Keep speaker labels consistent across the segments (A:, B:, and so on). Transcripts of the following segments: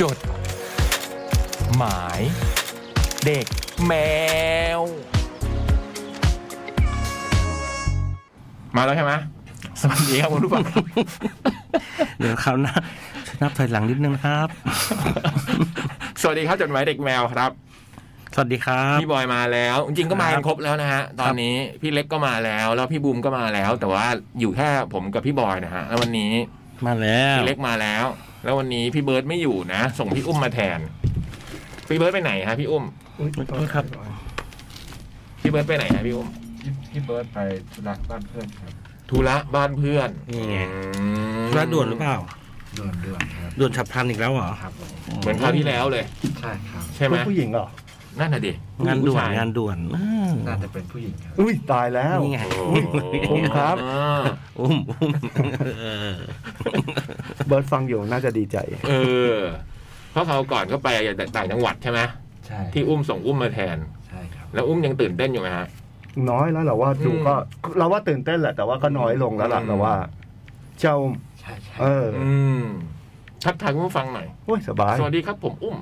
A: จด หมาย เด็กแมว มาแล้วใช่ไหมสวัสดีครับคุณผู้ฟัง ครับ
B: เดี๋ยวคราวหน้านับถอยหลังนิดนึงนะครับ
A: สวัสดีครับจดหมายเด็กแมวครับ
B: สวัสดีครับ
A: พี่บอยมาแล้ว จริงๆก็มากันครบแล้วนะฮะตอนนี้พี่เล็กก็มาแล้ว แล้วพี่บูมก็มาแล้ว แต่ว่าอยู่แค่ผมกับพี่บอยนะฮะแล้ววันนี้
B: มาแล้ว
A: พี่เล็กมาแล้ว แล้ววันนี้พี่เบิร์ตไม่อยู่นะ ส่งพี่อุ้มมาแทน พี่เบิร์ตไปไหนฮะพี่อุ้ม
B: อุ๊ยขอโทษครับ
A: พี่เบิร์ตไปไหนฮะพี่อุ้ม
C: พี่พี่เบิร์ดไปธุระบ้านเพื่อนครับ
A: ธุระบ้านเพื่อน
B: นี่ไง
A: อืม
B: ธุระด่วนหรือเปล่า
C: ด่วนด่วนๆครับ
B: ด่วนฉับพลันอีกแล้วเหรอ
C: ครับผม
A: เหมือนคราวที่แล้วเลย
C: ใช่ครับ
A: ใช่ไหม
D: ผู้หญิงเหรอ
A: นั่นน่ะดิ
B: งานด่
A: ผู้
B: วน
A: ชย
B: งานด่วนอ้าว
C: น่าจะเป็นผู้หญิงครับ
D: อุ้ยตายแล้ว
B: นี่ไง
A: โอ้
D: อุ้มครับ
A: เออ
B: อุ้มอุ้ม เออ
D: เบิร์ดฟังอยู่น่าจะดีใจ
A: เออเพราะเขาวก่อนก็ไปต่างจังหวัดใช่ไหม
C: ใช่
A: ที่อุ้มส่งอุ้มมาแทน
C: ใช่ครับ
A: แล้วอุ้มยังตื่นเต้นอยู่ไหมฮะ
D: น้อยแล้วเหราว่าดู
A: อืม
D: ก็เราว่าตื่นเต้นแหละแต่ว่าก็น้อยลงแล้วล่ะ
A: อืม
D: เราว่า เจ้า
C: ใช่ใช่
D: เออ
A: อืมทักทายคุณผู้ฟังหน่อย
D: โอ้ยสบาย
A: สวัสดีครับผมอุ้ม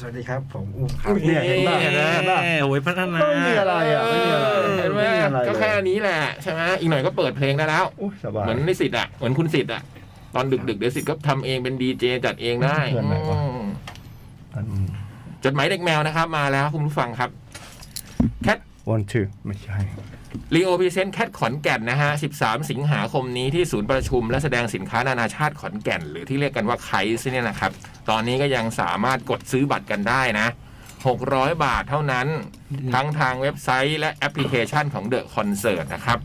C: สวัสดีครับ ผมอุ้มครับ
D: เนี่ย ห็นป่ะ
B: เห็นไหม
D: เห็นป่ะ
B: โอ้ยพัฒนา
D: ไม่มีอะไรอ่ะไม่มีอะไร
A: เห็นไหม
D: ไม่มีอะไร
A: ก็แค่นี้แหละใช่ไหมอีกหน่อยก็เปิดเพลงได้แล้ว
D: โอ้ยสบาย
A: เหมือนในสิทธิ์อ่ะ เหมือนคุณสิทธิ์อ่ะ ตอนดึกๆเดี๋ยวสิทธิ์ก็ทำเองเป็นดีเจจัดเองได้
D: เพื่อนไหนวะ
A: อืมจดหมายเด็กแมวนะครับ มาแล้วคุณผู้ฟังครับ
D: วันชื่อไม่ใช่
A: รีโอพิเซนแคทขอนแก่นนะฮะ 13 สิงหาคมนี้ที่ศูนย์ประชุมและแสดงสินค้านานาชาติขอนแก่น หรือที่เรียกกันว่าไคซ์เนี่ยนะครับ ตอนนี้ก็ยังสามารถกดซื้อบัตรกันได้นะ 600 บาทเท่านั้น ทั้งทางเว็บไซต์และแอปพลิเคชันของเดอะคอนเสิร์ตนะครับ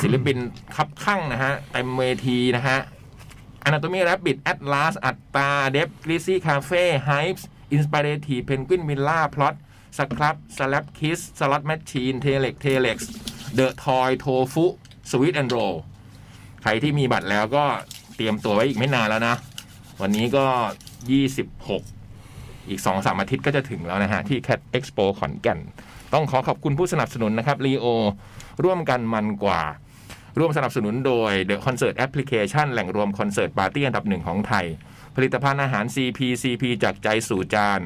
A: ศิลปินคับข้างนะฮะเต็มเวทีนะฮะ Anatomy Rabbit Atlas อัตตา เดฟกริซี่คาเฟ่ไฮส์อินสปิเรทีเพนกวินวิลล่าพลอตสครับสลับคิสสล็อตแมชชีนเทเล็กเทเล็กเดอะทอยโทฟุสวิตแอนโรใครที่มีบัตรแล้วก็เตรียมตัวไว้อีกไม่นานแล้วนะ วันนี้ก็ 26 อีก 2-3สามอาทิตย์ก็จะถึงแล้วนะฮะ ที่ Cat Expo ขอนแก่น ต้องขอขอบคุณผู้สนับสนุนนะครับรีโอร่วมกันมันกว่า ร่วมสนับสนุนโดย The Concert Application แหล่งรวมคอนเสิร์ตปาร์ตี้อันดับหนึ่งของไทย ผลิตภัณฑ์อาหาร CP CP จากใจสู่จาน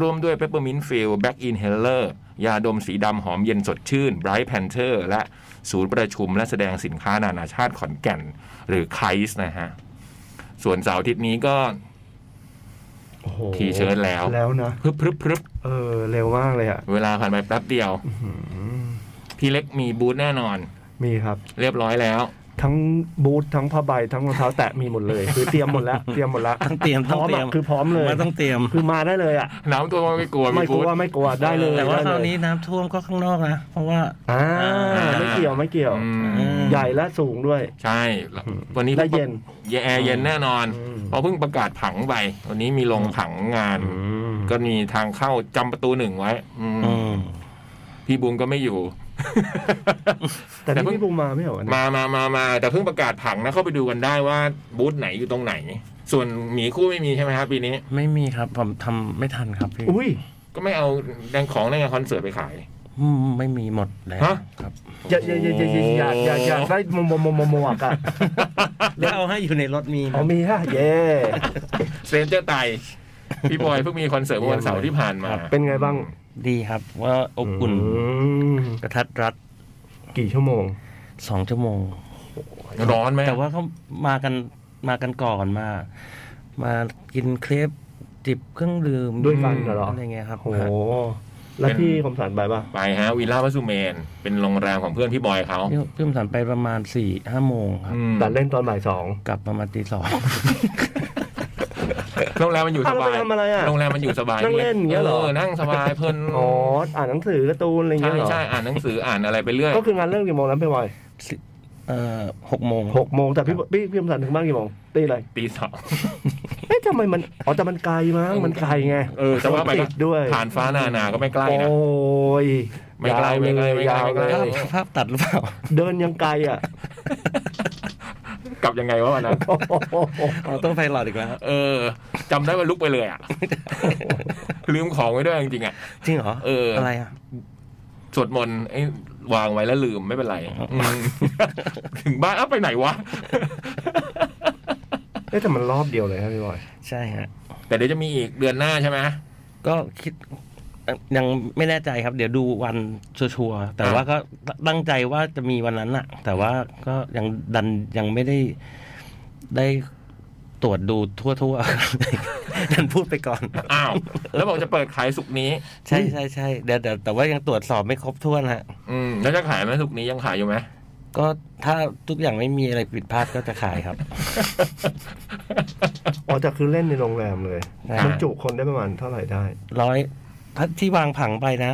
A: ร่วมด้วย Peppermint f i e l Back Inhaler ยาดมสีดำหอมเย็นสดชื่น Bright Panther และศูนย์ประชุมและแสดงสินค้านานาชาติขอนแก่น หรือไคส์นะฮะ ส่วนเสาร์อาทิตย์นี้ก็
D: โอ้โห
A: ทีเชิญแล้ว
D: แล้วนะ
A: พรึบพรึบพรึบ
D: เออเร็วมากเลยอ่ะ
A: เวลาผ่านไปแป๊บเดียว พี่เล็กมีบูธแน่นอน
D: มีครับ
A: เรียบร้อยแล้ว
D: ทั้งบูททั้งผ้าใบทั้งรองเท้าแตะมีหมดเลย คือเตรียมหมดแล้วเตรียมหมดแล้ว
B: ต้องเตรียม
D: พ
B: ต้อง
D: ร้อม
B: เตรีย
D: อะ
B: ม
D: คือพร้อมเลย
B: มาต้องเตรียม
D: คือมาได้เลยอ่ะ
A: น้ำตัวไม่กลัว
D: ไม่กลั
A: บู
D: ว
A: ธ
D: ไม่กลัวได้เลย
B: แต่ว่าค
D: ได้
B: ราว
D: เลย
B: นี้น้ำท่วมก็ข้างนอกนะ เพราะว่า
D: อ่า
B: อ่า
D: ไม่เกี่ยวไม่เกี่ยว
A: อืม
B: ม
D: ใหญ่และสูงด้วย
A: ใช่แล้ววันนี้
D: และเย็น
A: เยแอร์เย็นแน่นอน
D: อืม
A: เพราะเพิ่งประกาศผังไป วันนี้มีลงผังงาน ก็มีทางเข้าจำประตูหนึ่งไว้ อืม
B: อืม
A: พี่บุงก็ไม่ อยู่
D: แต่
A: แต่
D: นี่
A: เพิ่ง
D: พี่บุงมาไม่เหรอวันนี้
A: มามามามาแต่เพิ่งประกาศผังนะ เข้าไปดูกันได้ว่าบูธไหนอยู่ตรงไหน ส่วนหมีคู่ไม่มีใช่ไหมครับปีนี้
B: ไม่มีครับผมทำไม่ทันครับพี่
D: อุ้ย
A: ก็ไม่เอาแดงของในงานคอนเสิร์ตไปขาย
B: อืมไม่มีหมดแล้ว
A: ฮะ
B: ครับ
D: อย่าอย่าอย่าอย่าอย่าอย่าอย่าได้โมโมโมโมโมวกอ่ะ
B: เดี๋ยวเอาให้อยู่ในรถมีนะ
D: เอามีฮะเย่
A: เซนเจอร์ไตพี่บอยเพิ่งมีคอนเสิร์ตเมื่อวันเสาร์ที่ผ่านมา
D: เป็นไงบ้าง
B: ดีครับ ว่าอบอุ่น
D: ม
B: กระทัดรัด
D: กี่ชั่วโมง
B: สองชั่วโมง
A: ร้อนไหม
B: แต่ว่าเขามากันมากันก่อนมา มากินเครปจิบเครื่องดื่ม
D: ด้วยกันเหรอ
B: อะไรเงี้ยครับ
D: โอ้โหแล้วพี่คมสันไปป่ะ
A: ไปฮะวิลล่าวัสสุเมน เป็นโรงแรมของเพื่อนพี่บอยเขา
B: พี่พี่ผมสันไปประมาณสี่ห้าโมงครับ
A: อืม
D: แต่เล่นตอนบ่ายสอง
B: กลับประมาณตีสอง
A: โรงแรมมันอยู่ส
D: อ้าว
A: บาย
D: แล้วไปทำอะไรอะ
A: โรงแรมมันอยู่สบาย
D: นั่งเล่นอย่างเงี้ยเหรอ
A: นั่งสบายเพลิน
D: อ๋ออ่านหนังสือการ์ตูนอะไรอย่าง
A: ใช่
D: เงี้ยเหรอ
A: ใช่อ่านหนังสืออ่านอะไรไปเรื่อย
D: ก็คืองานเริ่มกี่โมงแล้วพี่บอย
B: สิเอ่อหกโมง
D: หกโมงแต่พี่พี่พี่คมสันถึงบ้านกี่โมงตีอะไร
A: ตีสอง
D: เอ๊ะทำไมมันอ๋อแต่มันไกลมั้งมันไกลไง
A: เออจะว่าไป
D: ติ
A: ก็
D: ดด้วย
A: ผ่านฟ้านานาก็ไม่ใกล้
D: โอ้
A: นะ
D: ย
A: ไม่ไกลไม่ไกลไม่ไกล
D: ยาว
A: ไม่
D: เล
A: ไก
D: ย
A: ล
B: ภาพภาพตัดหรือเปล่า
D: เดินยังไกลอ่ะ
A: กลับยังไงวะวันนั้น
B: เราต้องไปหลอดอีกแล้ว
A: เออจำได้ว่าลุกไป เลยอ่ะ ลืมของไว้ด้วยจริงๆอ่ะ
B: จริงเหรอ
A: เอออ
B: อะไรอ่ะ
A: สวดมนต์ไอ้วางไว้แล้วลืมไม่เป็นไรอืม ถึงบ้านเอ้าไปไหนวะ
D: เอ๊ะแต่มันรอบเดียวเลยครับพี่บอย
B: ใช่ฮะ
A: แต่เดี๋ยวจะมีอีกเดือนหน้าใช่ไหม
B: ก็คิดเอ่อยังไม่แน่ใจครับ เดี๋ยวดูวันชัวร์ๆแต่
A: อ่ะ
B: ว่าก็ตั้งใจว่าจะมีวันนั้นอะแต่ว่าก็ยังดันยังไม่ได้ได้ตรวจดูทั่วๆ ดันพูดไปก่อน
A: อ้าว แล้วบอกจะเปิดขายสุกร์นี้
B: ใช่ใช่ใช่เดี๋ยวเดี๋ยวแต่ว่ายังตรวจสอบไม่ครบถ้วนฮะ
A: อืมแล้วจะขายไหมสุกร์นี้ยังขายอยู่ไหม
B: ก็ถ้าทุกอย่างไม่มีอะไรผิดพลาดก็จะขายครับ
D: อ๋อแต่คือเล่นในโรงแรมเลย
B: อ่ามั
D: มันจุคนได้ประมาณเท่าไหร่ได้
B: ร้อยถ้าที่วางผังไปนะ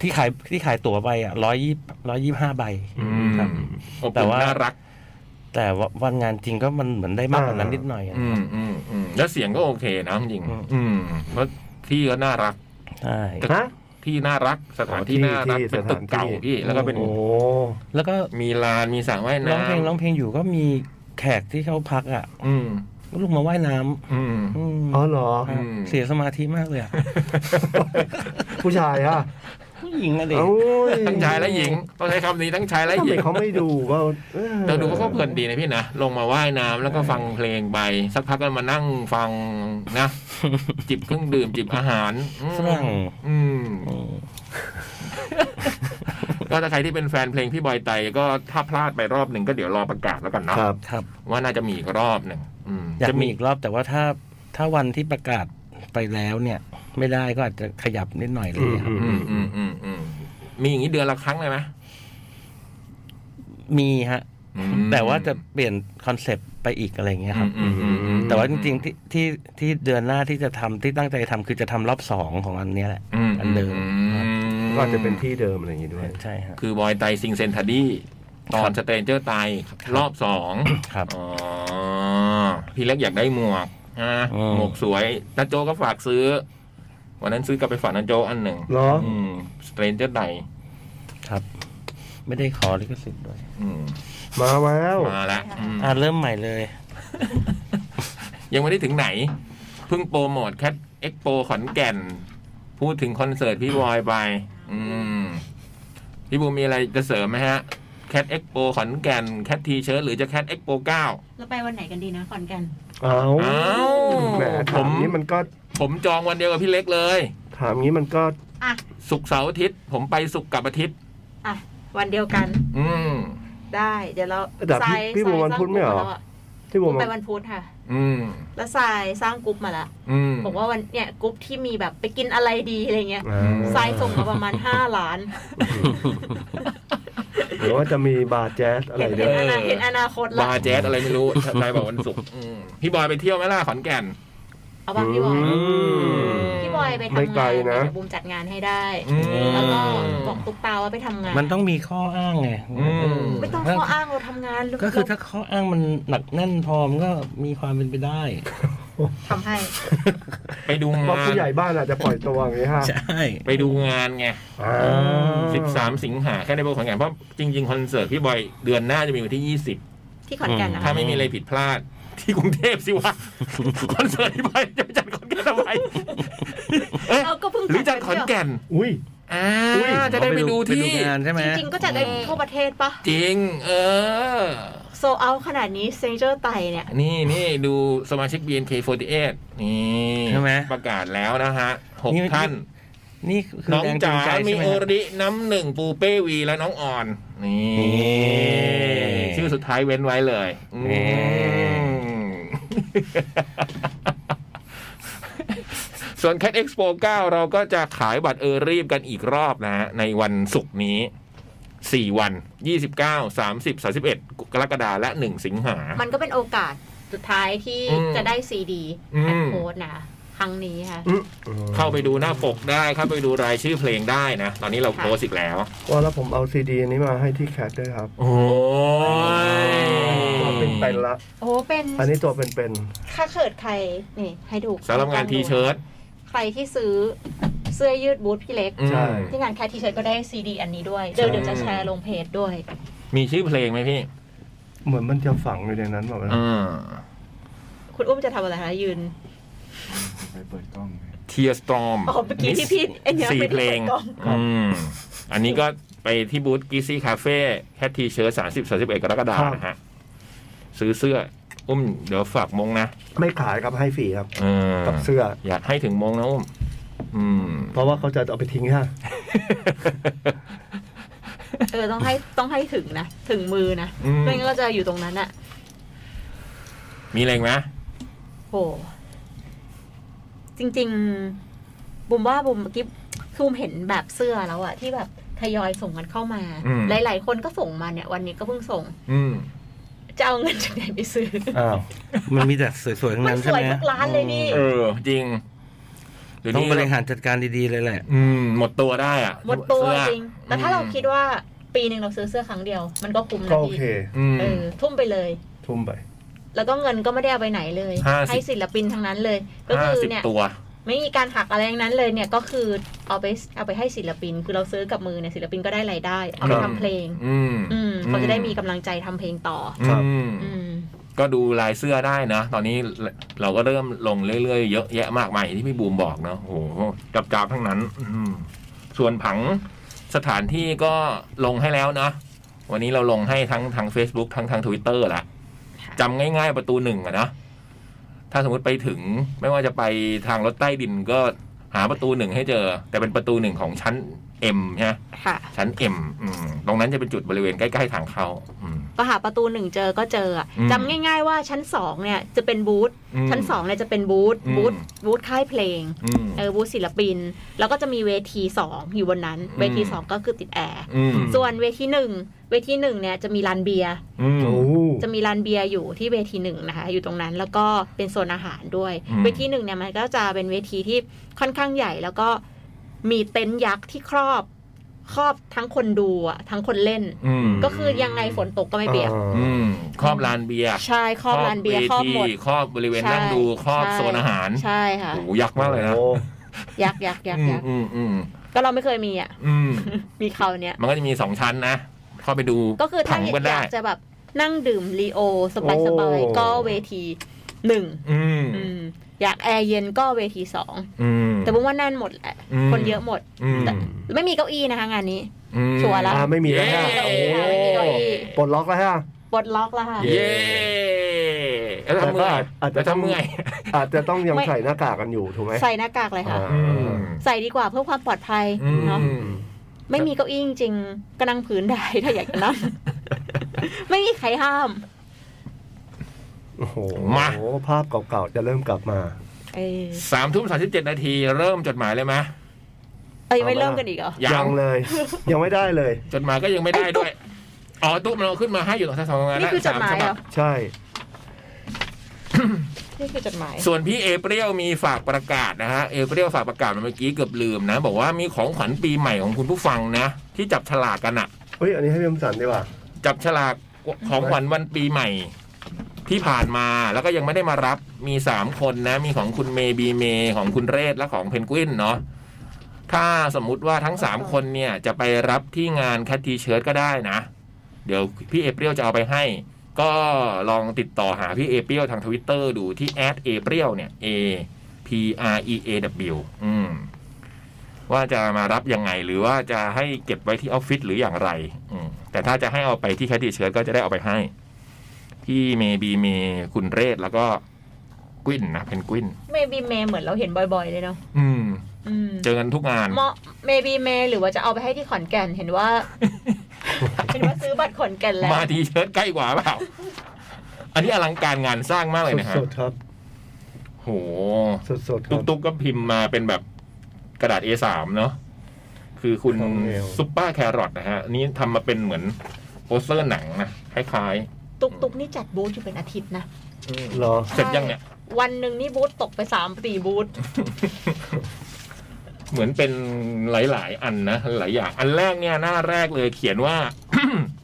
B: ที่ขายที่ขายตั๋วไปอ่ะร้อยยี่ร้อยยี่ห้าใบ
A: อืม
B: ครับ
A: อบ
B: แต่
A: อุ่น
B: ว่า
A: น่ารัก
B: แต่ว่าวันงานจริงก็มันเหมือนได้มากกว่านั้นนิดหน่อยอะ
A: อืมอืมอืมแล้วเสียงก็โอเคนะจริงๆ
B: อืม
A: อืมเพราะที่ก็น่ารัก
B: ใช่
D: ฮะ
A: ที่น่ารักสถานที่
D: ที่
A: น่ารัก
D: ที่
A: เป็นตึก
D: สถานที่
A: เก่าพี่ แล้วก็เป็น
D: โอ้
B: แล้วก็
A: มีลานมีสระว่าย
B: ร้อง
A: น้ำ
B: เพลงร้องเพลงอยู่ก็มีแขกที่เขาพักอ่ะ
A: อืม
B: ก็ลงมาว่ายน้ำ
A: อืม
B: อืม
D: อ๋อเหรอ
B: ครับ
A: อืม
B: เสียสมาธิมากเลยอะ
D: ผู้ชายอ่ะ
B: ผู้หญิงอะเด็ก
D: เอ้ย
A: ทั้งชายและหญิงต้องใช้คำนี้ทั้งชายและ
D: ทำ
A: หญิ
D: ไม
A: ง
D: เขาไม่ดูว่าออ
A: เราดูเขาก็เพลินดีนะพี่นะลงมาว่ายน้ำแล้วก็ฟังเพลงไปสักพักก็มานั่งฟังนะ จิบเครื่องดื่มจิบอาหารอืม
B: ฝรั่ง
A: อืม
B: อืม
A: ก็ถ้าใครที่เป็นแฟนเพลงพี่บอยไตก็ถ้าพลาดไปรอบหนึ่งก็เดี๋ยวรอประกาศแล้วกันเนาะ
D: ครับ
B: ครับ
A: ว่าน่าจะมีอีกรอบหนึ่งอืม
B: อยาก
A: จะ
B: มีอีกรอบแต่ว่าถ้าถ้าวันที่ประกาศไปแล้วเนี่ย ไม่ได้ก็อาจจะขยับนิดหน่อยเลยครั
D: อื
B: บ
D: ม
A: อืมอืมอืมอืมมีอย่างนี้เดือนละครั้งเลยไหม
B: มีฮะ
A: อืม
B: แต่ว่าจะเปลี่ยนคอนเซปต์ไปอีกอะไรเงี้ยครับ
A: อืมอืมอืม
B: แต่ว่าจริงๆที่ที่ที่เดือนหน้าที่จะทำที่ตั้งใจทำคือจะทำรอบสองของอันเนี้ยแหละ
A: ม
B: อันเดิม
D: ก็อาจจะเป็นที่เดิมอะไรอย่างงี้ด้วย
B: ใช่ฮะ
A: คือบอยไตซิงเซนทัดดี้ตอน
B: ครับ
A: สเตรนเจอร์ไตรอบสอง
B: ครับ
A: อ๋อพี่เล็กอยากได้หมวกนะ
B: อืม
A: หมวกสวยนาโจก็ฝากซื้อ วันนั้นซื้อกลับไปฝากนาโจอันหนึ่ง
D: เหรอ
A: สเตรนเจอร์ไต
B: ครับ ไม่ได้ขอลิขสิทธิ์ด้วย
D: มาแล้ว
A: มาแล้วอืม
B: อ่าเริ่มใหม่เลย
A: ยังไม่ได้ถึงไหน เพิ่งโปรโมทแคทเอ็กโปขอนแก่น พูดถึงคอนเสิร์ตพี่บอยไป อืม พี่บูมมีอะไรจะเสริมไหมฮะแคทเอ็กโปขอนแก่นแคททีเชิร์หรือจะแคทเอ็กโปเก้า
E: เราไปวันไหนกันดีนะขอนแกัน
D: เอา
A: เอ้า
D: แหม
A: ผ
D: ถาม มนี้มันก็
A: ผมจองวันเดียวกับพี่เล็กเลย
D: ถามนี้มันก็
E: อ่ะ
A: สุกร์เสาร์อาทิตย์ ผมไปสุกร์กับอาทิตย์
E: อ่ะ วันเดียวกัน
A: อืม
E: ได้ เดี๋ยวเรา
D: แต่พี่
E: ทราย
D: พี่บูม
E: ทราย
D: วันพุธไม่เหรอ
E: สร้างกลุ่
D: ที่ผม
E: มาม แล้วอะไปวันพุธค่ะ
A: อืม
E: แล้วทรายสร้างกรุ๊ปมาละ
A: อืม
E: บอกว่าวันเนี่ยกรุ๊ปที่มีแบบไปกินอะไรดีอะไรเงี้ย
D: อ่า
E: ทรายส่งมาประมาณ 5 ล้าน
D: หรือว่าจะมีบาร์แจ๊สอะไร
E: เห็น
D: ด้
E: เห็
D: วน ย
E: อนาเห็นอนาคตละ
A: บาร์แจ๊สอะไรไม่รู้นายบอกวันศุกร์อืมพี่บอยไปเที่ยวไหมล่ะขอนแก่น
E: เอาบ้างพี่บอย
D: อืม
E: พี่บอยไปทำ
D: ไม่
E: งาน
D: ไกลนะ
E: เดี๋ยวบูมจัดงานให้ได้
A: อืม
E: แล้วก็บอกตุ๊กตาว่าไปทำงาน
B: มันต้องมีข้ออ้างไง
A: อืม
E: ไม่ต้องข้ออ้างเราทำงาน
B: ก็คือถ้าข้ออ้างมันหนักแน่นพอมันก็มีความเป็นไปได้
E: ทำให้
A: ไปดู
D: เพราะ
A: งาน
D: ผู้ใหญ่บ้านอาจจะปล่อยตัวอย่างนี้ฮะ
B: ใช่
A: ไปดูงานไง
D: อ่า
A: สิบสามสิงหาแค่ในโบขอนแก่นเพราะจริง ๆ คอนเสิร์ตพี่บอยเดือนหน้าจะมีวันที่ยี่สิบ
E: ที่ขอนแก่นนะ
A: ถ้า
E: คะ
A: ไม่มีอะไรผิดพลาด ที่กรุงเทพสิวะ คอนเสิร์ตพี่บอยจะไปจัดขอนแก่นทำไมเอ๊ะ
E: เอาก็เพิ่ง
A: หรือจัด
E: ไป
A: ขอน
E: เที่ยว
A: แก่น
D: อุ้ย
A: อ่า
D: อุ๊ย
A: จะได้ไปดูที่
B: งานใช่ไหม
E: จริงๆ ก็จะได้ทั่วประเทศปะ
A: จริง เออ
E: โซเอาขนาดนี้เซนเจอร์ไตเนี่ย
A: นี่นี่ดูสมาชิก BNK48 นี่
B: ใช่ไหม
A: ประกาศแล้วนะฮะหก
B: นี่
A: ท่าน
B: นี่คือ
A: น้อง
B: แรงจู
A: จ๋าง
B: ใจ
A: มี
B: ใช่ไหม
A: โอ
B: ฮะ
A: ริน้ำหนึ่งปูเป้วีและน้องอ่อน นี่
B: นี่
A: ชื่อสุดท้ายเว้นไว้เลยอืม
B: นี่
A: ส่วน Cat Expo 9 เราก็จะขายบัตรเออรีบกันอีกรอบนะฮะ ในวันศุกร์นี้ 4 วัน 29 30 31 กรกฎาคมและ 1 สิงหา
E: มันก็เป็นโอกาสสุดท้ายที่
A: อืม
E: จะได้ซีดี
A: อืม
E: แอดโค้ดนะครั้งนี้ค่ะ
A: เข้าไปดูหน้าปกได้เข้าไปดูรายชื่อเพลงได้นะ ตอนนี้เรา
E: ค่ะ
A: โพสต์อีกแล้ว
D: ว่าแล้วผมเอาซีดีนี้มาให้ที่แคทด้วยครับ
A: โอ้ย
D: ตัวเป็นๆละ
E: โอ้เป็น
D: อันนี้ตัวเป็น
E: ถ้าเกิดใคร นี่ให้ดู
A: สำหรับงานทีเชิ้ต
E: ใครที่ซื้อเสื้อยืดบูธพี่เล็ก
D: ๆ ใช่
E: ที่งานแคททีเชิ้ตก็ได้ซีดีอันนี้ด้วย เดี๋ยวเดี๋ยวจะแชร์ลงเพจด้วย
A: มีชื่อเพลงไหมพี่
D: เหมือนมันจะฝังอยู่ในนั้นแบบนั้น
A: อ่า
E: คุณอุ้มจะทำอะไรคะยืน
C: ไปเปิดกล้องไหม
A: Tear Storm
E: อ๋อเมื่อกี้ที่พี่ไอ้เนี่ย
A: สี่
E: ไม่
A: เพลง
E: ได้กดกล้อง
A: อืม อันนี้ก็ไปที่บูธกีซี่คาเฟ่แคททีเชิ้ตสามสิบสามสิบเอ็ดกรกฎาคมนะฮะ ซื้อเสื้อ อุ้มเดี๋ยวฝากมงนะ
D: ไม่ขายครับให้ฟรีครับ
A: เออ
D: กับเสื้อ
A: อยากให้ถึงมงนะอุ้มอืม
D: เพราะว่าเขาจะเอาไปทิ้งค่ะ
E: เออต้องให้ต้องให้ถึงนะ ถึงมือนะ
A: อืม
E: ไม่งั้นก็จะอยู่ตรงนั้นอะ
A: มีอะไรอีกไหม
E: โห จริง ๆ บุมว่าบุมเมื่อกี้คือบุมเห็นแบบเสื้อแล้วอะที่แบบทยอยส่งกันเข้ามา หลาย ๆ คนก็ส่งมาเนี่ย วันนี้ก็เพิ่งส่ง
A: อืม
E: จะเอาเงินจากไหนไปซื้อ
D: อ้าว
B: มันมีแต่สวยๆทั้ง
E: มัน
B: นั้น
E: ส
B: ใช่
E: ว
B: ไห
E: ย
B: ม
E: ทุกร้านเลยนี่
A: เออ จริงเดี๋ยว
B: ต้อง
A: นี้
B: บริหารจัดการดีๆเลยแหละ
A: อืม หมดตัวได้อ่ะ
E: หมดตัว
A: เสื้อ
E: จริง แต่ถ้าเราคิดว่าปีหนึ่งเราซื้อเสื้อครั้งเดียว มันก็คุ้ม
D: ก็
E: นะ
D: โอ
E: พี่
D: เค
A: อืม
E: เออ ทุ่มไปเลย
D: ทุ่มไป
E: แล้วก็เงินก็ไม่ได้เอาไปไหนเลย
A: ห้าสิบ
E: ให้ศิลปินทั้งนั้นเลย ก็
A: ห้า
E: คือ
A: สิบ
E: เนี่ย
A: ตัว
E: ไม่มีการหักอะไรทั้งนั้นเลยเนี่ยก็คือเอาไปเอาไปให้ศิลปิน คือเราซื้อกับมือเนี่ยศิลปินก็ได้รายได้ เอาไป
A: ครับ
E: ทำเพลง
A: อืม
E: อืมเขาจะได้มีกำลังใจทำเพลงต่ออ
A: อืม
E: อืม
A: ก็ดูลายเสื้อได้นะ ตอนนี้เราก็เริ่มลงเรื่อยๆ เยอะแยะมากมายอย่างที่พี่บูมบอกเนาะโอ้โหจับจาบทั้งนั้น อืมส่วนผังสถานที่ก็ลงให้แล้วนะ วันนี้เราลงให้ทั้งทาง Facebook ทั้งทาง Twitter ละ
E: ค่ะ
A: จำง่ายๆประตูหนึ่งอะนะ ถ้าสมมติไปถึงไม่ว่าจะไปทางรถใต้ดินก็หาประตูหนึ่งให้เจอ แต่เป็นประตูหนึ่งของชั้น M ใช่ไหม
E: ค่ะ
A: ชั้น M อืมตรงนั้นจะเป็นจุดบริเวณใกล้ๆทางเข้าอืม
E: ก็หาประตูหนึ่งเจอก็เจออะ
A: อืม
E: จำง่าย ๆ ว่าชั้นสองเนี่ยจะเป็นบูธ
A: ม
E: ชั้นสองเนี่ยจะเป็นบูธบูธ
A: อืม
E: บูธค่ายเพลง
A: อืม
E: เออบูธศิลปิน แล้วก็จะมีเวทีสองอยู่บนนั้น
A: อืม
E: เวทีสองก็คือติดแอร์
A: อืม
E: ส่วนเวทีหนึ่งเวทีหนึ่งเนี่ยจะมีลานเบียร์
A: อืม
D: โอ้
E: จะมีลานเบียร์อยู่ที่เวทีหนึ่งนะคะ อยู่ตรงนั้นแล้วก็เป็นโซนอาหารด้วย
A: อืม
E: เวทีหนึ่งเนี่ยมันก็จะเป็นเวทีที่ค่อนข้างใหญ่แล้วก็มีเต็นท์ยักษ์ที่ครอบครอบทั้งคนดูอะทั้งคนเล่น
A: อืม
E: ก็คือยังไงฝนตกก็ไม่เปียก
A: อืมครอบลานเบียร์
E: ใช่ครอบลานเบียร์ครอบหมด
A: ครอบบริเวณนั่งดูครอบ
E: ใช่
A: โซนอาหาร
E: ใช่ค่ะ
A: โอ้โหยักษ์มากเลยนะ
D: โอ้
E: ยักษ์ยักษ์ยักษ์ยักษ์
A: อืมอืม
E: ก็เราไม่เคยมีอ่ะ
A: อื ม
E: มีคราวเนี้ย
A: มันก็จะมีสองชั้นนะเข้าไปดู
E: ก็คือ
A: ถั
E: ถ้าง อยา
A: ก็
E: กอ
A: ได้
E: ยากจะแบบนั่งดื่มรีโอ สบายสบายๆก็เวทีหนึ่ง
A: อืม
E: อืมอยากแอร์เย็นก็เวทีสอง
A: อืม
E: แต่ผมว่าแน่นหมดแหละ
A: อืม
E: คนเยอะหมด
A: อืม
E: แต่ ไม่มีเก้าอี้นะคะงานนี้
A: อืม
E: ชัวร์ละ
D: อ่าไม่มีแล้วฮะ
A: เย้
D: โอ้
E: ไม่มีเก้าอี้
D: ปลดล็อกแล้วฮะ
E: ปลดล็อกแล้วค่ะ
A: เย้แล้วทำเมื่อย
D: อาจจะ
A: แล้วทำเมื่อย
D: อาจจะต้องยัง
E: ไม่
D: ใส่หน้ากากกันอยู่ถูกไหม
E: ใส่หน้ากากเลยค่ะ
D: อ่า
A: อืม
E: ใส่ดีกว่าเพื่อความปลอดภัย
A: อืม
E: เนาะไม่มีเก้าอี้จริงๆก็นั่งพื้นได้ถ้าอยากจะ นั่ง ไม่มีใครห้าม
D: โอ้โหภาพเก่าๆ จะเริ่มกลับมา
E: เออ
A: สามทุ่มสามสิบเจ็ดนาทีเริ่มจดหมายเลยไหม
E: เอ้ยไม่เริ่มกันอีกเหรอ
A: ยั
D: ยังงเลย ยังไม่ได้เลย
A: จดหมายก็ยังไม่ได้ด้วยอ๋อตู้มันเอาขึ้นมาให้อยู่ตรงชั้นสองตรงนั้นะ
E: นี่คือจดหมาย
A: สฉ
E: เหร
A: บับ
E: อ
D: ใช่
E: นี่คือจดหมาย
A: ส่วนพี่เอเปรียวมีฝากประกาศนะฮะเอเปรียวฝากประกาศมาเมื่อกี้เกือบลืมนะ บอกว่ามีของขวัญปีใหม่ของคุณผู้ฟังนะ ที่จับฉลากกันอะ
D: เฮ้ย อันนี้ให้พี่คมสันดีกว่า
A: จับฉลากของขวัญวันปีใหม่ ที่ผ่านมาแล้วก็ยังไม่ได้มารับมีสามคนนะ มีของคุณเมบีเมของคุณเรศและของเพนกวินเนาะถ้าสมมุติว่าทั้งสามคนเนี่ยจะไปรับที่งานแคททีเชิร์ตก็ได้นะ เดี๋ยวพี่เอเปรียวจะเอาไปให้ ก็ลองติดต่อหาพี่เอเปรียวทางทวิตเตอร์ดูที่แอดเอเปรียวเนี่ย A P R E A W อืม ว่าจะมารับยังไงหรือว่าจะให้เก็บไว้ที่ออฟฟิศหรืออย่างไร อืมแต่ถ้าจะให้เอาไปที่แคทตี้เชิร์ก็จะได้เอาไปให้ ที่เมบีเมคุณเรศแล้วก็กวินนะเพนกวิน
E: เมบีเมเหมือนเราเห็นบ่อยๆเลยเนาะ
A: อืม
E: อืม
A: เจอกันทุกงาน
E: เหมาะเมบีเมหรือว่าจะเอาไปให้ที่ขอนแก่นเห็นว่า เห็นว่าซื้อบัตรขอนแก่นแล้ว
A: มาทีเชิร์ตใกล้กว่าเปล่า อันนี้อลังการงานสร้างมากเลยนะฮะ
D: สดๆครับ
A: โห
D: สดๆค
A: ตุ๊
D: รั
A: ก
D: บ
A: ตุ๊กก็พิมพ์มาเป็นแบบกระดาษ A3 เนาะคือคุณ
D: ของเหลว
A: ซุปเปอร์แครอทนะฮะอันนี่ทำมาเป็นเหมือนโปสเตอร์หนังนะคล้าย
E: ตุกตุกนี่จัดบูธอยู่เป็นอาทิตย์นะ
D: เหรอ
A: ๆเสร็จยังเนี่ย
E: วันหนึ่งนี่บูธตกไปสามสี่บูธ
A: เหมือนเป็นหลาย ๆ อันนะ หลายอย่าง อันแรกเนี่ยหน้าแรกเลยเขียนว่า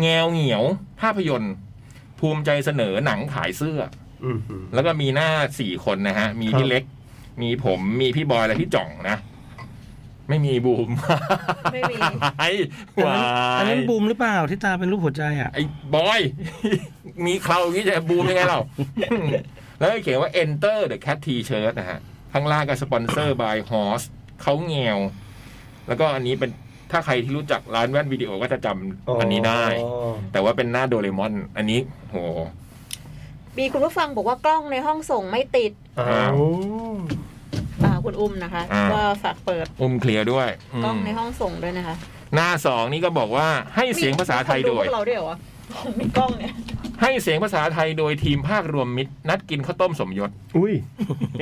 A: แงวเหงียว ภาพยนตร์ ภูมิใจเสนอหนังขายเสื้อ
D: อืมหือ
A: แล้วก็มีหน้าสี่คนนะฮะ มี
D: ครับ
A: พี่เล็ก มีผมมีพี่บอยและพี่จ่องนะ ไม่มีบูม
E: ไม่ มี
A: ไอ้
B: อัน
A: วา
B: นั้นอันนั้น
A: ย
B: บูมหรือเปล่าที่ตาเป็นรูปหัวใจอ่ะ
A: ไอ้บอย มีเคราอย่างนี้จะบูมยังไงเรา แล้วก็เขียนว่า enter the cat t-shirt นะฮะ ข้างล่างก็สปอนเซอร์ by horse เขาเงว แล้วก็อันนี้เป็นถ้าใครที่รู้จักร้านแว่นวิดีโอก็จะจำอันนี้ได้ แต่ว่าเป็นหน้าโดเรมอน อันนี้โห
E: มีคุณผู้ฟังบอกว่ากล้องในห้องส่งไม่ติด
D: อ้าว
A: โอ้
E: อ่าคุณอุ้มนะคะ
A: อ่า
E: ก็ฝากเปิด
A: อุ้มเคลียร์ด้วยอืม
E: กล้องในห้องส่งด้วยนะคะ
A: หน้าสองนี่ก็บอกว่าให้เสียงภาษาไทย
E: มีคน
A: โด
E: พ
A: ย
E: วกเราด้วยเหรอวะมีกล้องเนี่ย
A: ให้เสียงภาษาไทยโดยทีมภาครวมมิตร นัดกินข้าวต้มสมยศ
D: อุ้ย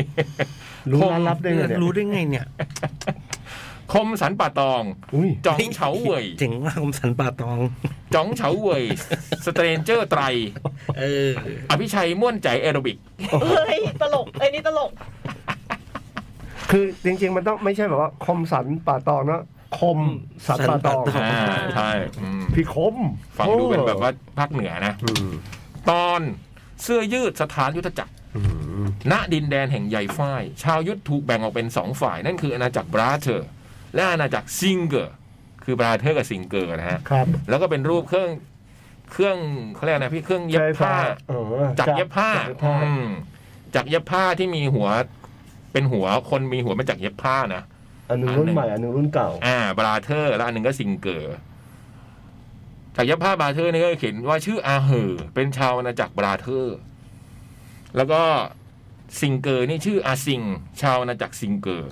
D: รู้ร้านลับได้ไงเนี่ย
B: รู้ได้ไงเนี่ย
A: คมสันป่าตอง
D: อุ้ย
A: จ๋องเฉาเว่ย
B: เจ๋งมากคมสันป่าตอง
A: จ๋องเฉาเว่ยสเตรนเจอร์ไตร
B: เออ
A: อภิชัยม่วนใจแอโรบิก
E: เฮ้ย ตลกไอ้ยนี่ตลก
D: คือจริง ๆ มันต้องไม่ใช่แบบว่า คมสันป่าตองนะคมสันป่าตอง
B: สันป่าตอง
A: อ่าใช่อืม
D: พี่คม
A: ฟังดูเป็นแบบว่าภาคเหนือนะ
D: อืม
A: ตอนเสื้อยืดสถานยุทธจักร
D: อืม
A: ณดินแดนแห่งใหญ่ฝ้าย ชาวยุทธถูกแบ่งออกเป็นสองฝ่าย นั่นคืออาณาจักรบราเธอร์ และอาณาจักรซิงเกอร์ คือบราเธอร์กับซิงเกอร์นะฮะ
D: ครับ
A: แล้วก็เป็นรูปเครื่องเครื่องเขาเรียกอะไรนะพี่เครื่องเย็บ
D: ใช่
A: ผ้า
D: เออ
A: จักรเย็บผ้า
D: จักรเย็บผ้า
A: อืมจักรเย็บผ้าที่มีหัว เป็นหัวคนมีหัวเป็นจักรเย็บผ้านะ
D: อันหนึ่งรุ่นใหม่อันหนึ่งรุ่นเก่า
A: อ่าบราเธอร์ แล้วอันหนึ่งก็ซิงเกอร์จากยับผ้าบราเธอร์นี่ก็เขียนว่าชื่ออาเหอเป็นชาวอาณาจักรบราเธอร์ แล้วก็ซิงเกอร์นี่ชื่ออาซิง ชาวอาณาจักรซิงเกอร์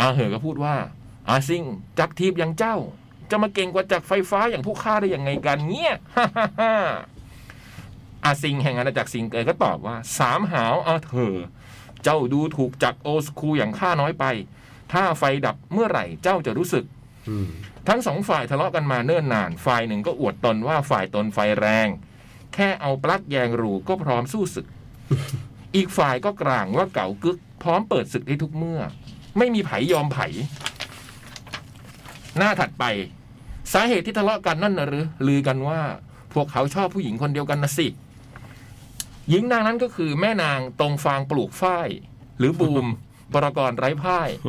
A: อาเหอก็พูดว่า อาซิงจักรทีพอย่างเจ้า จะมาเก่งกว่าจักรไฟฟ้าอย่างพวกข้าได้อย่างไงกันเงี้ย อาซิงแห่งอาณาจักรซิงเกอร์ก็ตอบว่าสามหาวเอาเธอะเจ้าดูถูกจักรโอสคูอย่างข้าน้อยไป ถ้าไฟดับเมื่อไหร่เจ้าจะรู้สึก
D: อืม
A: ทั้งสองฝ่ายทะเลาะกันมาเนิ่นนาน ฝ่ายหนึ่งก็อวดตนว่าฝ่ายตนไฟแรง แค่เอาปลั๊กแยงรูก็พร้อมสู้ศึก อีกฝ่ายก็กลางว่าเก๋ากึก พร้อมเปิดศึกได้ทุกเมื่อ ไม่มีไผยอมไผ หน้าถัดไป สาเหตุที่ทะเลาะกันนั่นนะหรือ ลือกันว่า พวกเขาชอบผู้หญิงคนเดียวกันนะสิ หญิงนางนั้นก็คือแม่นางตรงฟางปลูกฝ้าย หรือบูม ปรกรไร้พ่าย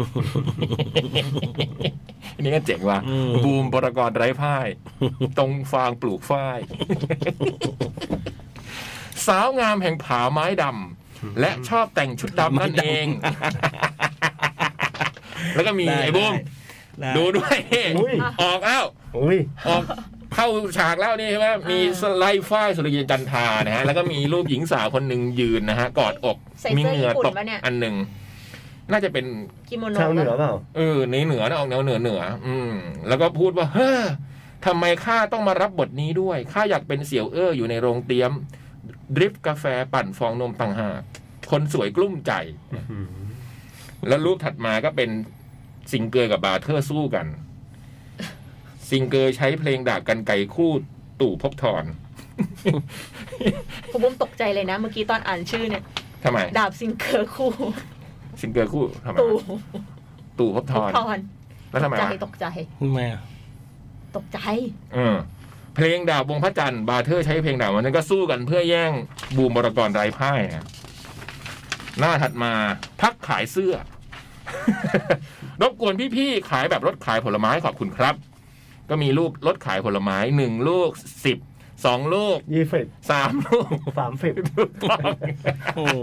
A: อันนี้ก็เจ๋งว่ะ
B: อืม
A: บูมปรกรไร้พ่าย ตรงฟางปลูกฝ้าย สาวงามแห่งผาไม้ดำและชอบแต่งชุดดำนั่นเอง แล้วก็มีไอ้บูม
B: ได้
A: ดูด้วย
D: อุ้ย
A: ออกอ้าว
D: อุ้ย
A: ออกเข้าฉากแล้วนี่ใช่ไหมมีสไลด์ฝ้ายสุริยันจันทรานะฮะ แล้วก็มีรูปหญิงสาวคนหนึ่งยืนนะฮะ กอดอก
E: ใส่เสื้อ
A: มีเหงื่อตก
E: ญี่ปุ่นปะเนี่ย
A: อันหนึ่ง น่าจะเป็น
E: กิโมโนะ
D: ชาวเหนือเปล่า
A: เออในเหนือนะออกแนวเหนือเหนือ อืม แล้วก็พูดว่าเฮ้อทำไมข้าต้องมารับบทนี้ด้วยข้าอยากเป็นเสี่ยวเอ้ออยู่ในโรงเตรียม ดริฟกาแฟปั่นฟองนมต่างหากคนสวยกลุ้มใจ แล้วรูปถัดมาก็เป็นซิงเกอร์กับบาเทอร์สู้กัน ซิงเกอร์ใช้เพลงดาบกันไก่คู่ตู่ภพบทอน
E: คุณบุ้มตกใจเลยนะ เมื่อกี้ตอนอ่านชื่อเนี่ย
A: ทำไม
E: ดาบซิงเกอร์คู่
A: ซิงเกอร์คู่ทำไม
E: ตู่
A: ตู่ภพบทอน
E: ทอน
A: แล้วทำไม
E: ใจ
A: วะ
E: ตกใจ
B: ทำไมอ่ะ
E: ตกใจ
A: เออเพลงดาบวงพระจันทร์บาเทอร์ใช้เพลงดาบวันนั้นก็สู้กันเพื่อแย่งบูมบรกรไร้พ่ายนะหน้าถัดมาพักขายเสื้อ รบกวนพี่ๆขายแบบรถขายผลไม้ขอบคุณครับ ก็มีรูปรถขายผลไม้หนึ่งลูกสิบสองลูก
D: ยี่สิบ
A: สามลูก
D: สามสิบ
A: ถูกต้อง
B: โอ้โห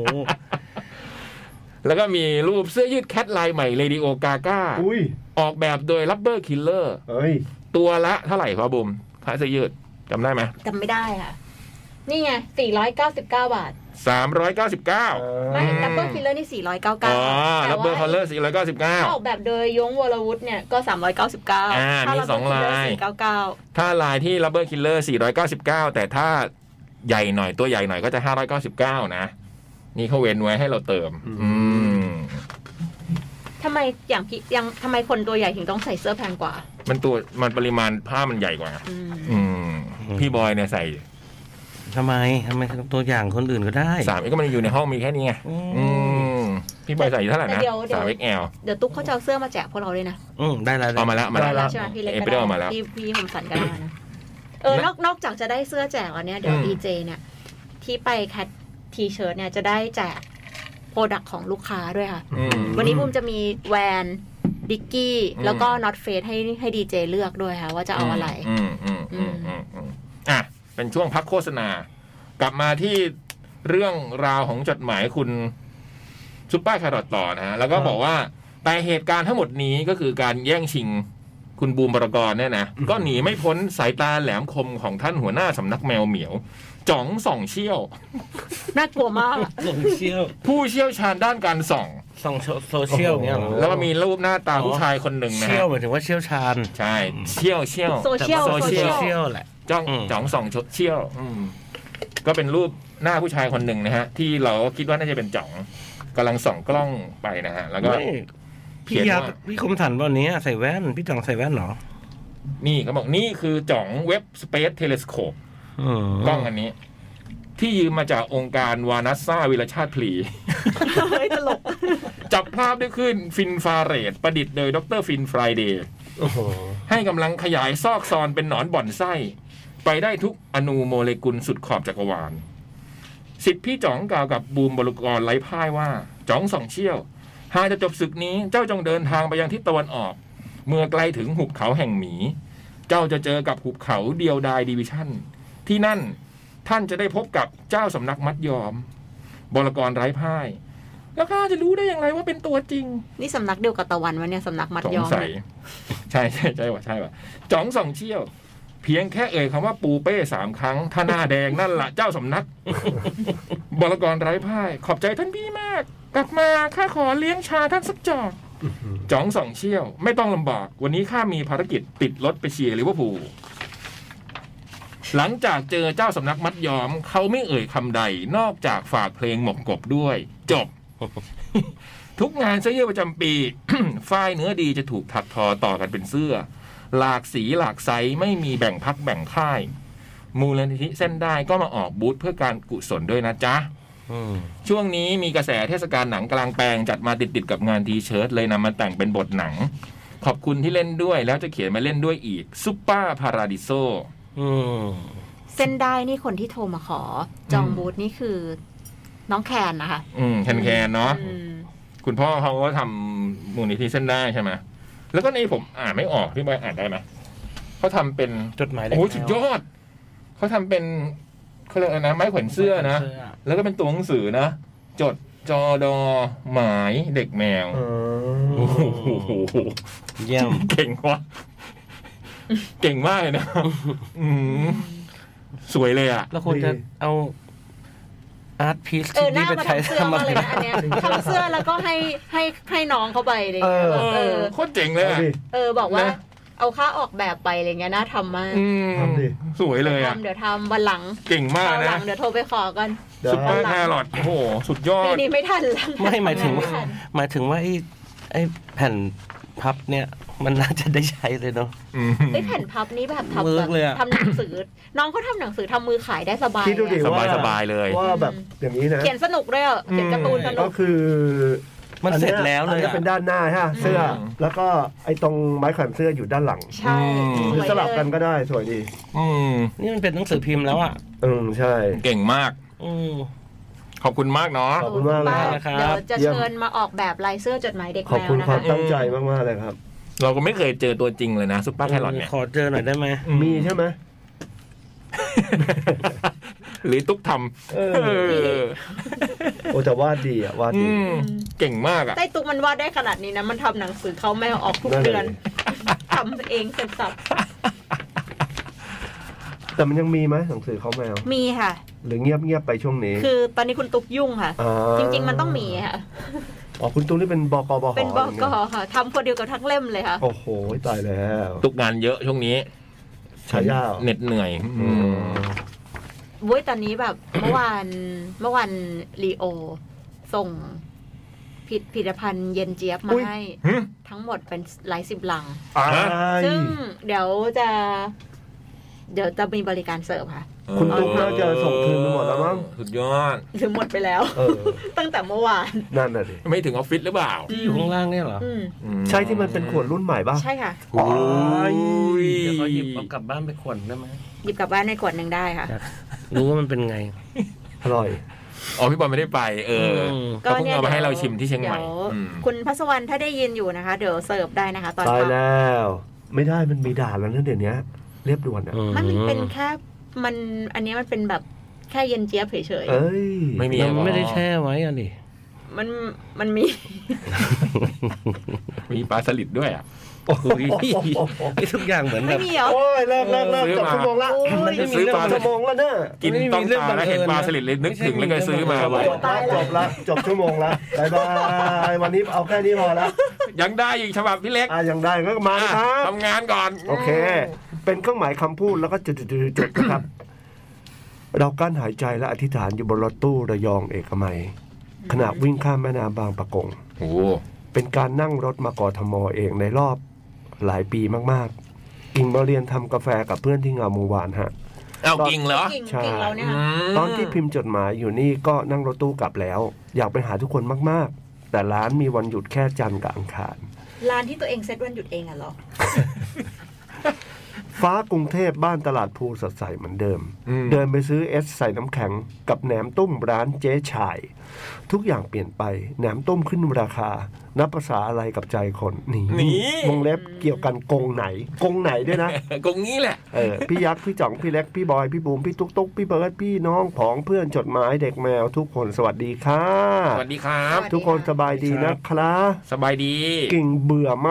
A: แล้วก็มีรูปเสื้อยืดแคทลายใหม่เลดีโอกาก้า
D: อุ้ย
A: ออกแบบโดยลับเบอร์คิลเลอร์
D: เอ้ย
A: ตัวละเท่าไหร่ครับบุมค่าเสื้อยืดจำได้ไหม
E: จำไม่ได้ค่ะ นี่ไง 499 บาท
A: สามร้อยเก้าสิบเก้า
E: ไม่
A: อืม
E: ดับเบิลคิลเลอร์นี่ 499
A: อ๋อ
E: แต่
A: รับเบอร์คอลเลอร์
E: ถ้าออกแบบโดยยงวรวุฒิเนี่ย ก็ 399
A: อ่ามีสองลาย
E: 499
A: 499 ถ้าลายที่รับเบอร์คิลเลอร์499 แต่ถ้าใหญ่หน่อยตัวใหญ่หน่อยก็จะ 599 นะ นี่เขาเว้นไว้ให้เราเติม อืม
E: ทำไมอย่างพี่ยังทำไมคนตัวใหญ่ถึงต้องใส่เสื้อแพงกว่า
A: มันตัวมันปริมาณผ้ามันใหญ่กว่า
E: อืม
A: อืม พี่บอยเนี่ยใส่
B: ทำไมทำไมตัวอย่างคนอื่นก็ได้
A: สามเอ็กก็มันอยู่ในห้องมีแค่นี้ไง
B: อืม
A: อืม พี่บอยใส่เท่าไหร่นะ
E: แต่เดี๋ยวเดี๋ยว
A: สามเอ็กแอล
E: เดี๋ยวตุ๊กเขาจะเอาเสื้อมาแจกพวกเราด้วยนะ
B: อืมได้แล้วได้
A: เอามาแล้วมา
E: ได้แล้
A: แล้ว ว
E: ใช่ไหมพี่เล็ก
A: เอ
E: ก็
A: เป
E: ได้
A: เอามาแล้ว
E: พี่พี่คมสันก็ได้นะ เออนอกนอกจากจะได้เสื้อแจกแล้วเนี่ยเดี๋ยว
A: อืม
E: ดีเจเนี่ย ที่ไปแคททีเชิร์ตเนี่ยจะได้แจกโปรดักของลูกค้าด้วยค่ะ
A: อืม
E: วันนี้บูมจะมีแวนดิกกี้
A: อืม
E: แล้วก็น็อตเฟสให้ให้ดีเจเลือกด้วยค่ะ ว่าจะเอาอะไร
A: อืมอืมอืมอืมอืมอ่ะ เป็นช่วงพักโฆษณา กลับมาที่เรื่องราวของจดหมายคุณซุปเปอร์คาร์ดต่อนะฮะ แล้วก็บอกว่าแต่เหตุการณ์ทั้งหมดนี้ก็คือการแย่งชิง คุณบูมบรกรเนี่ยนะ ก็หนีไม่พ้นสายตาแหลมคมของท่านหัวหน้าสำนักแมวเหมียวจ๋องส่องเชี่ยว
E: น่ากลัวมากอะ
B: โซเชียล
A: ผู้เชี่ยวชาญด้านการส่อง
B: ส่องโซเชียลเงี้ยเหรอ
A: แล้วก็มีรูปหน้าตาผู้ชายคนหนึ่งนะ
B: เชี่ย
A: ฮะ
B: วหมายถึงว่าเชี่ยวชาญ
A: ใช่เชี่ยวเชี่ยว
E: โซเชียล
A: แต่ว่า
E: โซ
B: โซ
E: เชียล
B: เชียลแหละ
A: จ้อง
B: อืม
A: จ้องส่องเชี่ยวอืมก็เป็นรูปหน้าผู้ชายคนหนึ่งนะฮะ ที่เราก็คิดว่าน่าจะเป็นจ๋องกำลังส่องกล้องไปนะฮะ แล้วก็
B: ไม่พี่ยา
A: เขียนว่า
B: พี่คมสันวันนี้ใส่แว่น พี่จ่องใส่แว่นเหรอ
A: นี่เขาบอกนี่คือจ๋องเว็บสเปซเทเลสโคป
B: อืม
A: กล้องอันนี้ ที่ยืมมาจากองค์การวานัสซาวิรชาติพลี
E: เฮ้ยตลก
A: จับภาพได้ขึ้นฟินฟาเรดประดิษฐ์โดยดรฟินฟรายเดย์
B: โอ้โห
A: ให้กำลังขยายซอกซอนเป็นหนอนบ่อนไส้ ไปได้ทุกอนูโมเลกุลสุดขอบจักรวาลสิทธิพี่จ๋องกล่าวกับบูมบรุกรไร้พ่ายว่าจ๋องส่องเชี่ยว หากจะจบศึกนี้เจ้าจงเดินทางไปยังทิศตะวันออก เมื่อใกล้ถึงหุบเขาแห่งหมี เจ้าจะเจอกับหุบเขาเดียวดายดิวิชั่น ที่นั่นท่านจะได้พบกับเจ้าสำนักมัดยอม บรกรไร้พ่าย แล้วข้าจะรู้ได้อย่างไรว่าเป็นตัวจริง
E: นี่สำนักเดียวกับตะวันวะเนี่ยสำนักมัด
A: สง
E: ยอม
A: สัยใช่ใช่ใช่ว่ะใช่ว่ะจ๋องส่องเชี่ยว เพียงแค่เอ่ยคำว่าปูเป้สามครั้งท่าหน้าแดงนั่นละเจ้าสำนัก บรกรไร้พ่าย ขอบใจท่านพี่มาก กลับมาข้าขอเลี้ยงชาท่านสักจอกจ๋องส่องเชี่ยว ไม่ต้องลำบาก วันนี้ข้ามีภารกิจติดรถไปเชียร์ลิเวอร์พูลหลังจากเจอเจ้าสำนักมัดยอม เขาไม่เอ่ยคำใด นอกจากฝากเพลงหมกกบด้วย จบ ทุกงานเสื้อยืดประจำปี ฝ้ายเนื้อดีจะถูกถักทอต่อกันเป็นเสื้อ หลากสีหลากไซส์ไม่มีแบ่งพักแบ่งค่าย มูลนิธิเส้นได้ก็มาออกบูธเพื่อการกุศลด้วยนะจ๊ะ
B: อืม
A: ช่วงนี้มีกระแสเทศกาลหนังกลางแปลงจัดมาติดติดๆกับงานทีเชิร์ตเลยนำมาแต่งเป็นบทหนัง ขอบคุณที่เล่นด้วยแล้วจะเขียนมาเล่นด้วยอีกซุปเปอร์พาราดิโซ
B: อืม
E: เส้นได้นี่คนที่โทรมาขอ จองบูธนี่คือ น้องแคนนะคะ
A: อืมแคนแคนเนาะ
E: อืม
A: คุณพ่อเขาก็ทำมูลนิธิเส้นได้ใช่ไหมแล้วก็ในผมอ่านไม่ออกพี่บอยอ่านได้ไหมเขาทำเป็น
B: จดหมายเล็ก
A: โอ้ยสุดยอด เขาทำเป็นเขาเรียกอะไรนะ ไม้แขวนเสื้อนะ
B: สื้อ
A: แล้วก็เป็นตัวหนังสือนะ จดจอดอหมายเด็กแมว
D: เออ
A: โอ้โห
B: เยี่ยม
A: เก่งว่ะเก่งมากเลยนะอืมสวยเลยอ่ะ
B: แล้วควรจะเอาอาร์ตพีซ
E: เอ
B: ที่
E: อห
B: นี่
E: น้า
B: ไป
E: มา
B: ใช้
E: ทำเสื้อ
B: ทำ
E: มา
B: อะ
E: ก
B: ไร
E: เลยนะอันเนี้ยทำเสื้อแล้วก็ให้ให้ให้น้องเขาไปอะไรอย่าง
D: เอ
E: เงี้ย
D: อ
E: แบบเออ
A: โคตรเจ๋งเลย
D: เอา
A: อ่ะ
D: ดิ
E: เออ บอกว่า
A: นะ
E: เอาค่าออกแบบไปอะไรเงี้ยน่าทำมาก
A: อืม
D: ทำดิ
A: สวยเลยอ่ะ
E: ทำเดี๋ยวทำวันหลัง
A: เก่งมาก
E: วันหลั
A: นะ
E: งเดี๋ยวโทรไปขอกัน
D: เดี๋ยว
A: ซุปเปอร์แครอทโอ้โห สุดยอ
E: ปี
A: ด
E: นี้ไม่ทันแล้ว
B: ไม่หมายถึงว่า
E: ไทัน
B: หมายถึงว่าไอ้ไอ้แผ่นพับเนี่ย มันน่าจะได้ใช้เลยเนาะ
A: อืม
E: ไอ้แผ่นพับนี้แบบ
B: เวิร์
E: ทำแบ
B: ก
E: บ
B: เลยอะ
E: ทำหนังสือ น้องเขาทำหนังสือทำมือขายได้สบาย
D: คิดดูดิ
E: อะ
A: ส
D: ว่า
A: บายสบายเลย
D: ว่าแบบอย่างนี้นะ
E: เขียนสนุกด้วยอะเขียนการ์ตูนสนุ
D: ก็
E: ก
D: คือ
B: มัน
D: อั
B: เสร็จแล้วเลย
D: อันนี้
B: อะ
D: เป็นด้านหน้าฮะเสื้ออ
A: ม
D: แล้วก็ไอ้ตรงไม้แขวนเสื้ออยู่ด้านหลัง
E: ใช่
A: อืม
D: หรือสลับกันก็ได้สวยดี
A: อืม
B: นี่มันเป็นหนังสือพิมพ์แล้วอ่ะ
D: อืมใช่
A: เก่งมาก
B: อืม
A: ขอบคุณมากเนาะ
D: ขอบคุณมากเลยครับ
B: ครับ
E: เดี๋ยวจะ
D: เยี่ยม
E: เชิญมาออกแบบลายเสื้อจดหมายเด็ก
D: ขอบ
E: แมว
D: คุณ
E: นะ
D: ความ
E: คะ
D: ตั้งใจมากๆเลยครับ
A: เราก็ไม่เคยเจอตัวจริงเลยนะซุปเปอร์แครอทเนี่ย
B: ขอเจอหน่อยได้ไหม
D: มีใช่ไหม
A: หรือตุ๊กทำ
D: เออ
A: เออ
D: โอ้แต่วาดดีอ่ะวาด
A: อื
D: ดี
A: มเก่งมากอ่ะ
E: ใต้ตุ๊กมันวาดได้ขนาดนี้นะ มันทำหนังสือเขาแมวออกทุก
D: นั่น
E: เดือ
D: เล
E: น
D: ย
E: ทำเองเสร็จสับ
D: แต่มันยังมีไหมหนังสือเขาแมว
E: มีค่ะ
D: หรือเงียบเงียบๆไปช่วงนี้
E: คือตอนนี้คุณตุ๊กยุ่งค่ะ
D: า
E: จริง ๆ มันต้องมีค่ะ
D: อ๋อคุณตุ้นี่เป็นบกบห
E: เป็นบ
D: ย่าก งงี้ย
E: ค่ะทำคนเดียวกับทั้งเล่มเลยค่ะ
D: โอ้โหตายแล้ว
A: ตุ๊กงานเยอะช่วงนี้
D: ฉายาหรอ
A: เหน็ดเหนื่อยอื
D: อื
A: ม
D: ม
E: เว้ยตอนนี้แบบ เมื่อวานเมื่อวานลีโอ ส่งผลิตผลิตภัณฑ์เย็นเจี๊ยบมาให้
A: หึ
E: ทั้งหมดเป็นหลายสิบลัง
D: อ้า
A: ฮะ
D: ย
E: ซึ่งเดี๋ยวจะ เดี๋ยวจะมีบริการเสิร์ฟค่ะ
D: คุณตุ๊กน่าจะส่งคืนไปหมดแล้วมั้ง
A: สุดยอด
E: หรือหมดไปแล้ว
D: เออ
E: ตั้งแต่เมื่อวาน
D: นั่นน่ะดิ
A: ไม่ถึงออฟฟิศหรือเปล่า
B: ที่อยู่ข้างล่างเนี่ยเหรอ
E: อืม
A: อื
D: ใช่ที่มันเป็นขวดรุ่นใหม่ป่ะ
E: ใช่ค่ะ
A: โอ้ย
B: เดี๋ยวเขาหยิบเอากลับบ้านไปขวนได้ไหม
E: หยิบกลับบ้านในขวดหนึ่งได้ค่ะ
B: อยากรู้ว่ามันเป็นไง
D: อร่อย
A: อ๋อพี่บอลไม่ได้ไป เอออ
B: ม
A: ก็เพิ่งเอามาให้เราชิมที่เชียงใหม่
E: ดี๋ยว
A: อืม
E: คุณพัสวรรณถ้าได้ยินอยู่นะคะ เดี๋ยวเสิร์ฟได้นะคะ ตอน
D: ตาย
E: เช้า
D: แล้ว ไม่ได้มันมีด่านแล้วนะเดี๋ยวนี้เรียบด่วนอะ
E: มันเป็นแค่มันอันนี้มันเป็นแบบแค่เย็นเจี๊ยบเฉยๆ
D: เอ้ย
A: ไม่มี
B: มันไม่ได้
A: แอลกอฮอล์
B: แช่ไว้อะดิ
E: มันมันมี
A: มีปลาสลิดด้วยอ่ะ
B: อุ้ยนี่ทุกอย่างเหมือนแบ
E: ไม่
B: บ
E: มีเหรอ
D: โอ้ยเลิกเลิกเลิก
A: ซื้อ
D: จบ
A: มา
D: ชั่วโมงละ
E: โอ้ย
D: มันไม่มีเรื่อง
A: ซื้อปลา
D: ชั่วโมงแล้วเนี่ย
A: กินต้องตาแล้วเห็นปลาสลิดเลยนึกถึงแล้วก็ซื้อมาไว้
D: จบละจบละจบชั่วโมงละบายบายวันนี้เอาแค่นี้พอละ
A: ยังได้อีกฉบับพี่เล็ก
D: อ่ะยังได้ก็มา
A: อ่ะ
D: ครับ
A: ทำงานก่อน
D: โอเค เป็นเครื่องหมายคำพูดแล้วก็จุดๆๆๆนะครับ เรากลั้นหายใจและอธิษฐานอยู่บนรถตู้ระยองเอกมัยขณะวิ่งข้ามแม่น้ำบางปะกง
A: โอ้
D: เป็นการนั่งรถมากอทมเองในรอบหลายปีมากๆ กิ่งมาเรียนทำกาแฟกับเพื่อนที่งามวงวานฮะ
A: เอากิ่งเหรอ
E: กิ่ง
D: ใช่
E: กิ่งเราเนี่ย
A: อื
E: นะ
A: ม
D: ตอนที่พิมพ์จดหมายอยู่นี่ก็นั่งรถตู้กลับแล้ว อยากไปหาทุกคนมากๆ แต่ร้านมีวันหยุดแค่จันทร์กับอังคาร
E: ร้านที่ตัวเองเซ็ตวันหยุดเองอ่ะเหรอ
D: ฟ้ากรุงเทพบ้านตลาดภูสดใสเหมือนเดิม
A: อืม
D: เดินไปซื้อเอสใส่น้ำแข็งกับแหนมต้มร้านเจ๊ชาย ทุกอย่างเปลี่ยนไปแหนมต้มขึ้นราคา นับภาษาอะไรกับใจคนนี่
A: หนี
D: วงเล็บเกี่ยวกันกงไหน กงไหนด้วยนะ
A: กงนี้แหละ
D: เออพี่ยักษ์ พี่จ่อง พี่เล็ก พี่บอย พี่บูม พี่ตุ๊กตุ๊กพี่เบิร์ดพี่น้องผองเพื่อนจดหมายเด็กแมวทุกคนสวัสดีค่ะ
A: สวัสดีครับ
E: สวัสดี
D: ทุกคนสบายดีนะครับ
A: สบายดี
D: กิ่งเบื่อม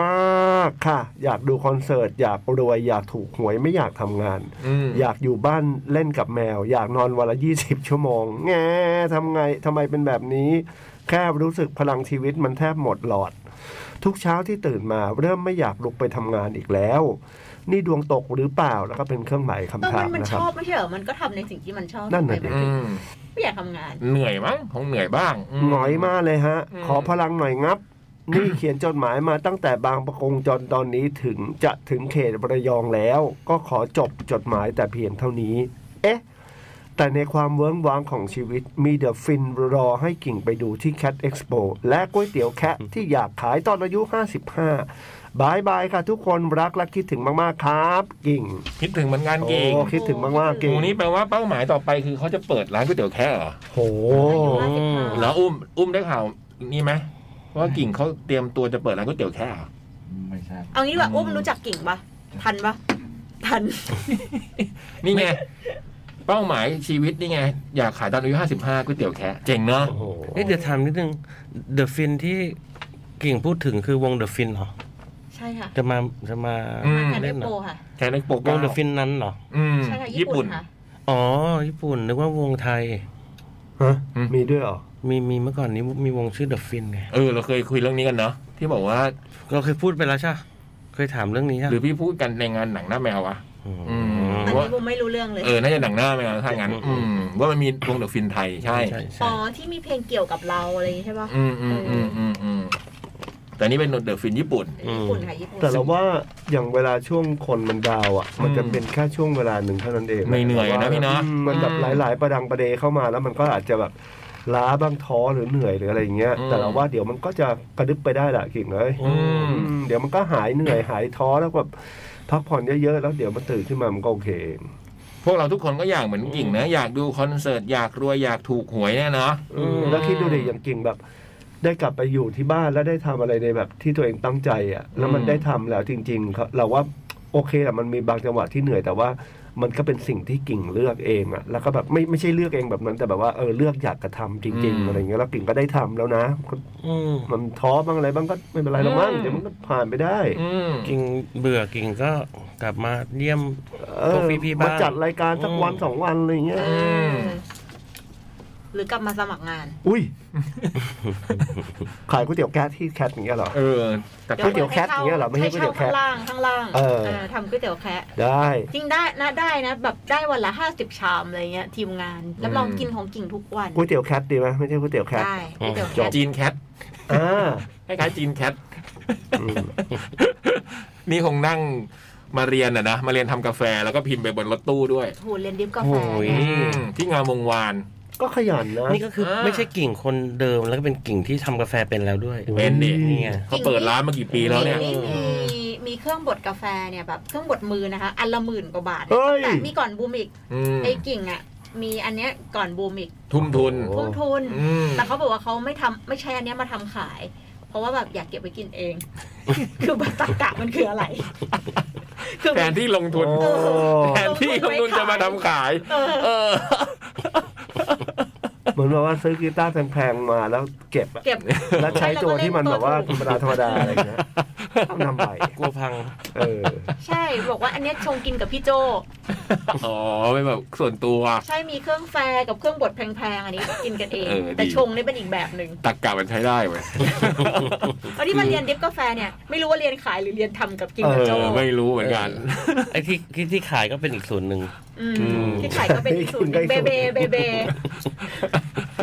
D: ากค่ะ อยากดูคอนเสิร์ต อยากรวยอยากถูกหวยไม่อยากทำงาน
A: อืม
D: อยากอยู่บ้านเล่นกับแมว อยากนอนวันละยี่สิบชั่วโมง แง่ทำไงทำไมเป็นแบบนี้ แค่รู้สึกพลังชีวิตมันแทบหมดหลอด ทุกเช้าที่ตื่นมาเริ่มไม่อยากลุกไปทำงานอีกแล้ว นี่ดวงตกหรือเปล่าแล้วก็เป็นเครื่องหมาย
E: ก็
D: คำถา
E: มั
D: ม
E: นมัน
D: นะ
E: ช
D: ครับ
E: อบไม่ใช่เหรอ มันก็ทำในสิ่งที่มันชอบ
D: นั่นน่ะดิ
A: อืม
E: ไม่อยากทำงาน
A: เหนื่อยมั้งคงเหนื่อยบ้างม
D: หงอยมากเลยฮะ
A: อืม
D: ขอพลังหน่อย งับ นี่เขียนจดหมายมาตั้งแต่บางประกงจนตอนนี้ถึงจะถึงเขตระยองแล้ว ก็ขอจบจดหมายแต่เพียงเท่านี้ เอ๊ะ แต่ในความเวิ้งว้างของชีวิตมีเดอะฟินรอให้กิ่งไปดูที่ Cat Expo และก๋วยเตี๋ยวแคะที่อยากขายตอนอายุ 55 บายบายค่ะทุกคนรักและคิดถึงมาก ๆ ครับ กิ่ง
A: คิดถึงเหมือนกัน
D: โอ้
A: กิ่ง
D: คิดถึงมาก
A: ห
D: ๆกิ่ง
A: มูนี้แปลว่าเป้าหมายต่อไปคือเขาจะเปิดร้านก๋วยเตี๋ยวแค่เหรอ
D: โห
E: อายุห้าสิบห้า
A: แล้วอุ้มอุ้มได้ข่าวนี่ไหมว่ากิ่งเขาเตรียมตัวจะเปิดร้านก๋วยเตี๋ยวแค่เหรอ
C: ไม่ทราบ
E: เอางี้ดีกว่าอุ้มรู้จักกิ่งปะทันปะทัน
A: นี่ไง เป้าหมายชีวิตนี่ไง อยากขายตอนอายุห้าสิบห้าก๋วยเตี๋ยวแค่เจ๋งเนาะ
D: โอ้โห
B: เอ๊ะเดี๋ยวถามนิดนึงเดอะฟินที่กิ่งพูดถึงคือวงเดอะฟินเหรอ
E: ใช่ค่ะ
B: จะมาจะมา
A: อืม
E: แคน
B: เล่น
E: เดป
B: เหรอ
E: โปค่ะ
A: แค่เล็กโปก
B: ว
A: เก้าง
B: เดอะฟินนั้นเหรอ
A: อืม
E: ใช่ค่ะญี่
A: ญี่
E: ปุ่
A: ปุ่
E: น
A: น
E: ค่ะ
B: อ๋อ ญี่ปุ่น นึกว่าวงไทย
D: ฮะ
A: อืม
D: มีด้วยเหรอ
B: มีมีเมื่อก่อนนี้มีวงชื่อเดอะฟินไง
A: เออ เราเคยคุยเรื่องนี้กันเนาะที่บอกว่า
B: เราเคยพูดไปแล้วใช่ปะเคยถามเรื่องนี้
A: ห
B: ใช่ปะ
A: รือพี่พูดกันในงานหนังหน้าแมวอะ อืม
E: อันนี้ผมไม่รู้เรื่องเลย
A: เออ น่าจะหนังหน้าแมวถ้างั้น อืม ว่ามันมีวงเดอะฟินไทยใช่
B: ใช่
E: อ๋
B: ใช่
E: อ ที่มีเพลงเกี่ยวกับเราอะไรอย่างงี้ใช่ปะ
A: อืมอืมอืมอืมอืมแต่นี่เป็นเดอะฟินญี่ปุ่น
E: ญี่ปุ่นค่ะญี่ปุ่น
D: แต่เราว่าอย่างเวลาช่วงคนมันดาวอ่ะ มันจะเป็นแค่ช่วงเวลาหนึ่งเท่านั้นเอง
A: เหนื่อยๆนะพี่เนอะ
D: อืมมันแบบ
A: อืม
D: หลาย ๆ ประดังประเดเข้ามาแล้วมันก็อาจจะแบบล้าบ้างท้อหรือเหนื่อยหรืออะไรอย่างเงี้ย
A: อืม
D: แต่เราว่าเดี๋ยวมันก็จะกระดึบไปได้แหละกิ่งเลย
A: อืม
D: อืมเดี๋ยวมันก็หายเหนื่อยหายท้อแล้วแบบพักผ่อนเยอะๆแล้วเดี๋ยวมันตื่นขึ้นมามันก็โอเคเอง
A: พวกเราทุกคนก็อยากเหมือนกิ่งนะ อยากดูคอนเสิร์ต อยากรวย อยากถูกหวยเนี่ยเนาะ
D: แล้วคิดดูดิอย่างกิ่งแบบ ได้กลับไปอยู่ที่บ้านแล้วได้ทำอะไรในแบบที่ตัวเองตั้งใจอ่ะ แล้วมัน
A: อืม
D: ได้ทำแล้วจริงๆเขาเราว่าโอเคแหละมันมีบางจังหวะที่เหนื่อยแต่ว่ามันก็เป็นสิ่งที่กิ่งเลือกเองอ่ะ แล้วก็แบบไม่ไม่ใช่เลือกเองแบบนั้นแต่แบบว่าเออเลือกอยากกระทำจริง ๆ อะไรเงี้ยแล้วกิ่งก็ได้ทำแล้วนะก็
B: อืม
D: มันท้อบ้างอะไรบ้างก็ไม่เป็นไรหรอกมั้งเดี๋ยวมันก็ผ่านไปได้
A: อืม
B: กิ่งเบื่อกิ่งก็กลับมาเยี่ยม
D: เออ
B: พวกพี่ๆบ้าม
D: าง จัดรายการสักวันสองวันอะไรเงี้ย
E: เออ
A: ม
E: หรือกลับมาสมัครงาน
D: อุ้ย ขายก๋วยเตี๋ยวแก๊สที่แคทอย่างเงี้ยเหรอ
A: เออ แต่
D: ก๋วยเตี๋ยวแคะอย่างเงี้ยเหรอไม่ใช่ก๋วยเตี๋ยวแคะ
E: ข้างล่างข้างล่าง
D: เออ
E: าทำก๋วยเตี๋ยวแคะ
D: ได้
E: จริงได้นะได้นะ แบบได้วันละห้าสิบชามอะไรเงี้ยทีมงานรับรองกินของกิ่งทุกวัน
D: ก๋วยเตี๋ยวแคทดีไหมไม่ใช่ก๋วยเตี๋ยวแคท
E: ได้ก๋วยเตี๋ยว
D: จ
E: แคะ
D: บ
A: จีนแคท
D: อ่า
A: คล้ายๆจีนแคท
D: อืม
A: นี่คงนั่งมาเรียนอะนะ มาเรียนทำกาแฟแล้วก็พิมพ์ไปบนรถตู้ด้วย
E: โหเรียนดิฟกาแฟ
B: โอ้ย
A: อืมที่งามวงวาน
D: ก็ขยันนะ
B: นี่ก็คืออา ไม่ใช่กิ่งคนเดิมแล้วก็เป็นกิ่งที่ทำกาแฟเป็นแล้วด้วย
D: โอ้
A: เป็นดิ
B: นี่ไง
A: เขาเปิดร้านมากี่ปีแล้วเนี่ย
E: นี่มีมีเครื่องบดกาแฟเนี่ยแบบเครื่องบดมือนะคะ อันละหมื่นกว่าบาท
D: เฮ้ย
E: แต่มีก่อนบูมอีก
A: อืม
E: ไอ้กิ่งอ่ะมีอันเนี้ยก่อนบูมอีก
A: ทุ่มทุน
D: โอ้
E: ทุ่มทุน
A: อืม
E: แต่เขาบอกว่าเขาไม่ทำไม่ใช่อันเนี้ยมาทำขาย เพราะว่าแบบอยากเก็บไปกินเอง คือบัตรกะมันคืออะไร คือ
A: แทนที่ลงทุน
D: โอ้
A: แทนที่ลงทุนจะมาทำขาย
E: เออ
A: เออ
D: เหมือนแบบว่าซื้อกีตาร์แพงๆมาแล้วเก็บอะ
E: เก็บ
D: แล้วใช้ตัวที่มันแบบว่าธรรมดาธรรมดาอะไรเงี้ยนำไป
B: กลัวพัง
D: เออ
E: ใช่บอกว่าอันเนี้ยชงกินกับพี่โจ
A: อ๋อเป็นแบบส่วนตัว
E: ใช่มีเครื่องแฟร์กับเครื่องบดแพงๆ อันนี้กินกันเอง
A: เออดี
E: แต่ชงนี่เป็นอีกแบบหนึ่ง
A: ตักกะมันใช้ได้เว้ย
E: ตอนที่มาเรียนดิฟกาแฟเนี่ยไม่รู้ว่าเรียนขายหรือเรียนทำกับกิน
A: เอ
E: กับโจ
A: อไม่รู้เหมือนกัน
B: ไอ้ที่ที่ที่ขายก็เป็นอีกส่วนหนึ่ง
E: มที่ขายก็เป็นอีกสูตรหนึ่งเบเบเบเบ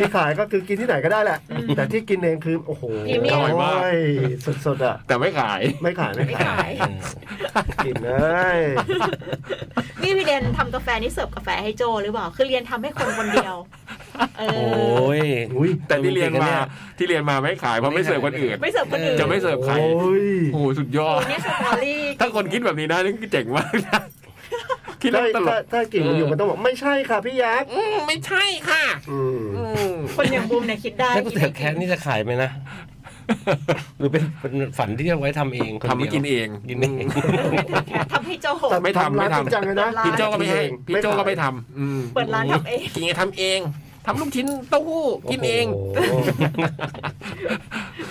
D: ที่ขายก็คือกินที่ไหนก็ได้แหละ
E: อืม
D: แต่ที่กินเองคือ โอ้โห
E: พรีเมีย
A: อ
E: ม
A: ร่อยมาก
D: โสดๆอ่ะ
A: แต่ไม่ขาย
D: ไม่ขายไม่
E: ไม่
D: ขาย
E: ขาย
D: กินเลย
E: นี่พี่เดนทำกาแฟนี่เสิร์ฟกาแฟให้โจหรือเปล่า คือเรียนทำให้คนคนเดียว เอ
B: โอ้
E: อ
B: ย
D: อุ้ย
A: แต่ที่เรียนมา
B: เนี่ย
A: ที่เรียนมาไม่ขายเพราะไม่เสิร์ฟคนอื่น
E: ไม่เสิร์ฟคนอื่น
A: จะไม่เสิร์ฟใคร
D: โอ้ย
A: โอ้โหสุดยอ
E: โอ้
A: ด
E: เนี่ยสตอรี่
A: ถ้าคนคิดแบบนี้นะนี่เจ๋งมากนะคิดเล่
D: ถ้าน
A: ตล
D: ถ้าก ถ้ากิ่งมันอยู่
A: เออ
D: มันต้องบอกไม่ใช่ค่ะพี่ยักษ์
A: อืมไม่ใช่ค่ะ
D: อืม
A: อืม
E: คนอย่างบูมเนี่ยคิดได้
B: แล้วก๋วยเตี๋ยวแคะนี่จะขายไหมนะ หรือเป็นเป็นฝันที่จะไว้ทำเองคนเดียว
A: ทำไม่กินเอง
B: กินเอง
E: ทำให้โจ
A: แต่ไม่ทำ
D: ร้าน
A: ไม่ทำ
D: จริงจังเลยนะ
A: พี่โจก็ไม่ให้ พี่โจก็ไม่ทำอืม
E: เปิดร้านทำเอง
A: กินไงทำเองทำลูกชิ้นเต้าหู้กินเอง
D: โอ้โห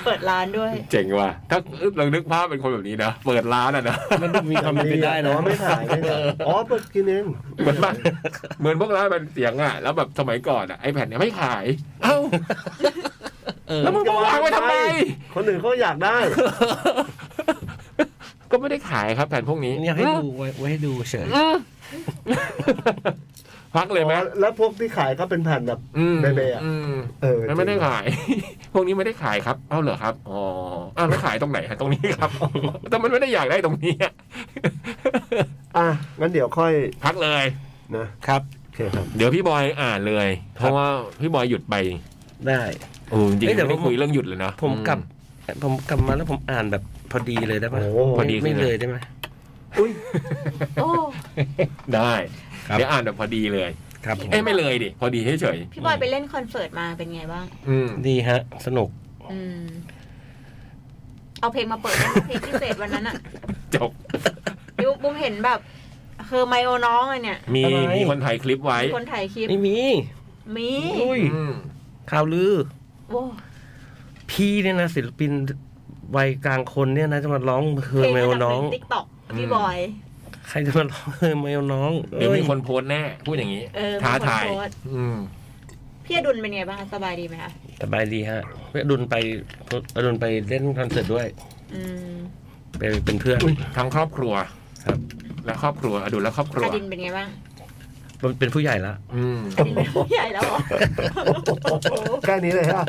E: เปิดร้านด้วย
A: เจ๋งว่ะ ถ้าเรานึกภาพเป็นคนแบบนี้นะ เปิดร้านอ่ะนะ
B: มันดูมีความเป็นไปได้นะ
D: แต่ว่าไม่ขายไม่ขายอ๋อเปิดกินเอง
A: เหมือนแบบเหมือนพวกร้านมันเสียงอ่ะ แล้วแบบสมัยก่อนอ่ะไอแผ่นเนี่ยไม่ขาย เอ้า
B: เออ
A: แล้วมึงมาวางไว้ทำไม
D: คนอื่นเขาอยากได้
A: ก็ไม่ได้ขายครับแผ่นพวกนี้
B: เนี่ยให้ดูไว้ไว้ให้ดูเฉย
A: อืมพักเลยไหม
D: อ๋อแล้วพวกที่ขายก็เป็นแผ่นแบบ
A: อืม
D: เบเบอะ
A: อืม
D: เออ
A: มันไม่ได้ขาย พวกนี้ไม่ได้ขายครับ เอ้าเหรอครับ อ๋ออ้าวแล้วขายตรงไหนฮะตรงนี้ ครับ แต่มันไม่ได้อยากได้ตรงนี้อะ
D: อ่ะงั้นเดี๋ยวค่อย
A: พักเลย
D: นะครับ โอเคครับ
A: เดี๋ยวพี่บอยอ่านเลย เพราะว่าพี่บอยหยุดไป
B: ได้
A: โอ้จริงๆ
B: เอ้ยแต่
A: ไม่ได้
B: ผม
A: คุยเรื่องหยุดเลยนะ
B: ผมกลับ
A: อื
B: ผมกลับมาแล้วผมอ่านแบบพอดีเลยได้ปะ
D: โอ้โห
A: พอดี
B: ไม่
A: คือ
B: เลยได้ไหม
D: อุ้ย
E: โอ้
A: ได้
B: ครับ
A: เดี๋ยวอ่านแบบพอดีเลย
B: ครับผม
A: เอ้ยไม่เลยดิ พอดีเฉย
E: พี่บอยไปเล่นคอนเสิร์ตมาเป็นไงบ้าง
A: ๆอืม
B: ดีฮะ สนุก
E: อืม เอาเพลงมาเปิดนะเพลงพิเศษวันนั้นอะ
A: จบ
E: ยูบุมเห็นแบบเฮอร์ไมโอน้องอะเนี่ย
A: มี
B: อะไร
A: มีคนถ่ายคลิปไว้
E: มีคนถ่ายคลิป
B: ไม่มี
E: มี
B: อุ้ย
A: อืม
B: ข่าวลือ
E: โอ้
B: พี่เนี่ยนะศิลปินวัยกลางคนเนี่ยนะจะมาร้องเฮอร์เมลน้อง
E: ติ๊กต็อกพี่บอย
B: ใครจะมาร้องเฮอร์เมลน้อง
A: เดี๋ยวมี
B: อ้
A: คนโพสต์แน่ พูดอย่างนี้
E: เออมีคน
A: ท้าทาย
E: โพสต์
A: อืม
E: พี่อดุลเป็นไงบ้างสบายดีไหมคะ
B: สบายดีฮะเพื่อดุลไปอดุลไปเล่นคอนเสิร์ตด้วย
E: อืม
B: ไปเป็นเพื่อน
A: ทั้งครอบครัว
B: ครับ
A: และครอบครัวอดุลและครอบครัว
E: อดินเป็นไงบ้าง
B: มันเป็นผู้ใหญ่ละ
A: อืม
E: อดินเป็นผู้ใหญ่แล้วเหรอ
D: แค่นี้เลยฮะ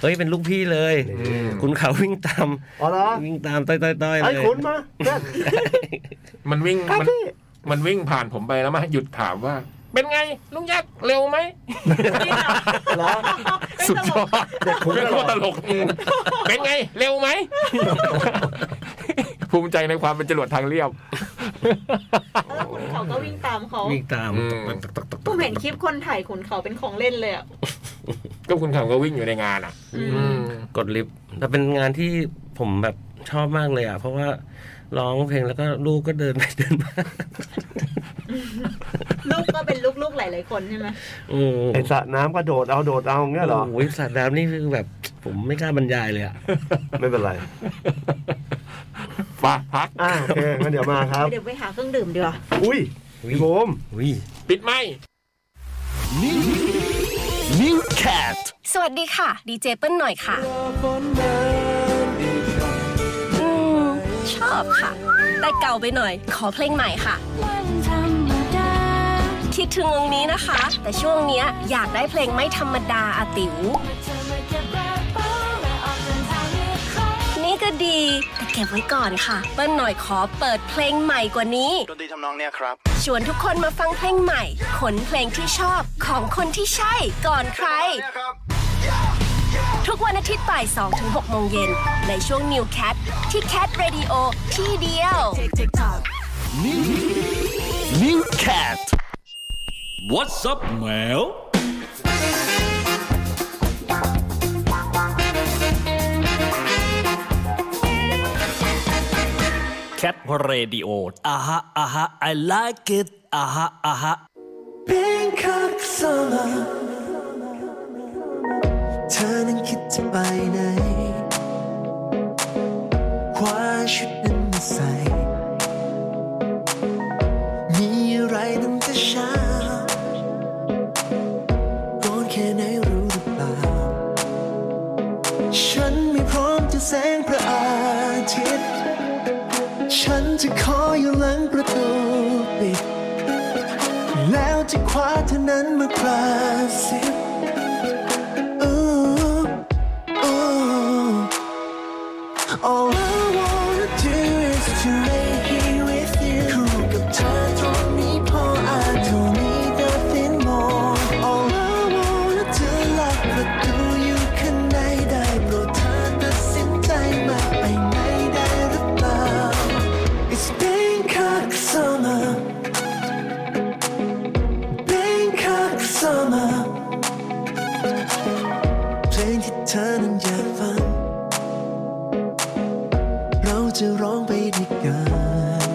B: เฮ้ยเป็นลูกพี่เลย
A: อืม
B: คุณเขาวิ่งตาม
D: อ๋อเหรอ
B: วิ่งตามต้อยๆๆ
D: ไอ้
B: เลย
D: คุณมาเนี่ย
A: มันวิ่ง
D: ครับ
A: มัน
D: พี่
A: มันวิ่งผ่านผมไปแล้วมาหยุดถามว่า เป็นไงลุงยักษ์เร็วไหม
D: เหรอ
A: สุดยอด
D: เด็กคน
A: เป็น
D: นั้น
A: โค
D: เหร
A: ต
D: อ
A: รตลกเป็นไงเร็วไหม ภูมิใจในความเป็นจรวดทางเรียบ
E: แล้วคุณเขาก็วิ่งตามเขา
B: วิ่งตาม
A: อืม
B: ตกๆๆๆ
E: ผมเห็นคลิปคนถ่ายขุนเขาเป็นของเล่นเลยอะ
A: ก็คุณขำก็วิ่งอยู่ในงานอ่ะ
E: อืม
A: อืม
B: กดลิฟต์แต่เป็นงานที่ผมแบบชอบมากเลยอ่ะ เพราะว่าร้องเพลงแล้วก็ลูกก็เดินไป เดินมา
E: ลูกก็เป็นลูกๆหลายๆคนใช่ไหม
B: อืม
D: ไอสระน้ำก็โดดเอาโดดเอาอย่างเงี้ยเหรอ
B: โอ้ยสัตว์น้ำนี่คือแบบ ผมไม่กล้าบรรยายเลยอ่ะ
D: ไม่เป็นไร
A: ปะพัก
D: อ่าโอเคงั้นเดี๋ยวมาครับ
E: เดี๋ยวไปหาเครื่องดื่มดีกว่า
D: อุ้ย
B: อุ๊ย
D: พี่โบม
B: อุ้ย
A: ปิดไม่
F: สวัสดีค่ะ ดีเจเปิ้ลหน่อยค่ะอืมชอบค่ะ แต่เก่าไปหน่อย ขอเพลงใหม่ค่ะ คิดถึงวงนี้นะคะ แต่ช่วงเนี้ยอยากได้เพลงไม่ธรรมดาอาติว๋วนี่ก็ดี แต่เก็บไว้ก่อนค่ะ เปิ้ลหน่อยขอเปิดเพลงใหม่กว่านี้
G: ดนตรีทำนองเนี่ยครับ
F: ชวนทุกคนมาฟังเพลงใหม่ ขนเพลงที่ชอบของคนที่ใช่ก่อนใคร ทุกวันอาทิตย์บ่าย2ถึง6โมงเย็น ในช่วง New Cat ที่ Cat Radio ที่เดียว
H: What's up, Mel? แคทเรดิโออ่ะฮะอ่ะฮะ I like it อ่ะฮะอ่ะฮะ
I: Bangkok summer
G: ค่ไหนรู้หรือเปล่า ฉันไม่พร้อมจะแสงพระอาทิตย์ ฉันจะขออยู่หลังประตูปิด แล้วจะคว้าเธอนั้นมากราบสิบอู้อู้ All I wanna do is to lay here with you คู่กับเธอตรงนี้พอ I don't need nothing more All I wanna do ลักประตูอยู่ข้างในได้โปรดเธอตัดสินใจมาไปไหนได้หรือเปล่า It's Bangkok summer Bangkok summer เพลงที่เธอนั้นอยากฟัง เราจะร้องไปด้วยกัน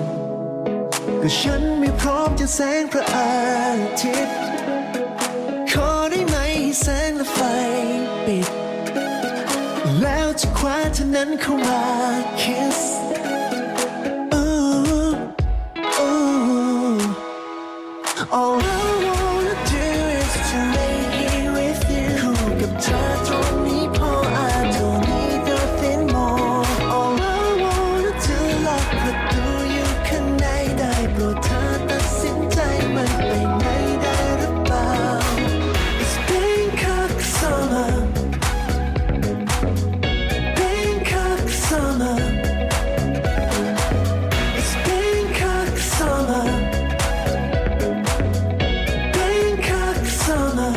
G: ก็ฉันไม่พร้อมจะแสงพระอาทิตย์ ขอได้ไหมให้แสงและไฟปิด แล้วจะคว้าเธอนั้นเข้ามาคิส All I wanna do is to lay here with you คู่กับเธอตรงนี้พอ I don't need nothing more All I wanna do ลักประตูอยู่ข้างในได้โปรดเธอตัดสินใจมันไปไหนได้หรือเปล่า It's Bangkok summer Bangkok summer It's Bangkok summer Bangkok summer.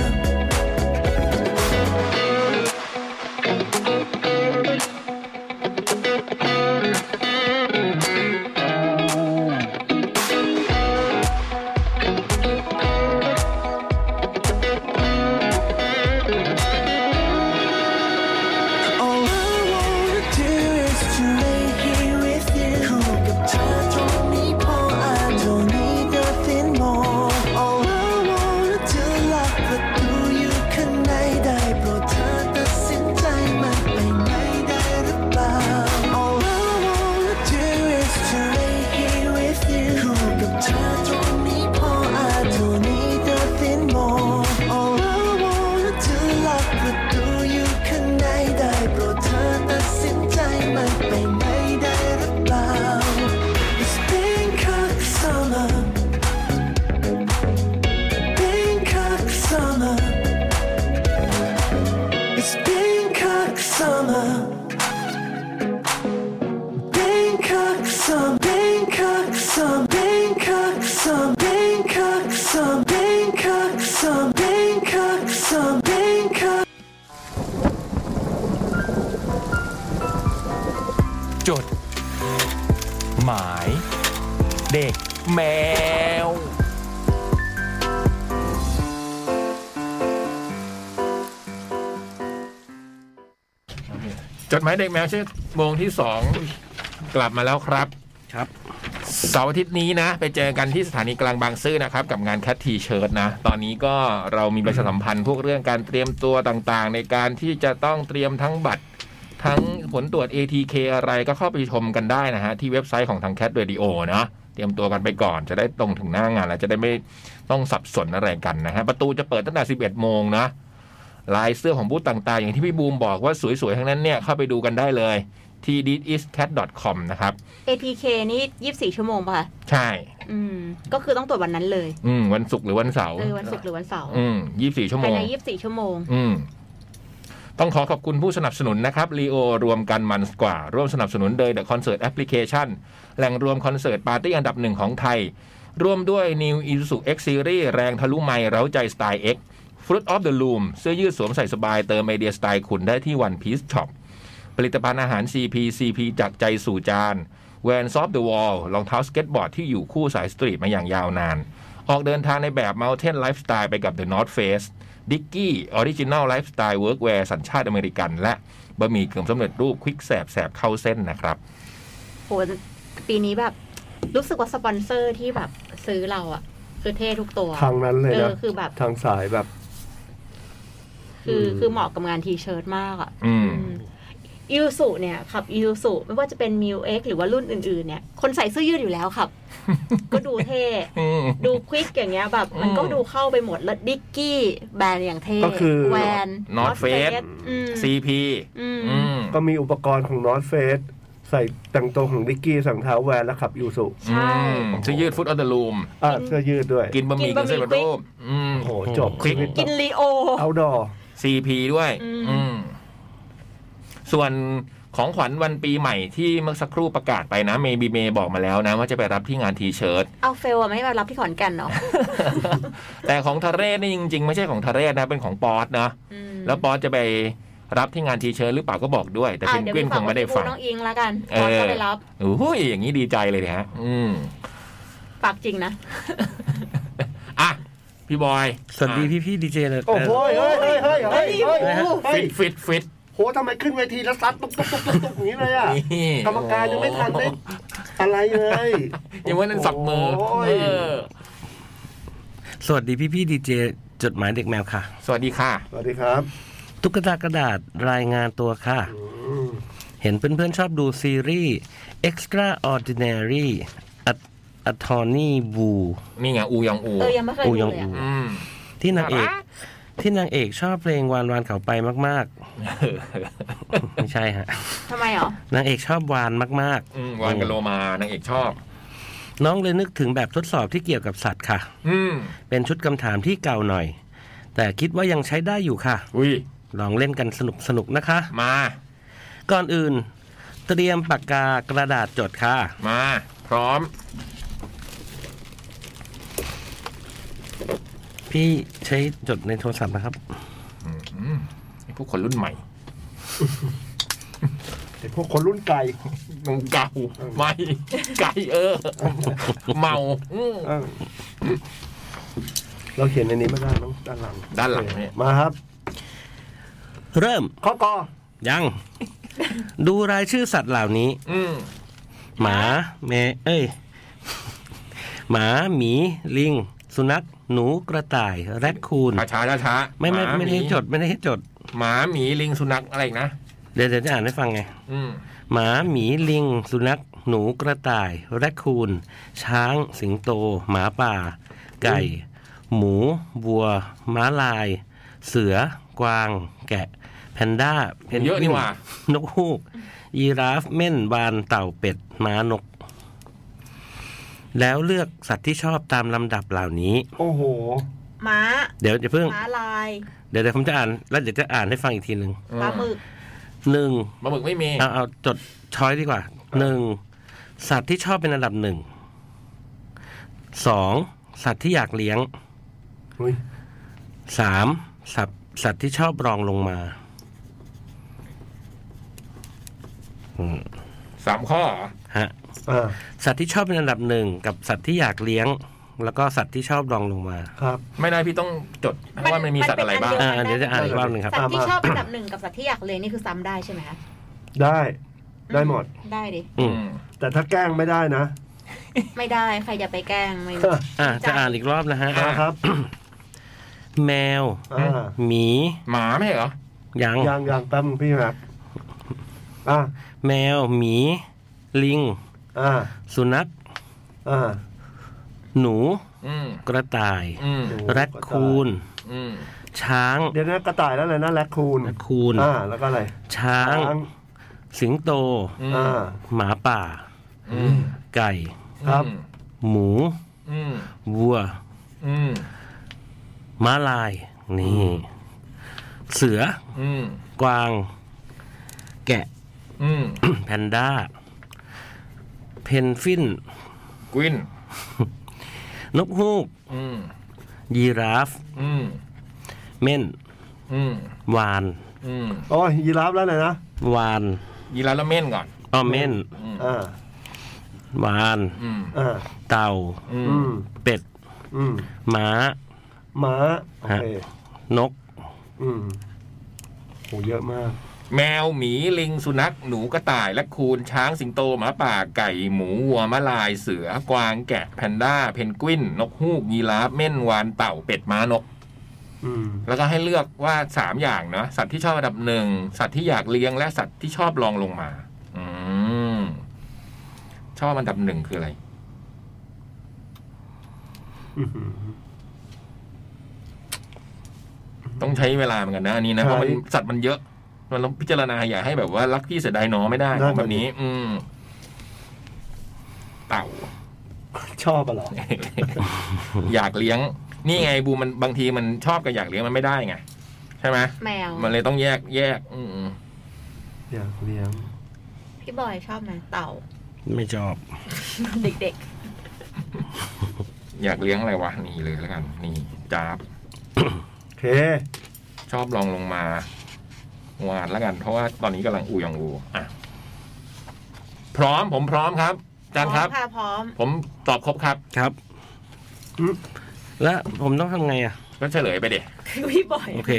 G: All I wanna do is to lay here with you คู่กับเธอตรงนี้พอ I don't need nothing more All I wanna do ลักประตูอยู่ข้างในได้โปรดเธอตัดสินใจมาไปไหนได้หรือเปล่า All I wanna do is to lay here with you คู่กับเธอตรงนี้พอ I don't need nothing more All I wanna do ลักประตูอยู่ข้างใน ไม่ได้โปรดเธอตัดสินใจมันไปไหนได้หรือเปล่า It's Bangkok summer Bangkok summer It's Bangkok summer Bangkok summer Bangkok summer Bangkok summer Bangkok summer Bangkok summer Bangkok summer Bangkok
A: จด หมาย เด็กแมว จดหมายเด็กแมวชื่อโมงที่สองกลับมาแล้วครับ
B: ครับ
A: เสาร์อาทิตย์นี้นะ ไปเจอกันที่สถานีกลางบางซื่อนะครับ กับงานแคททีเชิร์ตนะ ตอนนี้ก็เรามีประชาสัมพันธ์พวกเรื่องการเตรียมตัวต่างๆ ในการที่จะต้องเตรียมทั้งบัตร ทั้งผลตรวจ ATK อะไรก็เข้าไปชมกันได้นะฮะ ที่เว็บไซต์ของทางแคทเรดิโอนะเตรียมตัวกันไปก่อนจะได้ตรงถึงหน้างานแล้วจะได้ไม่ต้องสับสนอะไรกันนะฮะ ประตูจะเปิดตั้งแต่ 11 โมงนะ ลายเสื้อของบูธต่างๆ อย่างที่พี่บูมบอกว่าสวยๆทั้งนั้นเนี่ยเข้าไปดูกันได้เลยที่ d i s c a t c o m นะครับ
E: ATK นี่ยี่สิบสี่ชั่วโมงป่ะคะ
A: ใช่
E: อืม ก็คือต้องตรวจวันนั้นเลย
A: อืมวันศุกร์หรือวันเสาร์
E: เออวันศุกร์หรือวันเสาร์
A: อืมยี่สี่ชั่วโม
E: ภาย
A: ง
E: ในยี่สิบสี่ชั่วโมง
A: อืม ต้องขอขอบคุณผู้สนับสนุนนะครับรีโอรวมกันมันกว่า ร่วมสนับสนุนโดย The Concert Application แหล่งรวมคอนเสิร์ตปาร์ตี้อันดับหนึ่งของไทย ร่วมด้วย New Isuzu X Series แรงทะลุไมล์เร้าใจสไตล์ X Fruit of the Loom เสื้อยืดสวมใส่สบายเติมไอเดียสไตล์คุณได้ที่ One Piece Shop ผลิตภัณฑ์อาหาร CP CP จากใจสู่จานแวนซอฟต์เดอะวอลรองเท้าสเก็ตบอร์ดที่อยู่คู่สายสตรีทมาอย่างยาวนาน ออกเดินทางในแบบ Mountain Lifestyle ไปกับ The North Face ดิกกี้ออริจิน l ลไลฟ์สไตล์เวิร์กแวร์สัญชาติอเมริกัน และบะหมี่เกึ่งสำเร็จรูปควิกแสบแสบเข้าเส้นนะครับ
E: โหปีนี้แบบรู้สึกว่าสปอนเซอร์ที่แบบซื้อเราอะคือเท่ทุกตัว
D: ทางนั้นเลยนะ
E: เออคือแบบ
D: ทางสายแบบ
E: คือคือเหมาะกับงานทีเชิร์ตมากอะ
A: อืม
E: อืม ยูสุเนี่ยขับยูสุไม่ว่าจะเป็นมิวเอ็กหรือว่ารุ่นอื่นๆเนี่ยคนใส่เสื้อยืดอยู่แล้ว ครับ ก็ดูเท่
A: อืม
E: ดูควิกอย่างเงี้ยแบบ มันก็
A: อืม
E: ดูเข้าไปหมดแล้วดิกกี้แบรนด์อย่างเท่
D: ก็คือ
E: แวน
A: นอตเฟส
E: ซี
A: CP อืม
D: ก็มีอุปกรณ์ของนอตเฟสใส่แต่งตัวของดิกกี้สั่งเท้าแวนและขับยูสุ
E: ใช่
A: อืมซื้อยืดฟุตออเดอร์ลูม
D: อ่ะเสื้อยืดด้วย
A: กินบะหมี่
E: กิ
A: กิน
E: นบะหมี่
A: เส้นบะ
E: ควิ
A: โต้
E: ก
A: มอืม
D: โอ้โหจบ
A: คลิก
E: กินลีโอ
D: เอาดอ
A: CP ด้วย
E: อืม
A: อืม ส่วนของขวัญวันปีใหม่ที่เมื่อสักครู่ประกาศไปนะ เมบีเมย์บอกมาแล้วนะ ว่าจะไปรับที่งานทีเชิร์ต
E: เอาเฟลอะไม่มารับที่ขอนแก่นเนาะ
A: แต่ของทะเรศนี่จริง ๆ ไม่ใช่ของทะเรศนะ เป็นของป๊อตนะ
E: อืม
A: แล้วป๊อตจะไปรับที่งานทีเชิร์ตหรือเปล่าก็บอกด้วย แต่
E: อ่ะ
A: เป็น
E: เดี๋ยว
A: กวินคงไม่ได้ฟัง
E: น้องอิงแล้วกัน
A: เอ
E: ตอน
A: อ
E: ก็ไปรับ
A: โอ้ยอย่างนี้ดีใจเลยเนี่ยฮะ อืม
E: ปากจริงนะ
A: อ่ะ พี่บอย
B: สวัสดีพี่พี่ดีเจเลย
D: โอ้โหเฮ้ยเฮ้ยเฮ้ยเฮ้ยเฮ้ย
B: นะฮะ
D: เฮ้
A: ฟิ
D: ย
A: ตฟิตฟิต
D: โหทำไมขึ้นเวทีแล้วซัดตุ๊กตุ๊กตุ๊กตุ๊กตุ๊กอย่างนี้เลยอ่ะ
A: นี่
D: กรรมการยังไม่ทันได้อะไรเลย
A: ยังไม่นั่นสับมือ
D: โอ้ย
A: เออ
B: สวัสดีพี่พี่ดีเจจดหมายเด็กแมวค่ะ
A: สวัสดีค่ะ
D: สวัสดีครับ
B: ตุ๊กตากระดาษรายงานตัวค่ะ เห็นเพื่อนๆชอบดูซีรีส์ extraordinary At- attorney Wu
A: นี่ไงอูยองอู
E: เออ ยังไม่เคย
B: อู
E: ดู
B: ยอง
E: เลย
B: อู
E: อะ
A: อืม
B: ที่นางเอก
A: น่ารัก
B: ที่นางเอกชอบเพลงวานวานเขาไปมาก
A: เออ
B: ๆ ไม่ใช่ฮะ
E: ทำไมอ๋อน
B: างเอกชอบวานมาก
A: อืมวานกับโลมานางเอกชอบ
B: น้องเลยนึกถึงแบบทดสอบที่เกี่ยวกับสัตว์ค่ะ
A: อืม
B: เป็นชุดคำถามที่เก่าหน่อย แต่คิดว่ายังใช้ได้อยู่ค่ะ
A: อุ้ย
B: ลองเล่นกันสนุกๆนะคะ
A: มา
B: ก่อนอื่น เตรียมปากกากระดาษจดค่ะ
A: มา พร้อม
B: พี่ใช้จดในโทรศัพท์นะครับ
A: อืมไอ้พวกคนรุ่นใหม่
D: ไอ้พวกคนรุ่นไกล
A: นงเก่าไม่ไก่เออ เมาอืม
D: เออเราเขียนในนี้ไม่ได้ต้องด้านหลัง
A: ด้านหลังเนี่ย
D: มาครับ
B: เริ่ม
D: ข้อกอ
B: ยัง ดูรายชื่อสัตว์เหล่านี้
A: อืม
B: หมาแมวเอ้ย หมาหมี ลิง สุนัข หนูกระต่าย แรดคูน
A: ช้าช้าช้า
B: ไม่ไม่
A: หา
B: ไม่ได้ให้
A: ห
B: จดไม่ได้ให้จด
A: หมาหมีลิงสุนัขอะไรอีกนะ
B: เดี๋ยวเดี๋ยวจะอ่านให้ฟังไง
A: อืม
B: หมาหมี ลิง สุนัข หนูกระต่าย แรดคูน ช้าง สิงโต หมาป่า ไก่ หมู วัว ม้าลาย เสือ กวาง แกะ แพนด้า เพนกวิ
A: เยอะนี่หว่า
B: นกฮูก ยีราฟ เม่น วาน เต่าเป็ด ม้านก แล้วเลือกสัตว์ที่ชอบตามลำดับเหล่านี้
D: โอ้โห
E: ม้า
B: เดี๋ยวจะเพิ่ง
E: ม้าลาย
B: เดี๋ยวเดี๋ยวผมจะอ่าน แล้วเดี๋ยวจะอ่านให้ฟังอีกทีหนึ่ง
E: ปลาหมึก
B: หนึ่ง
A: ปลาหมึกไม่มี
B: เอาเอาจดช้อยดีกว่าหนึ่งสัตว์ที่ชอบเป็นอันดับหนึ่งสองสัตว์ที่อยากเลี้ยง
D: อุ๊ย
B: สามสัตว์สัตว์ที่ชอบรองลงมา
A: สามข้อเหรอ
B: ฮะ
D: อ่า
B: สัตว์ที่ชอบเป็นอันดับหนึ่งกับสัตว์ที่อยากเลี้ยง แล้วก็สัตว์ที่ชอบรองลงมา
D: ครับ
A: ไม่ได้พี่ต้องจดว่ามันมีสัตว์อะไรบ้าง
E: มัน
B: อ่า
E: เป็น
B: เดี๋ยวจะอ่านอีกรอบหนึ่งครับ
E: สัตว์ที่ชอบอันดับหนึ่งกับสัตว์ที่อยากเลี้ยงนี่คือซ้ำได้ใช่ไหมคะ
D: ได้ได้หมด
E: ได้ดิ
B: อื
A: อื
B: ม
A: ม
D: แต่ถ้าแกล้งไม่ได้นะ
E: ไม่ได้ใครจะไปแกล้งไม่
B: อ่ะ
E: จ้ะ
B: จะอ่านอีกรอบนะฮะ
A: อ่ะ
D: นะครับ
B: แมว
D: อ่า
B: หมี
A: หมาไม่ใช่เหรอ
B: ยัง
D: ยังยังแป๊บนึงพี่แบบอ่า
B: แมวหมี ลิง
D: อ่า
B: สุนัข
D: อ่า
B: หนู
A: อืม
B: กระต่าย
A: อืม
B: แรดคูน
A: อืม
B: ช้าง
D: เดี๋ยวนะกระต่ายแล้วอะไรนะแรคคูน
B: แรดคูน
D: อ่าแล้วก็อะไร
B: ช้าง สิงโต
A: อืม
D: อ่า
B: หมาป่า
A: อืม
B: ไก่
D: ครับ
B: หมู
A: อืม
B: วัว
A: อืม
B: ม้าลาย นี่ เสือ
A: อืม
B: กวาง แกะ
A: อืม
B: แพนด้า เพนฟิน
A: กวิน
B: นกฮูก
A: อืม
B: ยีราฟ
A: อืม
B: เม่น
A: อืม
B: วาน
A: อืม
D: โอ้ยยีราฟแล้วอะไรนะ
B: วาน
A: ยีราฟแล้วเม่นก่อน
B: อ้อเม่น
D: อ่าว
B: าน
A: อืม
D: อ่า
B: เต่า
A: อื
D: อื
A: ม
D: ม
B: เป็ด
D: อืม
B: ม้า
D: ม้าโอเคน
B: ก
D: อืมโหเยอะมาก
A: แมว หมี ลิง สุนัข หนู กระต่าย และคูน ช้าง สิงโต หมาป่า ไก่ หมู วัวมะลาย เสือ กวาง แกะ แพนด้า เพนกวิน นกฮูก ยีราฟ เม่น วาน เต่า เป็ด ม้านก
D: อ อืม
A: แล้วก็ให้เลือกว่าสามอย่างเนาะสัตว์ที่ชอบอันดับหนึ่งสัตว์ที่อยากเลี้ยงและสัตว์ที่ชอบรองลงมา อืมชอบอันดับหนึ่งคืออะไร ต้องใช้เวลาเหมือนกันนะอันนี้นะเพราะมัน
D: ใช่
A: สัตว์มันเยอะ มันต้องพิจารณาอย่าให้แบบว่ารักพี่เสียดายน้องไม่ได้
D: ได้
A: ของแบบนี้ อืม เต่า
D: ชอบอะเหรอ
A: อยากเลี้ยง นี่ไงบูมมันบางทีมันชอบกับอยากเลี้ยงมันไม่ได้ไงใช่ไหม
E: แมว
A: มันเลยต้องแยกแยก อืม
D: อยากเลี้ยง
E: พี่บอยชอบไหมเต่า
B: ไม่ชอบ
E: เด็ก
A: อยากเลี้ยงอะไรวะนี่เลยแล้วกัน นี่จาบ
D: โอเค
A: ชอบลองลงมา วานแล้วกัน เพราะว่าตอนนี้กำลังอูยองอูอ่ะพร้อมผมพร้อมครับ
E: ๆ
A: จานครับ
E: พร้อมค่ะพร้อม
A: ผมตอบครบครับ
B: ครับ
D: อืม
B: แล้วผมต้องทำไงอ่ะ
A: ก็เฉลยไปเด็
E: คือพี่บอย
B: โอเค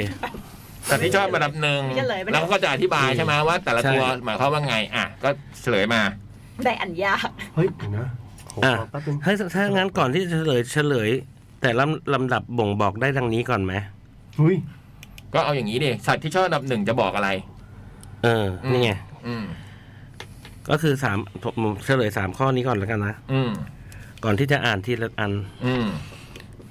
A: สัตว์ที่ชอบระดับหนึ่ง
E: ไม่เฉลยไปเลย
A: แล้วก็จะอธิบายใช่ไหมว่า แต่ละตัว
B: ใช่
A: หมายความว่าไง อ่ะ ก็เฉลยมา
E: ได้อันยาก
D: เฮ้ยเดี๋ยวนะขอ
B: อ่ะ
D: ขอแป๊บนึง
B: ถ้าถ้างั้นก่อนที่จะเฉลยเฉลย แต่ลำลำดับบ่งบอกได้ดังนี้ก่อนไหม
D: เฮ้ย
A: ก็เอาอย่างนี้ดิสัตว์ที่ชอบระดับหนึ่งจะบอกอะไร
B: เออ นี่ไง
A: อืม
B: ก็คือสามผมผมเฉลยสามข้อนี้ก่อนแล้วกันนะ
A: อืม
B: ก่อนที่จะอ่านทีละอัน
A: อืม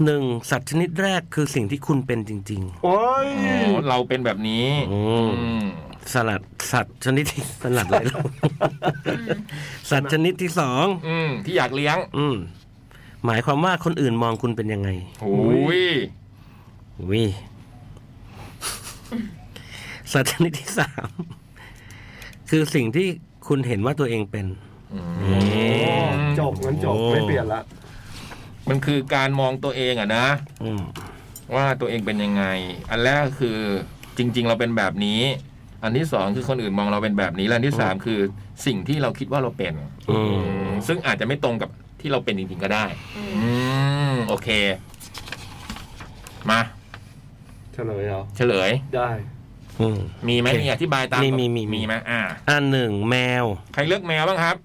B: หนึ่งสัตว์ชนิดแรกคือสิ่งที่คุณเป็นจริง
D: โอ้ย
A: อ๋อเราเป็นแบบนี้
B: ๆ อืม
A: อืม
B: สลัดสัตว์ชนิดที่ สลัดอะไรลูกสัตว์ชนิดที่สอง
A: อืม ที่อยากเลี้ยง
B: อืม หมายความว่าคนอื่นมองคุณเป็นยังไง
A: โอ้ย
B: วิ สัตว์ชนิดที่สามคือสิ่งที่คุณเห็นว่าตัวเองเป็น
D: จบงั้นจบ
B: โอ้
D: ไม่เปลี่ยนละ
A: มันคือการมองตัวเองอะนะ
B: อืม
A: ว่าตัวเองเป็นยังไง อันแรกคือจริง ๆ เราเป็นแบบนี้ อันที่สองคือคนอื่นมองเราเป็นแบบนี้ และอันที่สามคือสิ่งที่เราคิดว่าเราเป็น
B: อืม
A: ซึ่งอาจจะไม่ตรงกับที่เราเป็นจริง ๆ ก็ได้ อืม โอเค มา
D: เฉลยเหรอ
A: เฉลย
D: ได้
B: อืม
A: มีไหม
B: โอเค
A: มีอธิบายตาม
B: มีมีมีมี
A: มีไหมอ่า
B: อันหนึ่งแมว
A: ใครเลือกแมวบ้างครับ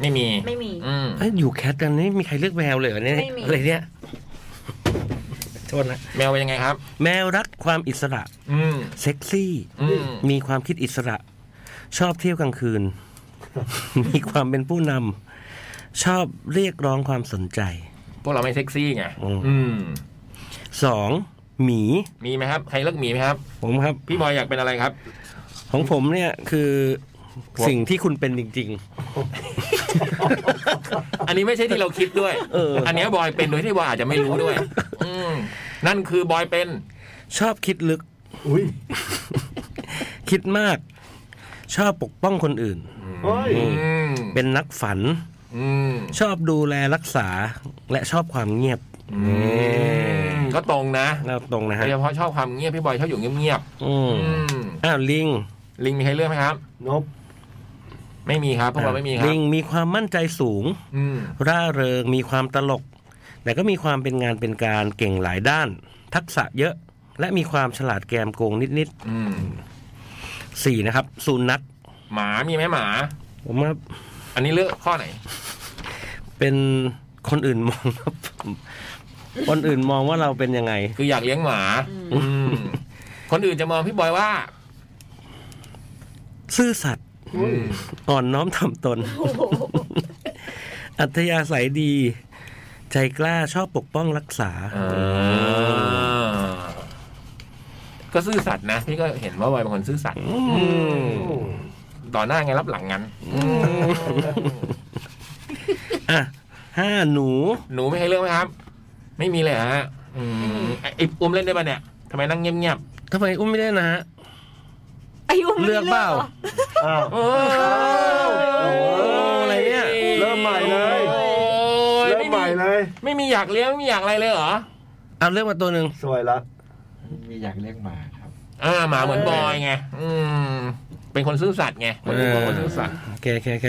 A: ไม่มี
E: ไม่มี
A: อืม
B: เอ้ยอยู่แคทกันนี่มีใครเลือกแมวเลยเหรอเนี่ย
E: ไม่มี
B: อะไรเนี่ยโทษนะ
A: แมวเป็นยังไงครับ
B: แมวรักความอิสระ
A: อืม
B: เซ็กซี่
A: อืม
B: มีความคิดอิสระ ชอบเที่ยวกลางคืน มีความเป็นผู้นำชอบเรียกร้องความสนใจ
A: พวกเราไม่เซ็กซี่ไง
B: อืม
A: อืม
B: สองหมี
A: มีไหมครับ ใครเลือกหมีไหมครับ
B: ผมครับ
A: พี่บอยอยากเป็นอะไรครับ
B: ของผมเนี่ยคือ
A: หัว
B: สิ่งที่คุณเป็นจริง
A: อันนี้ไม่ใช่ที่เราคิดด้วย
B: เอออั
A: นเนี้ยบอยเป็นโดยที่บอยอาจจะไม่รู้ด้วย อืม นั่นคือบอยเป็น
B: ๆ ชอบคิดลึก
D: อุ้ย
B: คิดมาก ชอบปกป้องคนอื่น
D: โอ้ย
A: อืม
B: เป็นนักฝัน
A: อืม
B: ชอบดูแลรักษาและชอบความเงียบ
A: ก็ตรงนะ
B: เราตรงนะ
A: โด
B: ฮะ
A: ยเฉพาะชอบความเงียบพี่บอยชอบอยู่เงียบ
B: อื
A: ๆ
B: ม
A: อืม
B: อ้าวลิง
A: ลิงมีใครเลือกไหมครับ
D: นบ
A: ไม่มีครับพวกเราไม่มีครับ
B: ลิงมีความมั่นใจสูง
A: อืม
B: ร่าเริงมีความตลก แต่ก็มีความเป็นงานเป็นการเก่งหลายด้าน ทักษะเยอะ และมีความฉลาดแกมโกงนิด
A: อืม
B: ๆสี่นะครับสุนัข
A: หมามีไหมหมา
B: ผมว่า
A: อันนี้เลือกข้อไหน
B: เป็นคนอื่นมองว่าคนอื่นมองว่าเราเป็นยังไง
A: คืออยากเลี้ยงหมา อืม คนอื่นจะมองพี่บอยว่า
B: ซื่อสัตย์
A: อืม
B: อ่อนน้อมถ่อมตน
E: โอ้โห
B: อัธยาศัยดี ใจกล้าชอบปกป้องรักษา
A: อ่าก็ซื่อสัตย์นะพี่ก็เห็นว่าบอยเป็นคนซื่อสัตย์ต่อหน้าไงรับหลังงั้น
B: อ่ะห้าหนู
A: หนูไม่ให้เรื่องไหมครับ ไม่มีเลยเหรอฮะอืมไอ้ไอ้อุ้มเล่นได้ปะเนี่ยทำไมนั่งเงียบ
B: ทำไมอุ้มไม่ได้นะฮะ
E: อายุไม่
B: เลือกเปล่า
E: หรอ
D: อ้าว
A: ๆโอ้
B: อะไรเนี่ย
D: เริ่มใหม่เลย
A: โอ้ย
D: เริ่ม
A: ไม่
D: ให
A: มี
D: ม่เลย
A: ไม่มีอยากเลี้ยงไม่มีอยากอะไรเลยเหรอ
B: เอาเลือกมาตัวหนึ่ง
D: สวยละ
C: มีอยากเลี้ยงหมาครับ
A: อ่าหมาเหมือนบอยไงอืม เป็นคนซื่อสัตย์ไงคนอื่นบอกว่าซื่อสัตย์
B: โอเคโอเคโอเค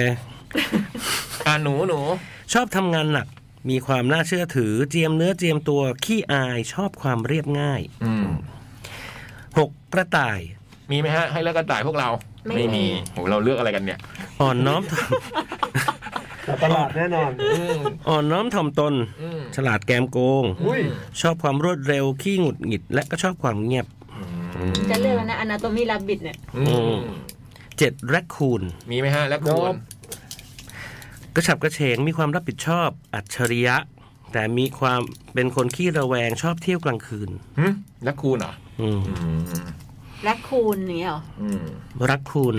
A: อ่าหนูหนู
B: ชอบทำงานหนัก มีความน่าเชื่อถือ เจียมเนื้อเจียมตัว ขี้อาย ชอบความเรียบง่าย
A: อืม
B: หกกระต่าย
A: มีไหมฮะ ให้เลือกกระต่ายพวกเรา
E: ไม่มี
A: โหเราเลือกอะไรกันเนี่ย
B: อ่อนน้อมถ่อม
D: แต่ประหลาดแน่นอน
A: อืม
B: อ่อนน้อมถ่อมตน
A: อืม
B: ฉลาดแกมโกง
D: อุ้ย
B: ชอบความรวดเร็วขี้หงุดหงิด และก็ชอบความเงียบ
E: จะเลือกแล้วนะอนาโตมีลาบิดเนี่ย
A: อืม
B: เจ็ดแรคคูน
A: มีไหมฮะ แล้วคุณ
D: ครับ
B: กระฉับกระเฉงมีความรับผิดชอบอัจฉริยะ แต่มีความเป็นคนขี้ระแวงชอบเที่ยวกลางคืน
A: หึแล้วคูณเหรอ
B: อืม
A: อืม
E: แรคคูนอย่างเงี้ยเหรอ
A: อืม
B: รักคูณ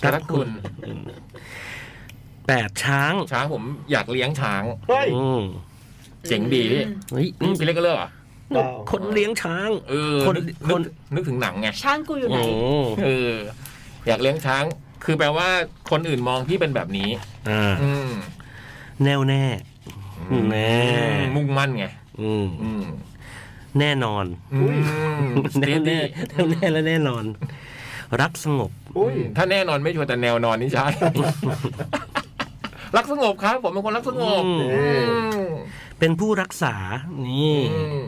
A: แต่ละคุณ
B: แปดช้าง
A: ช้างผมอยากเลี้ยงช้าง
D: เฮ้ย
B: อืม
A: เจ๋งดีพี่
E: อืม
B: เฮ้ย
A: นี่เป็นเล็กก็เลิกเหรอ
D: เปล่า
B: คนเลี้ยงช้าง
A: เออ
B: คน
A: นึก
B: คน
A: นึกถึงหนังไง
E: ช่างกูอยู่ไหน
B: โอ้
A: เออ อยากเลี้ยงช้าง คือแปลว่าคนอื่นมองพี่เป็นแบบนี้
B: อ่า
A: อืม
B: แน่วแน่ แน่
A: มุ่งมั่นไง
B: อืม
A: อืม
B: แน่นอน
A: อืม
B: แน่วแน่แน่วแน่และแน่นอน รักสงบ
D: อุ้ย
A: ถ้าแน่นอนไม่ชัวร์แต่แนวนอนนี่ใช่ รักสงบครับ ผมเป็นคนรักสงบ
B: อื
D: ม
A: อืม
B: เป็นผู้รักษา นี่
A: อืม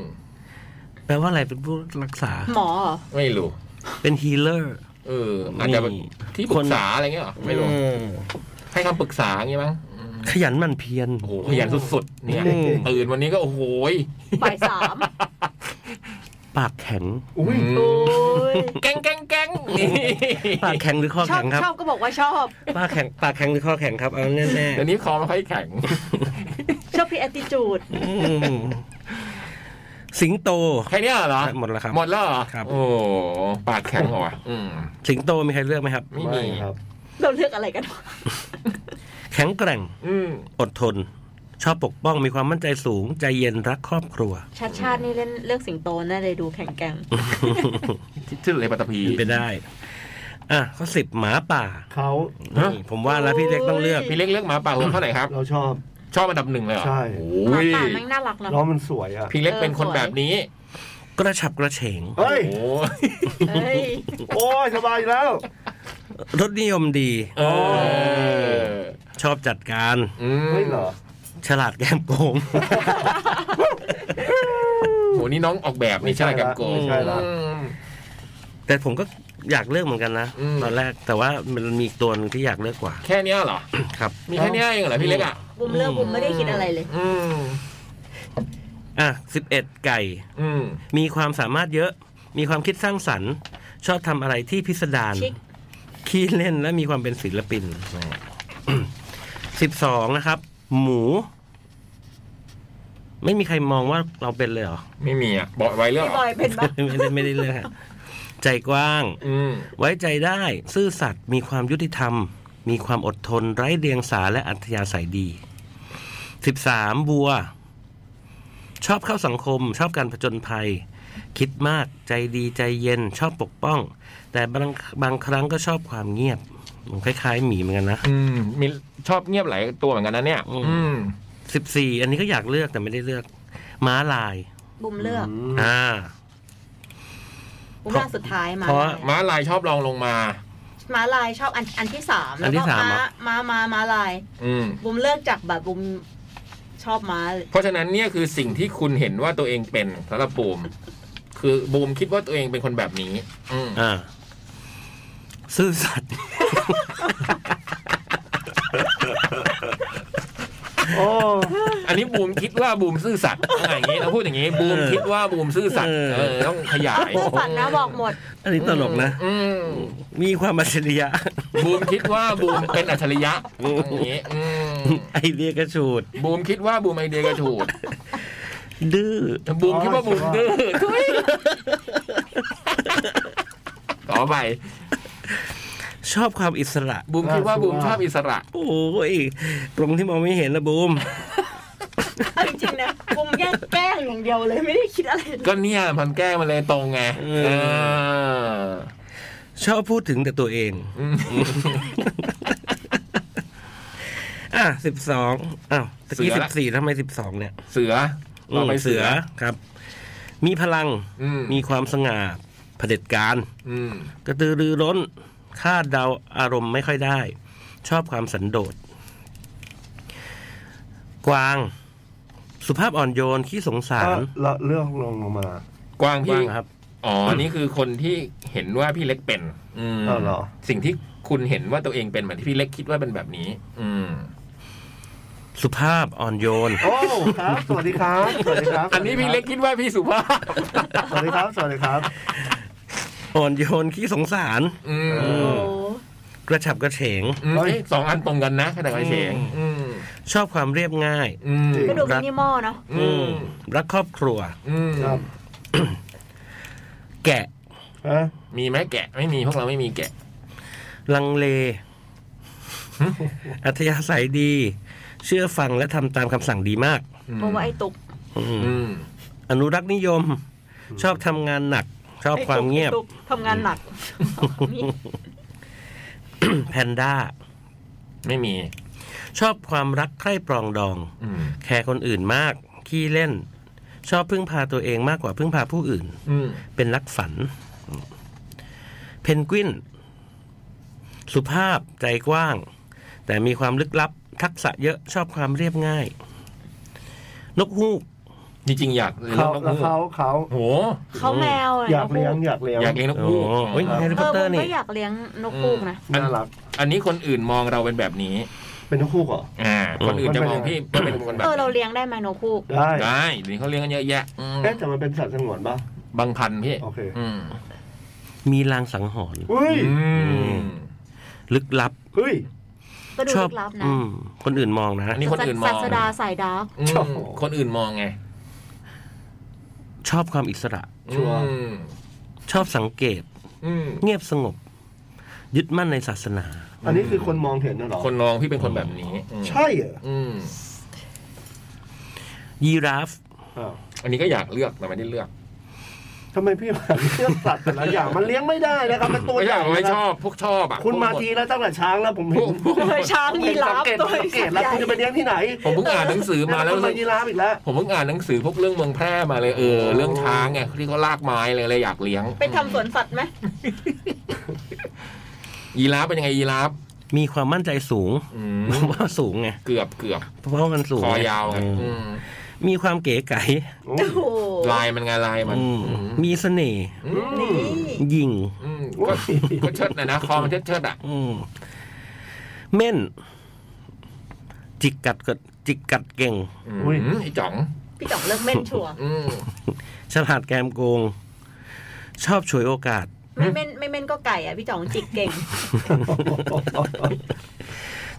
B: แปลว่าอะไรเป็นผู้รักษา
E: หมอเหรอ
A: ไม่รู้
B: เป็นฮีเลอร์
A: เอออาจจะแบบ
B: นี่
A: ที่ปรึกษาอะไรเงี้ยเหรอไม่รู้
B: เออ
A: ให้คำปรึกษาอย่างงี้มั้ง
B: ขยันหมั่นเพียร
A: โอ้โหขยันสุดๆ เนี่ย
B: อืม
A: ตื่นวันนี้ก็โอ้โหย
E: บ่าย สาม
B: ปากแข็ง
D: อุ้ย
E: โอ้ย
A: แกงแกงแกงนี่
B: ปากแข็งหรือคอ
E: ชอ
B: แข็
E: บ
B: งครับ
E: ชอบก็บอกว่าชอบ
B: ปากแข็ง ปากแข็งหรือคอแข็งครับ เอาแน่แน่
A: เดี๋ยวนี้คอไม่ค่อยแข็ง
E: ชอบพี่แอตติจูด
B: สิงโต
A: แค่เนี้ยเหรอ
B: หมดแล้วครับ
A: หมดแล้วเหรอ
B: ครับ
A: โอ้ปากแข็งเหรอวะอืม
B: สิงโตมีใครเลือกไหมครับ
A: ไม่
D: ไม่
A: มี
D: ครับ
E: เราเลือกอะไรกันวะ
B: แข็งแกร่ง
A: อืม
B: อดทน ชอบปกป้องมีความมั่นใจสูง ใจเย็นรักครอบครัว
E: ชาติชาตินี่เล่นเลือกสิงโตแน่เลยดูแข็งแกร่ง
A: ชื่อ เลยปัตตภี
B: เป็นไปได้ อ่ะข้อสิบหมาป่า
D: เขา
A: ฮะ
B: นี่ผมว่าแล้วพี่เล็กต้องเลือก
A: พี่เล็กเลือกหมาป่าหัวเท่าไหร่ครับ
D: เราชอบ
A: ชอบอันดับหนึ่งเลยเหรอ
D: ใช่
A: โอ
E: หมา
A: ้ย
E: ป่าแม่งน่ารักเนอะ
D: ล้อมันสวยอ่ะ
A: พี่เล็กเป็นคนแบบนี้
B: กระฉับกระเฉง
D: เฮ้ย
A: โอ้ย
E: เอ้ย
D: โอ้ยสบายแล้ว
B: รสนิยมดี
A: เออ
B: ชอบจัดการ
A: อืม
D: ไม่เหรอ
B: ฉลาดแกมโกง
A: โหนี่น้องออกแบบนี่ใช่ไหมกันโกง
D: ไม่ใช่ละ
A: อืม
B: แต่ผมก็อยากเลือกเหมือนกันนะ
A: อืม
B: ตอนแรกแต่ว่ามันมีอีกตัวหนึงที่อยากเลือกกว่า
A: แค่เนี้ยเหรอ
B: ครับ
A: มีแค่เนี้ยเองเหรอพี่เล็กอ่ะ
E: บุมเลือกบุมไม่ได้คิดอะไรเลย
A: อืม
B: อ่ะสิบเอ็ดไก่
A: อืม
B: มีความสามารถเยอะ มีความคิดสร้างสรรค์ ชอบทำอะไรที่พิสดาร
E: ชิค
B: ขี้เล่นและมีความเป็นศิลปินสิบสองนะครับ หมู ไม่มีใครมองว่าเราเป็นเลยเหรอ
A: ไม่มีอ่ะบอกไว้เรื่อง
E: พี่
A: เหรอ
E: บอยเป็นปะ
B: ไม่ได้ไม่ได้เลยฮะใจกว้าง
A: อืม
B: ไว้ใจได้ ซื่อสัตย์มีความยุติธรรม มีความอดทน ไร้เดียงสาและอัธยาศัยดี 13. บัว ชอบเข้าสังคม ชอบการผจญภัย คิดมากใจดีใจเย็น ชอบปกป้อง แต่บางบางครั้งก็ชอบความเงียบคล้ายๆหมีเหมือนกันนะ
A: อืม มีชอบเงียบหลายตัวเหมือนกันนะเนี่ย
B: อืม
A: อืม
B: 14 อันนี้ก็อยากเลือกแต่ไม่ได้เลือกม้าลาย
E: บุมเลือก
B: อ่า
E: บุมเลือกสุดท้ายมา
B: เพราะ
A: ม้าลายชอบรองลงมา
E: ม้าลายชอบอันอันที่สาม
B: อั
E: แล้
B: น
E: ว
B: ที่
E: ก็
B: สาม
E: ม้า
B: เหรอ
E: ม้าม้าม้าลาย
A: อืม
E: บุมเลือกจากแบบบุมชอบม้า
A: เพราะฉะนั้นเนี่ยคือสิ่งที่คุณเห็นว่าตัวเองเป็นสำหรับบูม คือบูมคิดว่าตัวเองเป็นคนแบบนี้ อืม
B: อ่า ซื่อสัตย์
D: โอ้
A: อันนี้บูมคิดว่าบูมซื่อสัตย์อะไรอย่างงี้เราพูดอย่างงี้ บูมคิดว่าบูมซื่อสัตย์
B: เออ
A: เออ ต้องขยาย
E: เลือกสัตว์นะบอกหมด
B: อันนี้ตลกนะ
A: อืม
B: มีความอัจฉริยะ
A: บูมคิดว่าบูมเป็นอัจฉริยะอย่างงี้ อืม
B: ไอเดียกระชูด
A: บูมคิดว่าบูมไอเดียกระถูด
B: ดื้อ
A: บูมคิดว่าบูมดื้อต่อไป
B: ชอบความอิสระ
A: บูมคิดว่าบูมชอบอิสระ
B: โอ้ย ตรงที่มองไม่เห็นนะบูม
E: เอาจริงๆนะบุมแก้แกล้งอย่างเดียวเลยไม่ได้คิดอะไรเลย
A: ก็เนี่ยมันแก้มันเลยตรงไง
B: เอ
A: เออ
B: ชอบพูดถึงแต่ตัวเอง
A: อืม
B: อ่ะสิบสองอ้าวตะกี้สิบสี่ทำไมสิบสองเนี่ย
A: เสือต่อไปเสือ
B: ครับ มีพลัง
A: อืม
B: มีความสง่าเผด็จการ
A: อืม
B: กระตือรือร้นคาดเดาอารมณ์ไม่ค่อยได้ ชอบความสันโดษ กวาง สุภาพอ่อนโยนขี้สงสาร
D: เราเลือกลงลงมา
A: กวาง
B: กวา
A: พี่
B: งครับ
A: อ๋อนี่คือคนที่เห็นว่าพี่เล็กเป็น อืม
D: อ้าวเหรอ
A: สิ่งที่คุณเห็นว่าตัวเองเป็นเหมือนที่พี่เล็กคิดว่าเป็นแบบนี้ อืม
B: สุภาพอ่อนโยน
D: โอ้ครับ สวัสดีครับ สวัสดีครับ
A: อันนี้พี่เล็กคิดว่าพี่สุภาพ
D: สวัสดีครับ สวัสดีครับ
B: อ่อนโยนขี้สงสาร
A: อืม
E: โอ้โห
B: กระฉับกระเฉง
A: อืมเอ้ยสองอันตรงกันนะขนาดไอเฉงอืม
B: ชอบความเรียบง่าย
A: อืม
E: ก็ดูมินิมอลเนาะ
A: อืม
B: รักครอบครัว
A: อืม
D: ครับ
B: แกะ
D: ฮะ
A: มีไหมแกะไม่มีพวกเราไม่มีแกะ
B: ลัง เล อัธยาศัยดี เชื่อฟังและทำตามคำสั่งดีมาก
A: อืม
E: เพราะว่าไอ้ตุก
B: อืม
A: อืม
B: อนุรักษ์นิยม ชอบทำงานหนัก ชอบ
E: ไอ้
B: ควา
E: ตุ
B: ม
E: ก
B: เงียบ
E: ไอ้ตุกทำงานหนัก
B: แพนด้า
A: ไม่มี
B: ชอบความรักใคร่ปรองดอง
A: อืม
B: แคร์คนอื่นมาก ขี้เล่น ชอบพึ่งพาตัวเองมากกว่าพึ่งพาผู้อื่น
A: อืม
B: เป็นนักฝัน เพนกวิน สุภาพใจกว้าง แต่มีความลึกลับ ทักษะเยอะชอบความเรียบง่าย นกฮูก
A: จริงๆอยากเลยน
D: เขา
A: ก
D: แล้ว
A: ฮูก
D: เขาเขา
A: โห
E: เขาแมวะ
D: อยากเลี้ยง
E: น
D: อยากเลี้ยง
A: อยากเลี้ยงนกฮูก
B: โอ้โห
A: ครับ
B: แฮร์รี่
E: กฮู
B: พอต
E: กเออ
B: เตอร์
E: ผม
B: นี่
E: ก็อยากเลี้ยงนกฮูกนะ
A: อัน
D: น่ารัก
A: อันนี้คนอื่นมองเราเป็นแบบนี้
D: เป็นนกคู่เหรอ
A: อ่า คนอื่น
D: มันเป็
A: จะม
D: น
A: อง
D: ยังไง
A: พี่ว่าเป็นคนแบ
E: เอบ อเรา
A: นี้
E: เลี้ยงได้ไหมนกฮูก
D: ได้
A: ได้เดี๋ยวนี้เขาเลี้ยงกันเยอะแยะอืม
D: เอ๊ะแต่มันเป็นสัตว์สงวนป่ะ
A: บางพันพี่
D: โอเค
A: อืม
B: มีลางสังหรณ์
D: อุ้ย
A: อืม
B: ลึกลับ
D: เฮ้ย
E: ก็ดู
B: ชอ
E: ลึ
B: บ
E: กลับนะ
B: อืมคนอื่นมองนะ
A: อันนี้คนอื่นมอง
E: ศาสดาสายดาร์ก
A: อืมคนอื่นมองไง
B: ชอบความอิสระ
D: ชัวร์
A: อืม
B: ชอบสังเกต
A: อืม
B: เงียบสงบ ยึดมั่นในศาสนา
D: อันนี้คือคนมองเห็นนะเหรอ
A: คนมองพี่เป็นคนแบบนี้อืม
D: ใช่เหรอ
A: อืม
B: ยีราฟ
D: อ้าว
A: อันนี้ก็อยากเลือกแต่ไม่ได้เลือก
D: ทำไมพี่ มาเลือกสัตว์แต่ละอย่างมันเลี้ยงไม่ได้นะครับมันตัว
A: ไม่
D: ให
A: อ
D: ญ่
A: ยากไม่ช
D: นะ
A: อบพวกชอบอ่ะ
D: คุณมา
A: พวก
D: ทีแล้วตั้งแต่ช้างแล้วผม
A: พ
D: เห็
A: วก
D: น
A: พวก
E: เคยช้าง
D: ผม
E: ยี
D: เห็นสั
E: ราง ฟ
D: เกต
E: ตัว
D: สังเกตแล้วคุณจะไปเลี้ยงที่ไหน
A: ผมเพิ่งอ่านหนังสือมาแล้ว
D: คุณ
A: รู้
D: มา
A: สึก
D: ยีราฟอีกแล้ว
A: ผมเพิ่งอ่านหนังสือพวกเรื่องเมืองแพร่มาเลยเออเรื่องช้างไงที่เขาลากไม้เลยเลยอยากเลี้ยง
E: ไปทำสวนสัตว์ไหม
A: ยีราฟเป็นยังไงยีราฟ
B: มีความมั่นใจสูง
A: อืม
B: ว่าสูงไง
A: เกือบเกือบ
B: เพราะมันสูง
A: ค
B: ไง
A: อยาวไง
B: เออ
A: อืม
B: มีความเก๋ไก๋
E: โอ้โห
A: ลายมันไงลายมัน
B: อืมมีเสน่ห์
A: อืม
E: นี่
B: ยิง
A: อืมก็ก็เชิดนะนะคอมันเชิดเชิดๆอ่ะ
B: อืมเม่น จิกกัดกัดจิกกัดเก่ง
A: อืม
D: อุ้ย
A: ไอ้จ๋อง
E: พี่จ่องเลิกเม่นชัวร์
A: อืม
B: ฉลาดแกมโกง ชอบฉวยโอกาส
E: ไม่เม่นไม่เม่นก็ไก่อะพี่จ่องจิกเก่ง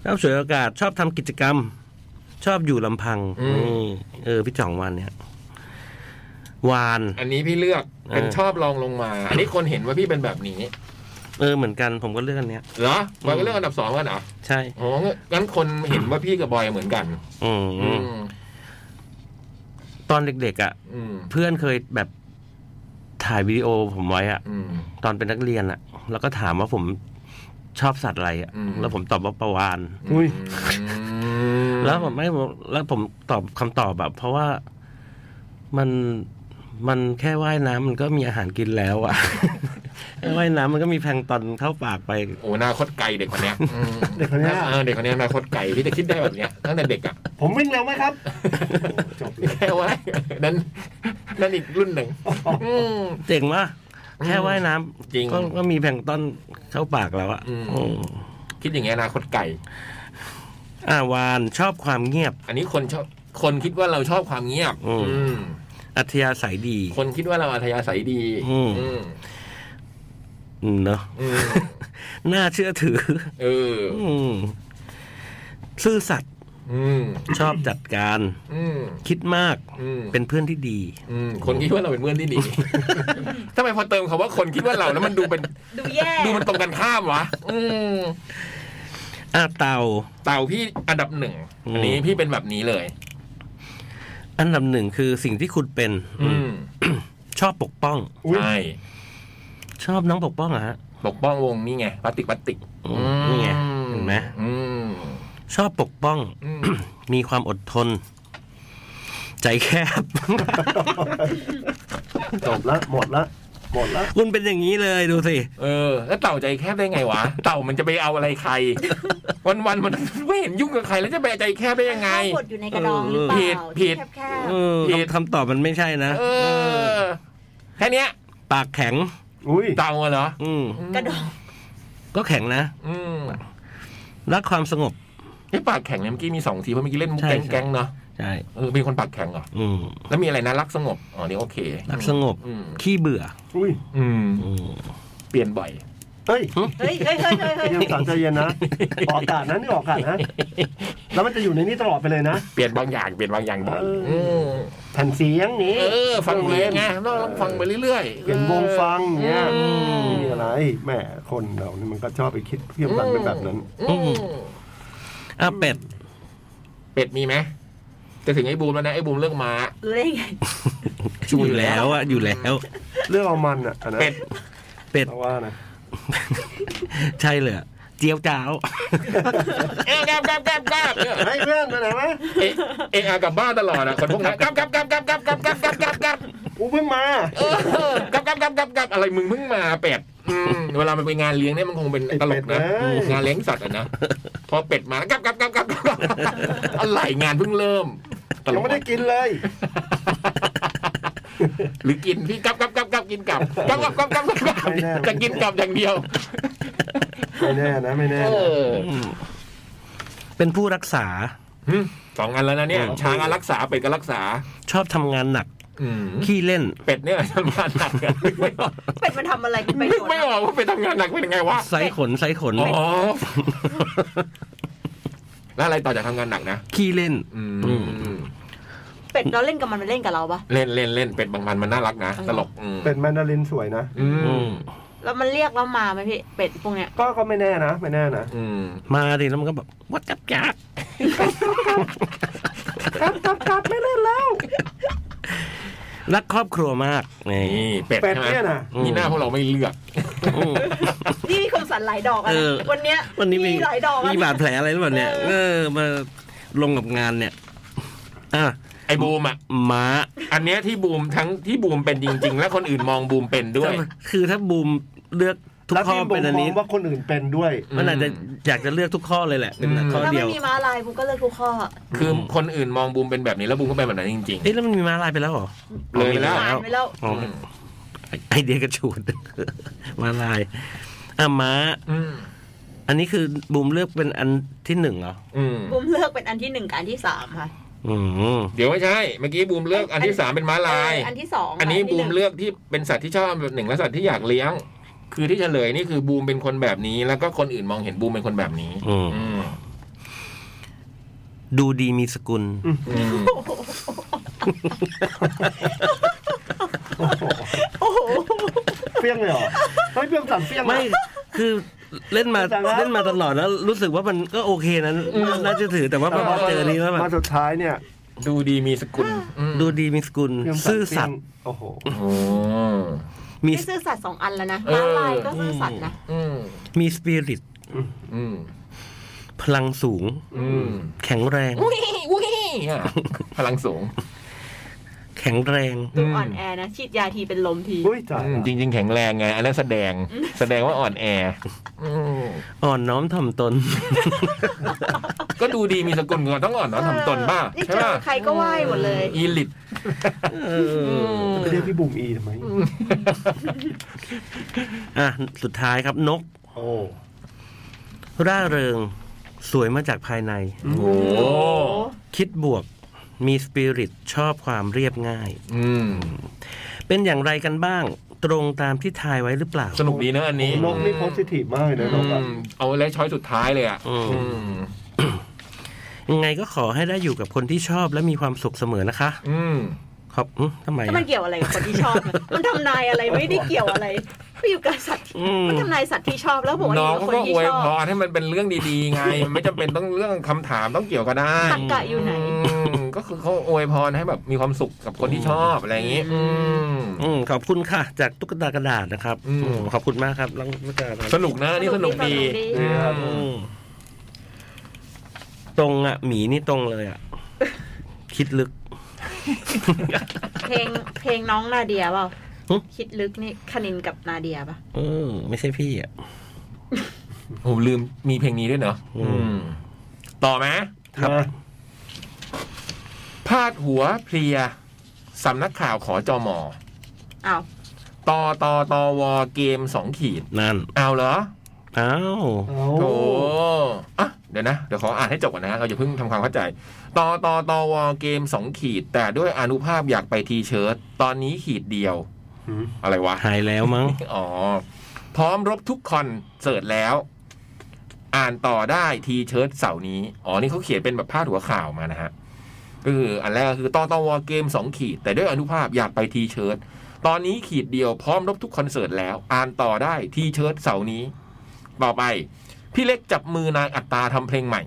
B: ชอบฉวยโอกาส ชอบทำกิจกรรม ชอบอยู่ลำพังนี่เออพี่จ่องวันเนี่ยวาน
A: อันนี้พี่เลือกเป็น
B: เออ
A: ชอบลองลงมา อันนี้คนเห็นว่าพี่เป็นแบบนี้
B: เออเหมือนกันผมก็เลือกอันเนี้ย
A: เหรอมอยก็เลือกอันดับสองกันเหรอ
B: ใช่
A: โอ้งั้นคนเห็นว่าพี่กับบอยเหมือนกัน
B: อืม
A: อืม
B: ตอนเด็กๆอ่ะ
A: อืม
B: เพื่อนเคยแบบถ่ายวิดีโอผมไว้อะ
A: อืม
B: ตอนเป็นนักเรียนอะแล้วก็ถามว่าผมชอบสัตว์อะไรอะ
A: อืม
B: แล้วผมตอบว่าปลาวาน
D: อุ้ย
A: ม
B: แล้วผมไม่ผมแล้วผมตอบคำตอบแบบเพราะว่ามันมันแค่ว่ายน้ำมันก็มีอาหารกินแล้วอะ แค่ว่ ายน้ำมันก็มีแพลงก์ตอนเข้าปากไป
A: โอ้หน้าโคตรไกลเด็กคนเนี้ยอืม
D: เด็กคนเนี้ย
A: เออเด็กคนเนี้ยหน้าโคตรไกลพี่จะคิดได้แบบเนี้ยตั้งแต่เด็กอ่ะ
D: ผมวิ่งเร็วไหมครับ จบเลย
A: แค่ว่านั่นนั่นอีกรุ่นหนึ่งอืม
B: เจ๋งมากแค่ว่ายน้ำ
A: จริง
B: ก็ก็มีแพลงก์ตอนเข้าปากแล้วอะ
A: อืม
B: อืม
A: คิดอย่างเงี้ยอนาคตไกล
B: อ่าวานชอบความเงียบ
A: อันนี้คนชอบคนคิดว่าเราชอบความเงียบ
B: อืม
A: อืม
B: อัธยาศัยดี
A: คนคิดว่าเราอัธยาศัยดี
B: อืม
A: อืม
B: อืมเนาะ
A: อืม
B: น่าเชื่อถือ
A: เออ
B: อืมซื่อสัตย์
A: อืม
B: ชอบจัดการ
A: อืม
B: คิดมาก
A: อืม
B: เป็นเพื่อนที่ดี
A: อืมคนคิดว่าเราเป็นเพื่อน ที่ดีทำไมพอเติมคำว่าคนคิดว่าเราแล้วมันดูเป็น
E: ดูแย่
A: ดูมันตรงกันข้ามวะอืม
B: อ้าเตา
A: เต่าพี่อันดับหนึ่งอันนี้
B: อืม
A: พี่เป็นแบบนี้เลย
B: อันดับหนึ่งคือสิ่งที่คุณเป็น
A: อืม
B: ชอบปกป้อง
D: อุ้ย
A: ใช่
B: ชอบน้องปกป้องเหรอะฮะ
A: ปกป้องวงนี่ไงพลาสติกพลาสติก
B: อืมนี่ไงเห็นไหม
A: อืม
B: ชอบปกป้อง
A: อืม
B: มีความอดทน ใจแคบ
D: จบละหมดละหมดละ
B: คุณเป็นอย่างนี้เลยดูสิ
A: เออ แล้วเต่าใจแคบได้ไงวะ เต่ามันจะไปเอาอะไรใคร วันวันๆมันไม่เห็นยุ่งกับใครแล้วจะไปใจแคบได้ยังไง
E: ข้าวบดอยู่ในกระดองหรือเป
A: ผิ
E: ล่า
A: ดผิด
E: ที่แคบ
B: เออ
A: ผิด
B: คำตอบมันไม่ใช่นะ
A: เออ แค่เนี้ย
B: ปากแข็ง
D: อุ้ย
A: เต่าอะเหรอ
B: อืม
E: ๆกระดอง
B: ก็แข็งนะ
A: อืม
B: รักความสงบ
A: นี่ปากแข็งเนี่ยเมื่อกี้มีสองทีเพราะเมื่อกี้เล่นมุก
B: ใช่
A: แก๊ง
B: ใช่
A: แก๊งๆเนาะ
B: ใช่
A: เออเป็นคนปากแข็งเหรอ
B: อืม
A: แล้วมีอะไรนะรักสงบอ๋อนี่โอเค
B: รักสงบ
A: อืม
B: ขี้เบื่อ
D: อุ้ย
A: อืม
B: อืม
A: เปลี่ยนบ่อย
D: เฮ้ย
E: เฮ้ยเฮ้ยเฮ้ยเฮ้ยเฮ้ย
D: ยังสารใจเย็นนะออกอากาศนะนี่ออกอากาศนะแล้วมันจะอยู่ในนี้ตลอดไปเลยนะ
A: เปลี่ยนบางอย่างเปลี่ยนบางอย่างบ่อย
D: เอออื
A: ม
D: แผ่นเสียงนี้
A: เออ ฟังเพลงไงต้องฟังไปเรื่อยๆ
D: เปลี่ยนวงฟังเนี่ย
A: อืม
D: มีอะไรแหมคนเรานี่มันก็ชอบไปคิดเพี้ยมกันเป็นแบบนั้น
A: อืม
B: อ่ะเป็ด
A: เป็ดมีไหมจะถึงไอ้บูมแล้วนะไอ้บูมเรื่องม้า
E: รู้ได้ไง
A: ชู
B: อ
A: อยู่ ยู่
B: แล้
A: แล้ว ว
B: อ่ะอยู่แล้ว
D: เรื่องเอามันอ่ะอันนั้น
A: เป็ด
B: เป็ด
D: เราว่านะ
B: ใช่เลยอะเจียวจ้าว
A: เอ๊ะกลับกลับกลับกลับเนี่ย
D: ไอ้ยเพื่อนไปไหนวะ
A: เอ๊ะเอ๊ะอ่ะกลับบ้านตลอดอ่ะคนพวกนี้กลับกลับกลับกลับกลับกลับกลับกลับกลับกลับ
D: กูเพิ่งมา
A: เออกลับกลับกลับกลับกลับอะไรมึงเพิ่งมาเป็ดอืมเวลามันไปงานเลี้ยงเนี่ยมันคงเป็น
D: ไอ้
A: ตล
D: เป็
A: ก
D: ด
A: นะ
D: เอ้ย
A: งานเลี้ยงสัตว์อ่ะนะพอเป็ดมากลับกลับกลับกลับกลับอะไรงานเพิ่งเริ่มตล
D: ยัง
A: ก
D: ไม่
A: ว่ะ
D: ได้กินเลย
A: หรือกินพี่กลับกลับกลับกลับกินกลับกลับกลับกลับกลับกลับ
D: ไม่แน่
A: จะกินกลับอย่างเดียว
D: ไม่แน่นะไม่
A: เอ
D: แน่นะ
A: อ
B: เป็นผู้รักษา
A: หึสองอันแล้วนะเนี่ยช้างอันรักษาเป็ดก็รักษา
B: ชอบทำงานหนัก
A: อืม
B: ขี้เล่น
A: เป็ดเนี่ยทำงานหนักอะนึกไม่ออก
E: เป็ดมันทำอะไรกันไป
A: นึก
E: โดน
A: ไม่ออกว่าเป็ดทำงานหนักเป็นยังไงวะ
B: ไซขนไซขน
A: อ๋อแล้วอะไรต่อจากทำงานหนักนะ
B: ขี้เล่น
A: อืม
B: อืม
E: เป็ดเราเล่นกับมันมันเล่นกับเราปะ
A: เล่นเล่นเล่นเป็ดบางพันมันน่ารักนะตลกอืม
D: เป็นแมนดารินสวยนะ
A: อื
B: อื
A: ม
B: ม
E: แล้วมันเรียกเรามาไหมพี่เป็ดพวกเนี้ย
D: ก็ก็ไม่แน่นะไม่แน่นะ
A: อืม
B: มาดิแล้วมันก็แบบวัดจับจับ
D: ครับครับครับไม่เล่นแล้ว
B: รักครอบครัวมากนี่
A: นี่เป็ด
D: เป็ด
A: ใช่ไหม
D: เนี่ยนะ
A: มีหน้าพวกเราไม่เลือก
B: อืม
E: นี่มีคมสันหลายดอกอะ
B: เออ
E: วันเนี้ย
B: วันนี้มี
E: หลายดอกอะ
B: มีบาดแผลอะไรหรือเปล่าเนี่ย เออ มาลงกับงานเนี่ย อ่ะ
A: ไอ้บูมอ่ะ
B: ม้า
A: อันเนี้ยที่บูมทั้งที่บูมเป็นจริง ๆ และคนอื่นมองบูมเป็นด้วย
B: คือถ้าบูมเลือกทุก
D: แล้ว
B: ข้อ
D: ที่ผม
B: เป็นอัน
D: มอ
B: นี้
D: งว่าคนอื่นเป็นด้วย
B: มันอาจจะอยากจะเลือกทุกข้อเลยแหละ เป็น
A: อืม
B: ข้อ
E: ถ้า
B: เดี
E: ไม่
B: ยว
E: มีม้าลายบุมก็เลิกทุกข้ออะ
A: คือคนอื่นมองบูมเป็นแบบนี้แล้วบูมก็เป็นแบบนั้นจริง
B: เอ๊ะแล้วมันมีม้าลายไปแล้วเหรอ
A: ๆ เลยแล้ว
E: ผ่านไปแล้ว
B: อ๋อ
A: อืม
B: ไอเดียกระชูด ม้าลายอ่ะม้า
A: อืม
B: อันนี้คือบูมเลือกเป็นอันที่หนึ่งเหรอ
A: อืม
E: บุมเลือกเป็นอันที่หนึ่งกับอันที่สามค่ะ
B: อืม
A: เดี๋ยวไม่ใช่ เมื่อกี้บูมเลือกอันที่สามเป็นม้าลาย
E: เอออันที่สอง
A: อันนี้
E: กับ
A: บู
E: ที่
A: ม
E: หง
A: เลือกที่เป็นสัตว์ที่ชอบแบบหนึ่งและสัตว์ที่อยากเลี้ยง คือที่เฉลยนี่คือบูมเป็นคนแบบนี้ แล้วก็คนอื่นมองเห็นบูมเป็นคนแบบนี้
B: อืม
A: อืม
B: ดูดีมีสกุล
A: อืม
D: เฟี้ยงเลยเหรอเฮ้ยเฟี้ยงสั่นเฟี้ยงเหรอ
B: ไม่ คือเล่นมา
D: แต่ว่า
B: เล่นมาตลอดแล้ว รู้สึกว่ามันก็โอเคนะน่าจะถือแต่ว่าพอมาเจอนี้แล้วแบบ
D: มาสุดท้ายเนี่ย
A: ดูดีมีสกุลอืม
B: ดูดีมีสกุล
D: เฟี้ยงน
B: ซื่อสัตย์
D: เฟี้ยงโอ้โห
A: โอ้
B: มี
E: นี่ซื่อสัตย์สองอันแล้วนะม้าลายก็ซื่อสัตย์นะ
A: อืม
B: มีสปิริต
A: อืม
B: พลังสูง
A: อืม
B: แข็งแรง
A: อุ้ยอุ้ยอ่ะพลังสูง
B: แข็งแรง
E: ดูอ่อนแอนะฉีดยาทีเป็นลมที
D: อุ้ยจ่าย
A: อืมจริง ๆ แข็งแรงไง อันนั้นแสดงแสดงว่าอ่อนแออืม
B: อ่อนน้อมถ่อมตน
A: ก็ดูดีมีสกุลก่อนต้องอ่อนเนาะทำตนบ้า
E: นี่
A: ใช่
E: เจ
A: ป่ะ
E: อใครก็ไหว้หมดเลย
A: อีลิต
D: ไปเรียกพี่บุ๋มอีทำไม
B: อ่ะ สุดท้ายครับนก
D: โอ้
B: ร่าเริง สวยมาจากภายใน
A: โอ้โห
B: คิดบวก มีสปิริตชอบความเรียบง่าย
A: อืม
B: เป็นอย่างไรกันบ้าง ตรงตามที่ทายไว้หรือเปล่า
A: สนุกดีเนอะอันนี้
D: นกนี่โพสิทีฟมากเลยนะนกอะ
A: อืมเอาแล้วช้อยสุดท้ายเลยอ่ะ
B: อืม
A: อืม
B: ยังไงก็ขอให้ได้อยู่กับคนที่ชอบและมีความสุขเสมอนะคะ
A: อืม
B: ขอบอืมทำไม
E: แล้วมัน
B: อะ
E: เกี่ยวอะไรกับคนที่ชอบอะมันทำนายอะไรไม่ได้เกี่ยวอะไรไม่อยู่กับสัตว์ที่
B: อืม
E: มันทำนายสัตว์ที่ชอบแล้วบอกว่าอ
A: น้อง
E: ยู่กับคน
A: ก็อ
E: ที่
A: วย
E: ชอ
A: พ
E: บ
A: รให้มันเป็นเรื่องดีๆไง ไม่จำเป็นต้องเรื่องคำถามต้องเกี่ยวก็ได้
E: ตักกะอยู่ไหน
A: อืมก็คือเขาอวยพรให้แบบมีความสุขกับคนที่ชอบอะไรอย่างงี้ อืม
B: อืมขอบคุณค่ะ จากตุ๊กตากระดาษนะครับ
A: อืม
B: อืมขอบคุณมากครับลังตุ๊กตาครับ
A: สนุกนะนี่สนุกดี
E: สนุกดี
A: อื
B: อื
A: ม
B: มตรงอ่ะหมีนี่ตรงเลยอ่ะ คิดลึก
E: เพลงเพลงน้องนาเดียเปล่า
B: หึ
E: คิดลึกนี่คณินกับนาเดียปะ
B: เออไม่ใช่พี่อ่ะ
A: ผมลืมมีเพลงนี้ด้วยเนอะ
B: อืม
A: อืมต่อไหม
B: ครับ
D: มา
A: พาดหัวเพลีย สำนักข่าวขอจอมอ
E: อ้าว
A: ตอตอตอวอเกมสองขีด
B: นั่น
A: เอาเหรอ
B: อ้าว
D: เอา
A: โถอ่ะ เดี๋ยวนะ เดี๋ยวขออ่านให้จบก่อนนะ เราจะเพิ่งทำความเข้าใจ ตอตอตอวอเกมสองขีด แต่ด้วยอนุภาพอยากไปทีเชิร์ตตอนนี้ขีดเดียว
D: หืม
A: อะไรวะ
B: หายแล้วมั้ง
A: อ๋อ พร้อมรบทุกคอนเสิร์ตแล้ว อ่านต่อได้ทีเชิร์ตเสาร์นี้ อ๋อ นี่เขาเขียนเป็นแบบพาดหัวข่าวมานะฮะก็คืออันแรกก็คือตอตอวอเกมสองขีด แต่ด้วยอนุภาพอยากไปทีเชิร์ตตอนนี้ขีดเดียวพร้อมรบทุกคอนเสิร์ตแล้ว อ่านต่อได้ทีเชิร์ตเสาร์นี้ ต่อไป พี่เล็กจับมือนายอัตตาทำเพลงใหม่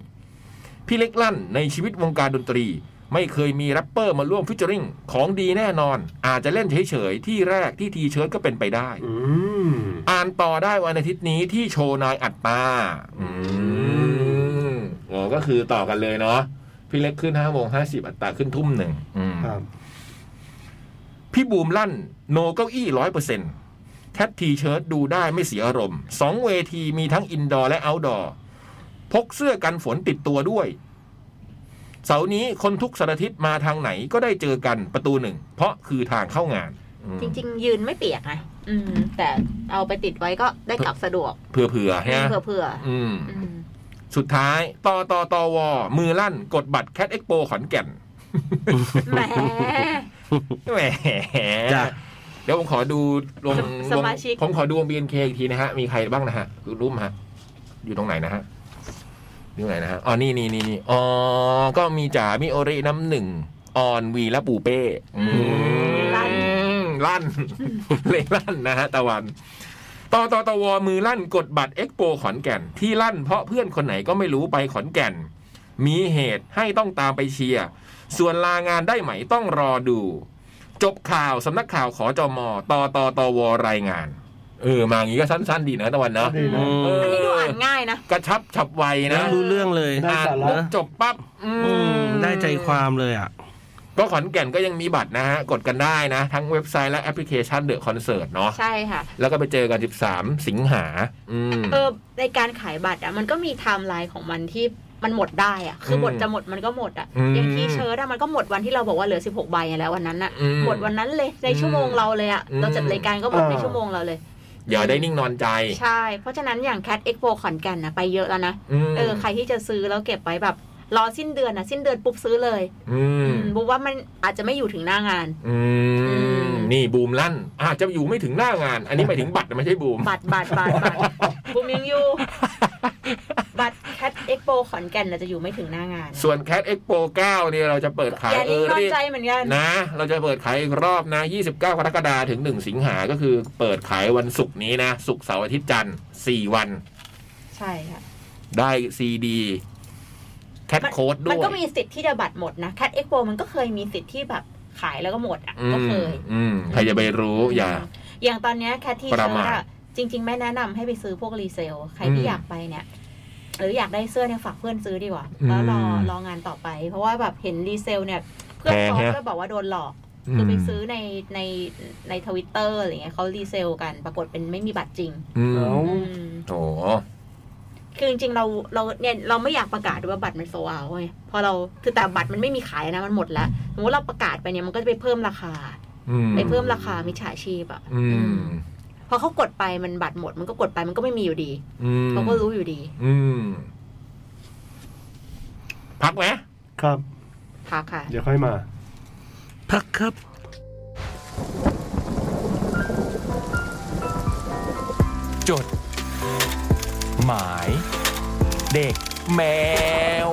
A: พี่เล็กลั่นในชีวิตวงการดนตรี ไม่เคยมีแรปเปอร์มาร่วมฟิชเจอริงของดีแน่นอน อาจจะเล่นเฉยๆที่แรกที่ทีเชิร์ตก็เป็นไปได้
D: อืม
A: อ่านต่อได้วันอาทิตย์นี้ที่โชว์นายอัตตาอืมโอ้ก็คือต่อกันเลยเนาะ พี่เล็กขึ้นห้าโมงห้าสิบอัตตาขึ้นทุ่มหนึ่งอืม
D: ครับ
A: พี่บูมลั่น โนเก้าอี้ร้อยเปอร์เซ็นต์แคททีเชิร์ตดูได้ไม่เสียอารมณ์สองเวทีมีทั้งอินดอร์และเอาท์ดอร์พกเสื้อกันฝนติดตัวด้วย เสาร์นี้คนทุกสารทิศมาทางไหนก็ได้เจอกันประตูหนึ่ง เพราะคือทางเข้างานอืม
E: จริง ๆ ยืนไม่เปียกนะอืม แต่เอาไปติดไว้ก็ได้กลับสะดวก
A: เผื่อๆฮะ
E: เผื่อเผื่อ
A: อืม
E: ๆอืม
A: สุดท้ายตอตอตอวอมือลั่น กดบัตรแคดเอ็กโปขอนแก่น
E: แหม
A: แหม
B: จ้ะ
A: เดี๋ยวผมขอดูวง
E: ส
A: วง
E: มาชิก
A: ผมขอดูวง BNK อีกทีนะฮะ มีใครบ้างนะฮะรู้ไหมยฮะ อยู่ตรงไหนนะฮะอยู่ตรงไหนนะฮะอ๋อนี่นี่นี่นี่อ๋อก็มีจ๋ามิโอริน้ำหนึ่งออนวีและปูเป้อืม
E: ลั่น
A: ลั่น เลยลั่นนะฮะตะวันตอตอตอวอมือลั่นกดบัตรเอ็กโปขอนแก่น ที่ลั่นเพราะเพื่อนคนไหนก็ไม่รู้ไปขอนแก่น มีเหตุให้ต้องตามไปเชียร์ ส่วนลางานได้ไหมต้องรอดู จบข่าวสำนักข่าวขอจอมอตอตอตอวอรายงาน เออ มาอย่างนี้ก็สั้น ๆ ดีนะตะวันเนาะ
D: ดีนะ
A: เ
E: อันนี้ดูอ่านง่ายนะ
A: กระชับฉับไวนะ
B: รู้เรื่องเลย
D: ได้
A: อ่าน
D: สาระ
A: ปุ๊บจบปั๊บอืม
B: อืมได้ใจความเลยอ่ะ
A: ก็ขอนแก่นก็ยังมีบัตรนะฮะ กดกันได้นะ ทั้งเว็บไซต์และแอปพลิเคชันเดอะคอนเสิร์ตเนาะ
E: ใช่ค่ะ
A: แล้วก็ไปเจอกัน 13 สิงหาอืม
E: เออในการขายบัตรอ่ะมันก็มีไทม์ไลน์ของมันที่มันหมดได้อ่ะ คืออ
A: ม
E: บทจะหมดมันก็หมดอ่ะ
A: อืม
E: อย่างทีเชิร์ตอ่ะมันก็หมดวันที่เราบอกว่าเหลือ 16 ใบอะแล้ววันนั้นอ่ะ
A: อืม
E: หมดวันนั้นเลยในชั่วโมงเราเลยอ่ะ
A: อืม
E: เราจัดรายการก็หมดใน
D: อ่า
E: ชั่วโมงเราเลย
A: อย่าได้นิ่งนอนใจ
E: ใช่ เพราะฉะนั้นอย่างแคดเอ็กโปขอนแก่นนะไปเยอะแล้วนะ
A: ม
E: เออใครที่จะซื้อแล้วเก็บไว้แบบรอสิ้นเดือนนะสิ้นเดือนปุ๊บซื้อเลย
A: อืม
E: บุ๊กว่ามันอาจจะไม่อยู่ถึงหน้างาน
A: อืมนี่บูมลั่นอาจจะอยู่ไม่ถึงหน้างาน อันนี้หมายถึงบัตรนะไม่ใช่บูม
E: บัตรบัตรบัตรบัตรบุ๊มยังอยู่บัตรแคดเอ็กโปขอนแก่นน่ะจะอยู่ไม่ถึงหน้างาน
A: ส่วนแคดเอ็กโป9เนี่ยเราจะเปิดขาย
E: อย่า
A: เอ
E: นิ่ง
A: อน
E: อน
A: รีบ
E: ใจเหมือนกัน
A: นะ เราจะเปิดขายอีกรอบนะ 29 กรกฎาคมถึง 1 สิงหา ก็คือเปิดขายวันศุกร์นี้นะ ศุกร์เสาร์อาทิตย์จันทร์4วัน
E: ใช่ค่ะ
A: ได้ซีดีแคท
E: มัน
A: โค้ดด้
E: มั
A: วน ย
E: ก็มีสิทธิ์ที่จะบัตรหมดนะแคดเอ็กโปมันก็เคยมีสิทธิ์ที่แบบขายแล้วก็หมดอ่ะ
A: อื
E: ก็
A: ม
E: เคย
A: อืมใครจะไปรู้อย่า
E: อย่างตอนเนี้ยแคทที่
A: ป
E: เชิ
A: ระ
E: ญ
A: มาท
E: อะจริง ๆ ไม่แนะนำให้ไปซื้อพวกรีเซล ใคร
A: อื
E: ที่
A: ม
E: อยากไปเนี่ย หรืออยากได้เสื้อเนี่ยฝากเพื่อนซื้อดีกว่า แล้วรอ
A: อืม
E: รองานต่อไป เพราะว่าแบบเห็นรีเซลเนี่ย เพื่อน
A: แพง
E: เขา
A: ฮะ
E: ก็บอกว่าโดนหลอก
A: อื
E: คือ
A: ม
E: ไปซื้อในในในทวิตเตอร์อะไรเงี้ยเขารีเซลกัน ปรากฏเป็นไม่มีบัตรจริง
A: อืม
D: เอา
E: อืม
A: โอ้
E: คือจริงๆเราเราเนี่ยเราไม่อยากประกาศด้วยว่าบัตรมันโซอาเว้ยพอเราคือแต่บัตรมันไม่มีขายนะมันหมดแล้วสมมติเราประกาศไปเนี่ยมันก็จะไปเพิ่มราคา
A: อืม
E: ไปเพิ่มราคามิจฉาชีพอ่ะ
A: อืม
E: พอเขากดไปมันบัตรหมด มันก็กดไปมันก็ไม่มีอยู่ดี
A: อืม
E: เขาก็รู้อยู่ดี
A: อืม พักไหม
D: ครับ
E: พักค่ะ
D: เดี๋ยวค่อยมา
B: พักครับ
H: จด หมายเด็กแมว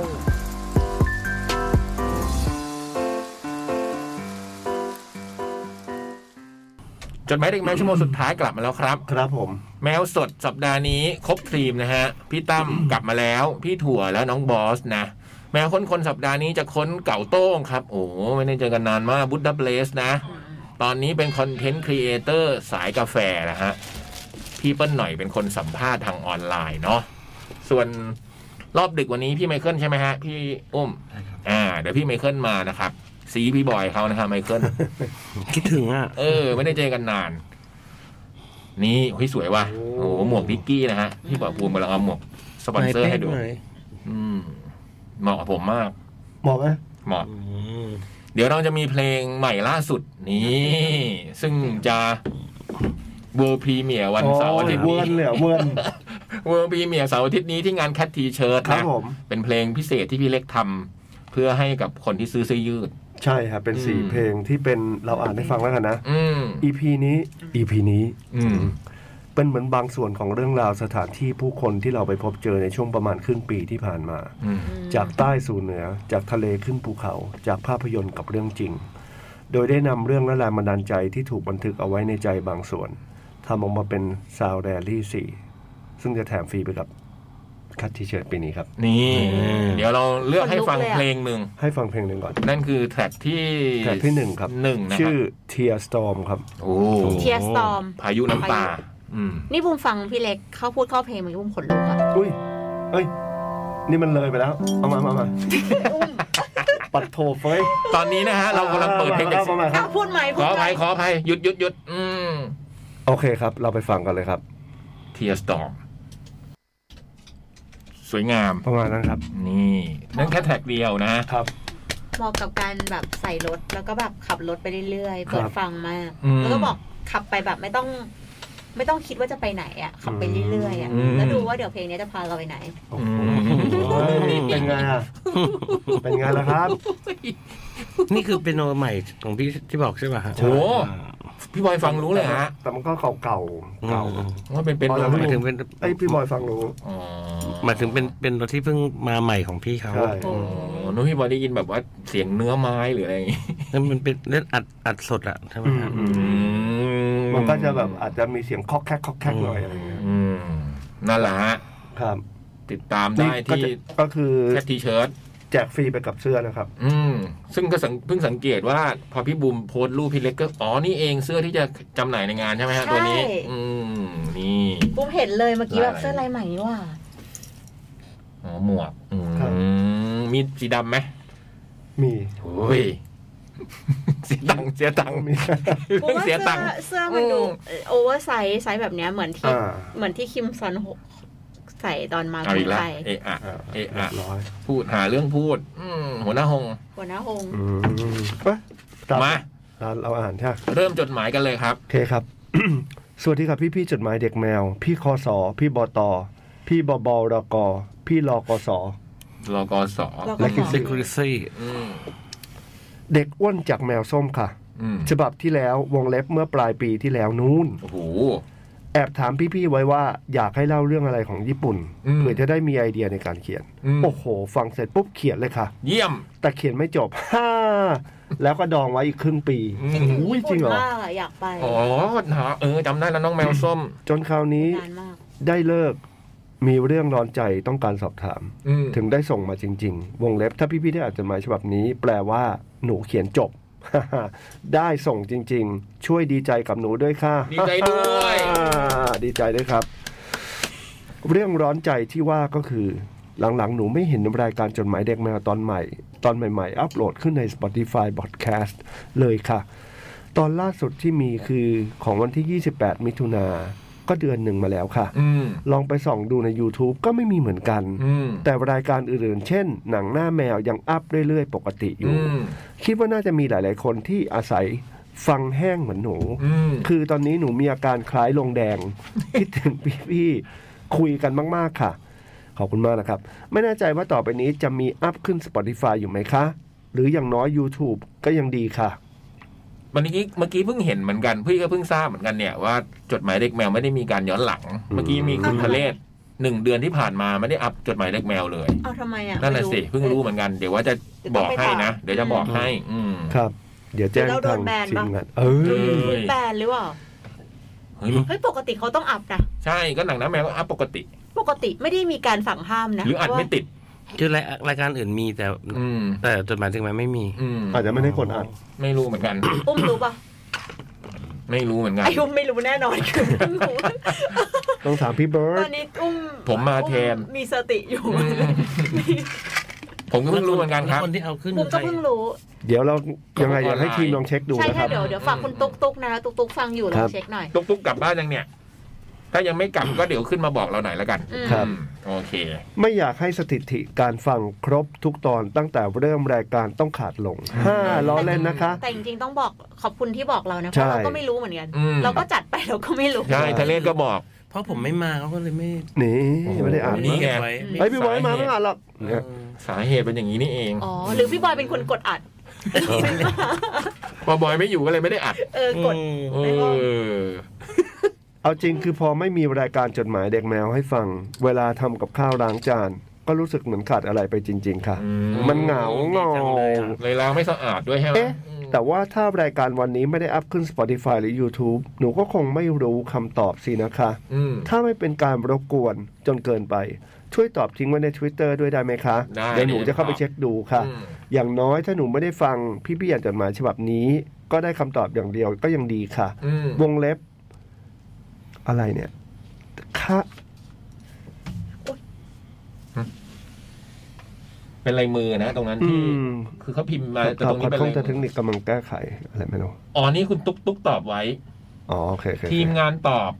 A: จดหมายเด็กแมวชั่วโมงสุดท้ายกลับมาแล้วครับ
D: ครับผม
A: แมวสดสัปดาห์นี้ครบทีมนะฮะ พี่ตั้ม กลับมาแล้ว พี่ถั่วแล้วน้องบอสนะ แมวค้นคนสัปดาห์นี้จะค้นเก่าโต้งครับ โอ้ไม่ได้เจอกันนานมากบุ d ดาเบลสนะ ตอนนี้เป็นคอนเทนต์ครีเอเตอร์สายกาแฟนะฮะ พี่เปิ้ลหน่อยเป็นคนสัมภาษณ์ทางออนไลน์เนาะส่วนรอบดึกวันนี้พี่ไมเคิลใช่ไหมฮะ พี่อุ้มอ่า เดี๋ยวพี่ไมเคิลมานะครับ สีพี่บอยเขานะครับไมเคิล
B: คิดถึงอ่ะ
A: เออ ไม่ได้เจอกันนาน นี่โอ้ยสวยว่ะ โอ้โหหมวกนิกกี้นะฮะ พี่บอกภูมิกำลังเอาหมวก สปอนเซอร์ให้ดู อืมเหมาะกับผมมาก
D: บอกไหม
A: เหมาะ เดี๋ยวเราจะมีเพลงใหม่ล่าสุดนี่ ซึ่งจะเวอร์พรีเมียร์วันเสาร์อาทิตย์
D: เวิ
A: นี้
D: ร์นเลยเหรอเวิร์น
A: เวิร์บีเมียร์เสาร์อาทิตย์นี้ที่งานแคททีเชิร์ต
D: ครับ
A: นะ
D: ผม
A: เป็นเพลงพิเศษที่พี่เล็กทำเพื่อให้กับคนที่ซื้อเสื้อยืด
D: ใช่ครับ เป็นสี่
A: อืม
D: เพลงที่เป็นเราอ่านให้ฟังแล้วกันนะ
A: อืม
D: EP นี้ EP นี้
A: อืม
D: เป็นเหมือนบางส่วนของเรื่องราวสถานที่ผู้คนที่เราไปพบเจอในช่วงประมาณครึ่งปีที่ผ่านมา
A: อืม
D: จากใต้สู่เหนือ จากทะเลขึ้นภูเขา จากภาพยนตร์กับเรื่องจริง โดยได้นำเรื่องและแรงบันดาลใจที่ถูกบันทึกเอาไว้ในใจบางส่วนทำออกมาเป็นซาวแรลี่สี่ซึ่งจะแถมฟรีไปกับคัดทีเชิร์ตปีนี้ครับ
A: นี่
B: อืม
A: เดี๋ยวเราเลือกให้ฟัง
E: คนลุกเลยอะ
A: เพลงหนึ่ง
D: ให้ฟังเพลงหนึ่งก่อน
A: นั่นคือแทร็กที่
D: แทร็กที่หนึ่งครับ
A: หนึ่งนะครับ
D: ชื่อ Tear Storm ครับ
A: โอ้
E: เทียสตอม
A: พายุน้ำตา
E: พายุ
A: อืม
E: นี่บุมฟังพี่เล็กเขาพูดเข้าเพลงเมันบุมขนลุกอ่ะ
D: อุ้ย เอ้ย นี่มันเลยไปแล้ว เอามามามาปัดโถเฟ้ย
A: ตอนนี้นะฮะ เรากำลังเปิดเพลงเด็ก
D: อามาค
E: อ้า
D: รั
E: ว
D: บ
E: พูดไหม
A: ข
E: พูด
A: ออ
E: ไหม
A: ภัยขออภัยหยุดหยุดหยุดอืม
D: โอเคครับ เราไปฟังกันเลยครับ
A: เทียสตอมสวยงาม
D: ประมาณนั้นครับ
A: นี่ นั่นแค่แทร็กเดียวนะ
D: ครับ
E: เหมาะกับการแบบใส่รถแล้วก็แบบขับรถไปเรื่อยๆ
D: ครับ
E: เปิดฟังมาก
A: อืม
E: แล้วก็บอกขับไปแบบไม่ต้อง ไม่ต้องคิดว่าจะไปไหนอ่ะขับไปเรื่อยๆอ่ะ
A: อืม
E: แล้วดูว่าเดี๋ยวเพลงนี้จะพาเราไปไหน
D: โอ้โหเป็นไงอ่ะ เป็นไงล่ะครับ
B: นี่คือเป็นโนใหม่ของพี่ที่บอกใช่ป่ะฮะ
A: โอ้พี่บอยฟังรู้เลยฮะ
D: แต่มันก็เก่าเก่าๆเก่า
A: ว่าเป็นเป็น
D: อ๋อเหรอ
B: หมายถึงเป็น
D: ไอยพี่บอยฟังรู้
A: อ๋อ
B: หมายถึงเป็นเป็นรถที่เพิ่งมาใหม่ของพี่เขา
D: ใช่
A: โอ้นู้นพี่บอยได้ยินแบบว่าเสียงเนื้อไม้หรืออะไรอย่างงี้
B: แล้วมันเป็นเล่นอัดอัดสดอะใช่ไหม
D: อืม
B: ครับ
D: อืมมันก็จะแบบอาจจะมีเสียงคอกแคกคอกแคกหน่อยอะไรอย่างเงี้ย
A: อืมนั่นแหละฮะ
D: ครับ
A: ติดตาม
D: นี่
A: ได้
D: ก็
A: ที่
D: จะก็คือ
A: แคททีเชิร์ต
D: แจกฟรีไปกับเสื้อนะครับ
A: อืม ซึ่งก็สังเพิ่งสังเกตว่า พอพี่บุมโพสต์รูปพี่เล็กก็อ๋อนี่เองเสื้อที่จะจำหน่ายในงานใช่ไหมฮะ
E: ใช่
A: ตัวนี้ อืม นี่
E: บุมเห็นเลยเมื่อกี้
A: ได้
E: แบบเสื้อลายใหม่นี่หว่า
A: อ๋อหมวก อืม
D: ครับ
A: มีสีดำไหม
D: มี
A: โอ้ย เสียตังค์เสียตังค์
D: มี
E: บุ
A: เพิ่ง
E: มว่า
A: เสี
E: เสื้
A: ย
E: อ
A: ตังค์
E: เสื้อมันดูโอเวอร์ไซส์ไซส์แบบเนี้ยเหมือนที่
D: อ่า
E: เหมือนที่คิมซอนโฮใส่ตอนมา
A: เอา
E: คุ
A: อี
E: ย
A: กแล้ว
E: ไป
A: เอะอะ
D: อ่า
A: เอ๊ะ
D: เรี
A: อะ
D: ยบร้อย
A: พูดหาเรื่องพูด อืมหัวหน้าหง
E: หัวหน้าฮง
D: อืมเอ๊ะตัด
A: มา
D: ร้านเราอ่านใช่ไหม
A: เริ่มจดหมายกันเลยครับ
D: โอเคครับ สวัสดีครับพี่พี่ๆจดหมายเด็กแมว พี่คอสอพี่บอตอพี่บอบอรอกอพี่รอกอสอ
A: รอกอสอ
E: รอก
D: และคิด
B: Security
A: อืม
D: เด็กอ้วนจากแมวส้มค่ะ
A: อืม
D: ฉบับที่แล้ววงเล็บเมื่อปลายปีที่แล้วนู้น
A: โอ้โห
D: แอบถามพี่ๆไว้ว่าอยากให้เล่าเรื่องอะไรของญี่ปุ่น
A: อืม
D: เผื่อจะได้มีไอเดียในการเขียน
A: อืม
D: โอ้โห ฟังเสร็จปุ๊บเขียนเลยค่ะ
A: เยี่ยม
D: แต่เขียนไม่จบ ฮ่าแล้วก็ดองไว้อีกครึ่งปี
A: อืม
D: อุ้ยจริงเหรอ
E: ญี่ปุ่นมากอะอยากไป
A: อ๋อหาเออจำได้แล้วน้องแมวส้ม
D: จนคราวนี้
E: นานมาก
D: ได้เลิกมีเรื่องร้อนใจต้องการสอบถาม
A: อืม
D: ถึงได้ส่งมาจริง ๆ วงเล็บถ้าพี่ๆได้อ่านจดหมายฉบับนี้ แปลว่าหนูเขียนจบ ได้ส่งจริง ๆ ช่วยดีใจกับหนูด้วยค่ะ
A: ดีใจด้วย
D: ดีใจด้วยครับ เรื่องร้อนใจที่ว่าก็คือ หลังๆ หนูไม่เห็นรายการจดหมายเด็กแมวตอนใหม่ ตอนใหม่ ๆ อัปโหลดขึ้นใน Spotify Podcast เลยค่ะ ตอนล่าสุดที่มีคือของวันที่ 28 มิถุนาก็เดือนหนึ่งมาแล้วค่ะ
A: อืม
D: ลองไปส่องดูใน YouTube ก็ไม่มีเหมือนกัน
A: อืม
D: แต่รายการอื่นๆ เช่น หนังหน้าแมวยังอัพเรื่อยๆ ปกติอยู่
A: อืม
D: คิดว่าน่าจะมีหลายๆ คนที่อาศัยฟังแห้งเหมือนหนู
A: อืม
D: คือตอนนี้หนูมีอาการคล้ายลงแด ง คิดถึงพี่ๆ คุยกันมาก ๆ ค่ะ ขอบคุณมากนะครับ ไม่แน่ใจว่าต่อไปนี้จะมีอัพขึ้น Spotify อยู่ไหมคะ หรืออย่างน้อย YouTube ก็ยังดีค่ะ
A: วันนี้เมื่อกี้เพิ่งเห็นเหมือนกันพี่ก็เพิ่งทราบเหมือนกันเนี่ยว่าจดหมายเด็กแมวไม่ได้มีการย้อนหลัง เมื่อกี้มีคุณทะเลศหนึ่งเดือนที่ผ่านมาไม่ได้อัพจดหมายเด็กแมวเลย
E: เอาทำไมอ่ะ
A: นั่นแหละ
E: ไม่
A: สิเพิ่งรู้เหมือนกันเดี๋ยวว่าจะบอกให้นะ เดี๋ยวจะบอกให้ อืม
D: ครับ เดี๋ยวแจ้ง
E: เดี๋ยวเราโด
D: ทาง
E: นแบน
D: ที
E: ปะ
D: มงานเอ
A: เอ
D: อ
A: ้ย
E: แบนหรือเปล่า
A: เฮ้ย
E: เฮ้ยปกติเขาต้องอัพนะ
A: ใช่ก็หนังน้าแมวก็อัพปกติ
E: ปกติไม่ได้มีการสั่งห้ามนะ
A: หรืออัดไม่ติด
B: คือรายรายการอื่นมีแต่
A: อืม
B: แต่จดหมายถึงมันไม่มี
A: อืม
D: อาจจะไม่ได้คนอ่าน
A: ไม่รู้เหมือนกัน
E: เพราะว่าอุ้มรู้ปะ
A: ไม่รู้เหมือนกัน
E: ไอ้อุ้มไม่รู้แน่นอนคือไม่รู้
D: ต้องถามพี่เบิ
E: ต
D: ร์
E: อ
D: ด
E: นนี้อุ้ม
A: ผมมาแทน
E: อุ้มีสติอยู่
A: อืมผมก็เพิ่งรู้เหมือนกันครับ
B: แล้วคนที่เอาขึ้น
E: บุมก็เพิ่งรู้
D: เดี๋ยวเรายังไง
A: ขอบคุณ
D: อยากให้
A: ออนไลน์
D: ทีมลองเช็คดู
E: ใช่
D: นะค
E: ใช่
D: รับ
E: เดี๋ยวเดี๋ยวฝากคุณตุ๊กตุ๊กนะตุ๊กตุ๊กฟังอยู่ล
D: ค
E: อ
D: รั
E: ง
D: บ
E: เช็คหน่อย
A: ตุ๊กตุ๊กกลับบ้านยังเนี่ย ถ้ายังไม่กลับก็เดี๋ยวขึ้นมาบอกเราหน่อยแล้วกัน
D: ครับ
A: อืมโอเค
D: ไม่อยากให้สถิติการฟังครบทุกตอนตั้งแต่เริ่มรายการต้องขาดลงห้าล้อเล่นนะคะ
E: แต่จริงๆต้องบอกขอบคุณที่บอกเรานะเพ
D: ใช่
E: ราะเราก็ไม่รู้เหมือนกัน
A: อืม
E: เราก็จัดไปเราก็ไม่รู้
A: ใช่ทะเลศก็บอก
B: เพราะผมไม่มาเขาก็เลยไม่
D: นี่ไม่ได้อ่าน
A: โอ้โห
D: มั้ง
B: เก็บไว้
D: ไอยพี่บอยมาไม่อ่านหรอก
B: เอ
D: เนี่ย
B: อ
A: สาเหตุเป็นอย่างนี้นี่เอง
E: อ๋อ หรือพี่บอยเป็นคนกดอัด
A: พอบอยไม่อยู่ก็เลยไม่ได้อัด
E: เออกด
A: เออ
D: เอาจริงคือพอไม่มีรายการจดหมายเด็กแมวให้ฟัง เวลาทำกับข้าวล้างจาน ก็รู้สึกเหมือนขาดอะไรไปจริง ๆ ค่ะ
A: อืม
D: มันเหงาเหงา
A: เลยล้างไม่สะอาดด้วยใช่ไหม
D: เอ๊ะ แต่ว่าถ้ารายการวันนี้ไม่ได้อัพขึ้น Spotify หรือ YouTube หนูก็คงไม่รู้คำตอบสินะคะ
A: อืม
D: ถ้าไม่เป็นการรบกวนจนเกินไป ช่วยตอบทิ้งไว้ใน Twitter ด้วยได้ไหมคะ
A: ได้
D: เดี๋ยวหนูจะเข้าไปเช็คดูค่ะ
A: อืม
D: อย่างน้อยถ้าหนูไม่ได้ฟังพี่พี่ๆอ่านจดหมายฉบับนี้ ก็ได้คำตอบอย่างเดียวก็ยังดีค่ะ
A: อืม
D: วงเล็บ อะไรเนี่ยค่ะ
A: เป็นลายมือนะ ตรงนั้น
D: อื
A: ที่
D: ม
A: คือเขาพิมพ์มาแต่
D: ตอ
A: ตร
D: บ
A: ง
D: ขั
A: นี้
D: ด
A: เป็น
D: ข้อง
A: ลาย
D: ทางเทค
A: มือ
D: นิคกำลังแก้ไขอะไรไม่รู้
A: อ๋อนี่คุณตุ๊กตุ๊กตอบไว้
D: อ๋อโอเคโอเคโอเค
A: ทีมงานตอบ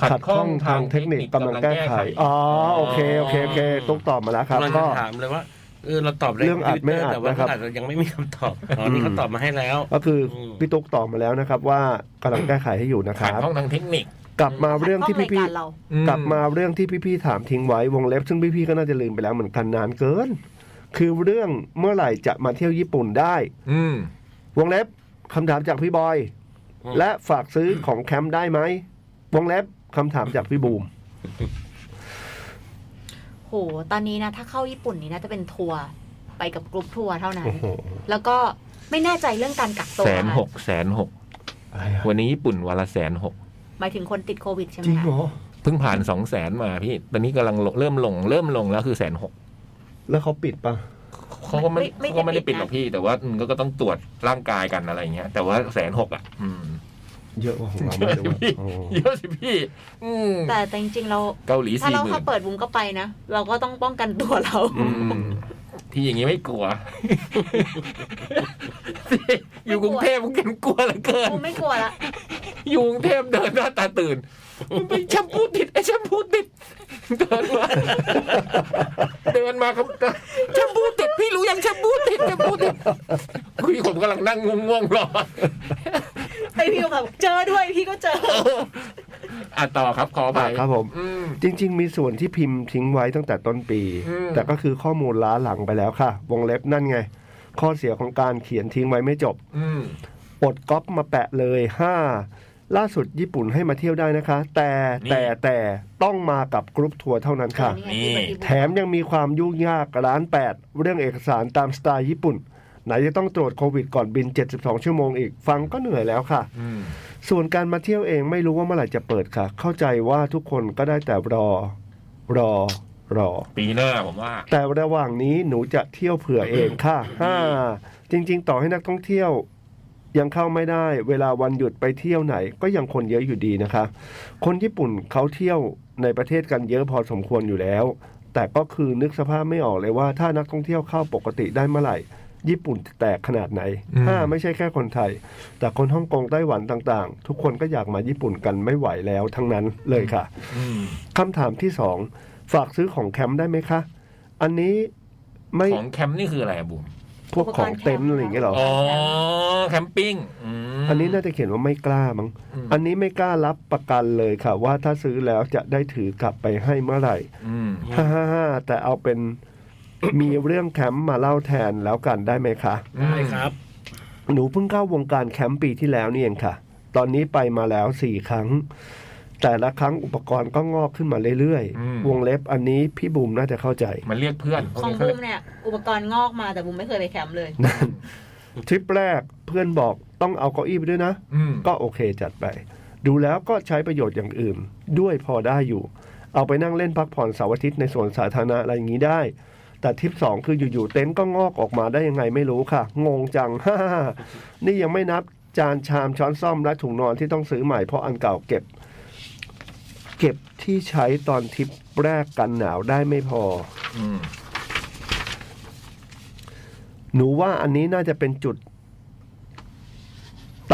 A: ขัดข้องทางเทคนิค
D: กำลังแก้ไข อ๋อ โอเค โอเค โอเคต้องตอบมาแล้วครับ
B: กำลัง
D: ก็
B: จะถามเลยว่าเออเราตอบได้
D: เรื่องอัดไม่อัด
B: แต่ว่า
D: นะครับ
B: อาจจะยังไม่มีคำตอบอ๋อนี่เขาตอบมาให้แล้ว
D: ก็คืออ
B: ม
D: พี่ตุ๊กตอบมาแล้วนะครับ ว่ากำลังแก้ไขให้อยู่นะค
A: ขั
D: รั
A: ด
D: บ
A: ข้องทางเทคนิค
D: กลับมาเรื่องที่พี่
E: ขัดข้องราย
D: พี่
E: การเรา
A: อื
D: กลับมาเรื่องที่พี่พี่ๆถามทิ้งไว้วงเล็บ ซึ่งพี่พี่ๆก็น่าจะลืมไปแล้วเหมือนกันนานเกิน คือเรื่องเมื่อไหร่จะมาเที่ยวญี่ปุ่นได้
A: อืม
D: วงเล็บคำถามจากพี่บอย
B: อืม
D: และฝากซื้อของแคมป์ได้ไหมวงเล็บคำถามจากพี่บูม
E: โห ตอนนี้นะ ถ้าเข้าญี่ปุ่นนี่นะจะเป็นทัวร์ไปกับกรุ๊ปทัวร์เท่านั้น
D: โอ้โห
E: แล้วก็ไม่แน่ใจเรื่องการกักตัว
A: แสนหกแสนหก
D: อะไรอะ
A: วันนี้ญี่ปุ่นวันละแสนหก
E: หมายถึงคนติดโควิดใช่ไหม
D: จริง
E: คะ
D: เหรอ
A: เพิ่งผ่านสองแสนมาพี่ ตอนนี้กำลังลงเริ่มลง เริ่มลงแล้วคือแสนหก
D: แล้วเขาปิดปะ
A: เขาก็ไม่เขาก็ไม่ได้ปิดหรอกพี่ แต่ว่าอืมก็ก็ต้องตรวจร่างกายกันอะไรเงี้ย แต่ว่าแสนหกอ่ะ อืม
D: เยอะกว่าของเรา
A: เย
D: ไม่
A: อะ
D: รู้
A: สิ
D: ว่า
A: พี่
D: โอ้
A: เยอะสิพี่ อืม
E: แต่แต่จริงๆเรา
A: เกาหลี
E: ถ้า
A: สี่
E: เรา
A: หมื่
E: ถ้าน เปิดวงก็ไปนะ เราก็ต้องป้องกันตัวเรา
D: อืม
A: พี่อย่างนี้ไม่กลัว พี่อยู่กรุงเทพมึงกันกลัวเหลือเกิน
E: กูไม่กลัวละ
A: ยุงเทพเดินหน้าตาตื่นไปแชมพูติดไอ้แชมพูติด เดินมาเดินมาครับแชมพูติดพี่รู้ยังแชมพูติดแชมพูติดคุยผมกำลังนั่งง่วงๆรอ
E: ไอพี่ก็แบบเจอด้วยพี่ก็เจอ
A: อ่ะต่อครับขอไป
D: อ่ะครับผม
A: อืม
D: จริง ๆ มีส่วนที่พิมพ์ทิ้งไว้ตั้งแต่ต้นปี
A: อืม
D: แต่ก็คือข้อมูลล้าหลังไปแล้วค่ะ วงเล็บนั่นไง ข้อเสียของการเขียนทิ้งไว้ไม่จบ
A: อืม
D: อดก๊อปมาแปะเลยห้าล่าสุดญี่ปุ่นให้มาเที่ยวได้นะคะ แต่แต่แต่ต้องมากับกรุ๊ปทัวร์เท่านั้นค่ะ
E: นี่ไงที่เปิดอีบุ๊ค
D: แถมยังมีความยุ่งยากร้าน 8 เรื่องเอกสารตามสไตล์ญี่ปุ่น ไหนจะต้องตรวจโควิดก่อนบิน 72 ชั่วโมงอีกฟังก็เหนื่อยแล้วค่ะ
A: อืม
D: ส่วนการมาเที่ยวเองไม่รู้ว่าเมื่อไหร่จะเปิดค่ะ เข้าใจว่าทุกคนก็ได้แต่รอ รอ รอ
A: ปีหน้าผมว่า
D: แต่ระหว่างนี้หนูจะเที่ยวเผื่อเองค่ะห้าจริง ๆ ต่อให้นักท่องเที่ยว ยังเข้าไม่ได้ เวลาวันหยุดไปเที่ยวไหน ก็ยังคนเยอะอยู่ดีนะคะ คนญี่ปุ่นเขาเที่ยวในประเทศกันเยอะพอสมควรอยู่แล้ว แต่ก็คือนึกสภาพไม่ออกเลยว่า ถ้านักท่องเที่ยวเข้าปกติได้เมื่อไหร่ ญี่ปุ่นจะแตกขนาดไหน
A: อืม
D: ห้าไม่ใช่แค่คนไทย แต่คนฮ่องกงไต้หวันต่างๆ ทุกคนก็อยากมาญี่ปุ่นกันไม่ไหวแล้วทั้งนั้นเลยค่ะ
A: อืม
D: คำถามที่สองฝากซื้อของแคมป์ได้ไหมคะ อันนี้ไม่
A: ของแคมป์นี่คืออะไรอะบุ๋ม
D: พวกของเต็นท์อะไรอย่างเงี้ยเหรอ
A: อ๋อแคมปิ้งม
D: อันนี้น่าจะเขียนว่าไม่กล้ามั้ง
A: อืม
D: อันนี้ไม่กล้ารับประกันเลยค่ะ ว่าถ้าซื้อแล้วจะได้ถือกลับไปให้เมื่อไหร่
A: อืม
D: ฮ่าฮ่าฮ่าแต่เอาเป็น มีเรื่องแคมป์มาเล่าแทนแล้วกันได้ไหมคะ
B: ได้ครับ
D: หนูเพิ่งเข้าวงการแคมป์ปีที่แล้วนี่เองค่ะ ตอนนี้ไปมาแล้วสี่ครั้ง แต่ละครั้งอุปกรณ์ก็งอกขึ้นมาเรื่อยๆ วงเล็บอันนี้พี่บุ๋มน่าจะเข้าใจ
A: มันเรียกเพื่อน
E: ของบูมเนี่ย อุปกรณ์งอกมาแต่บูมไม่เคยไปแคมป์ เลย
D: ทริปแรกเพื่อนบอกต้องเอาเก้าอี้ไปด้วยนะ
A: อืม
D: ก็โอเคจัดไป ดูแล้วก็ใช้ประโยชน์อย่างอื่น ด้วยพอได้อยู่ เอาไปนั่งเล่นพักผ่อนเสาร์อาทิตย์ในสวนสาธารณะอะไรอย่างนี้ได้ แต่ทริปสองคืออยู่ ๆ เต็นท์ก็งอกออกมาได้ยังไงไม่รู้ค่ะ งงจัง ฮ่านี่ยังไม่นับจานชามช้อนซ่อมและถุงนอนที่ต้องซื้อใหม่เพราะอันเก่าเก็บ เก็บที่ใช้ตอนทริปแรกกันหนาวได้ไม่พอ
A: อืม
D: หนูว่าอันนี้น่าจะเป็นจุด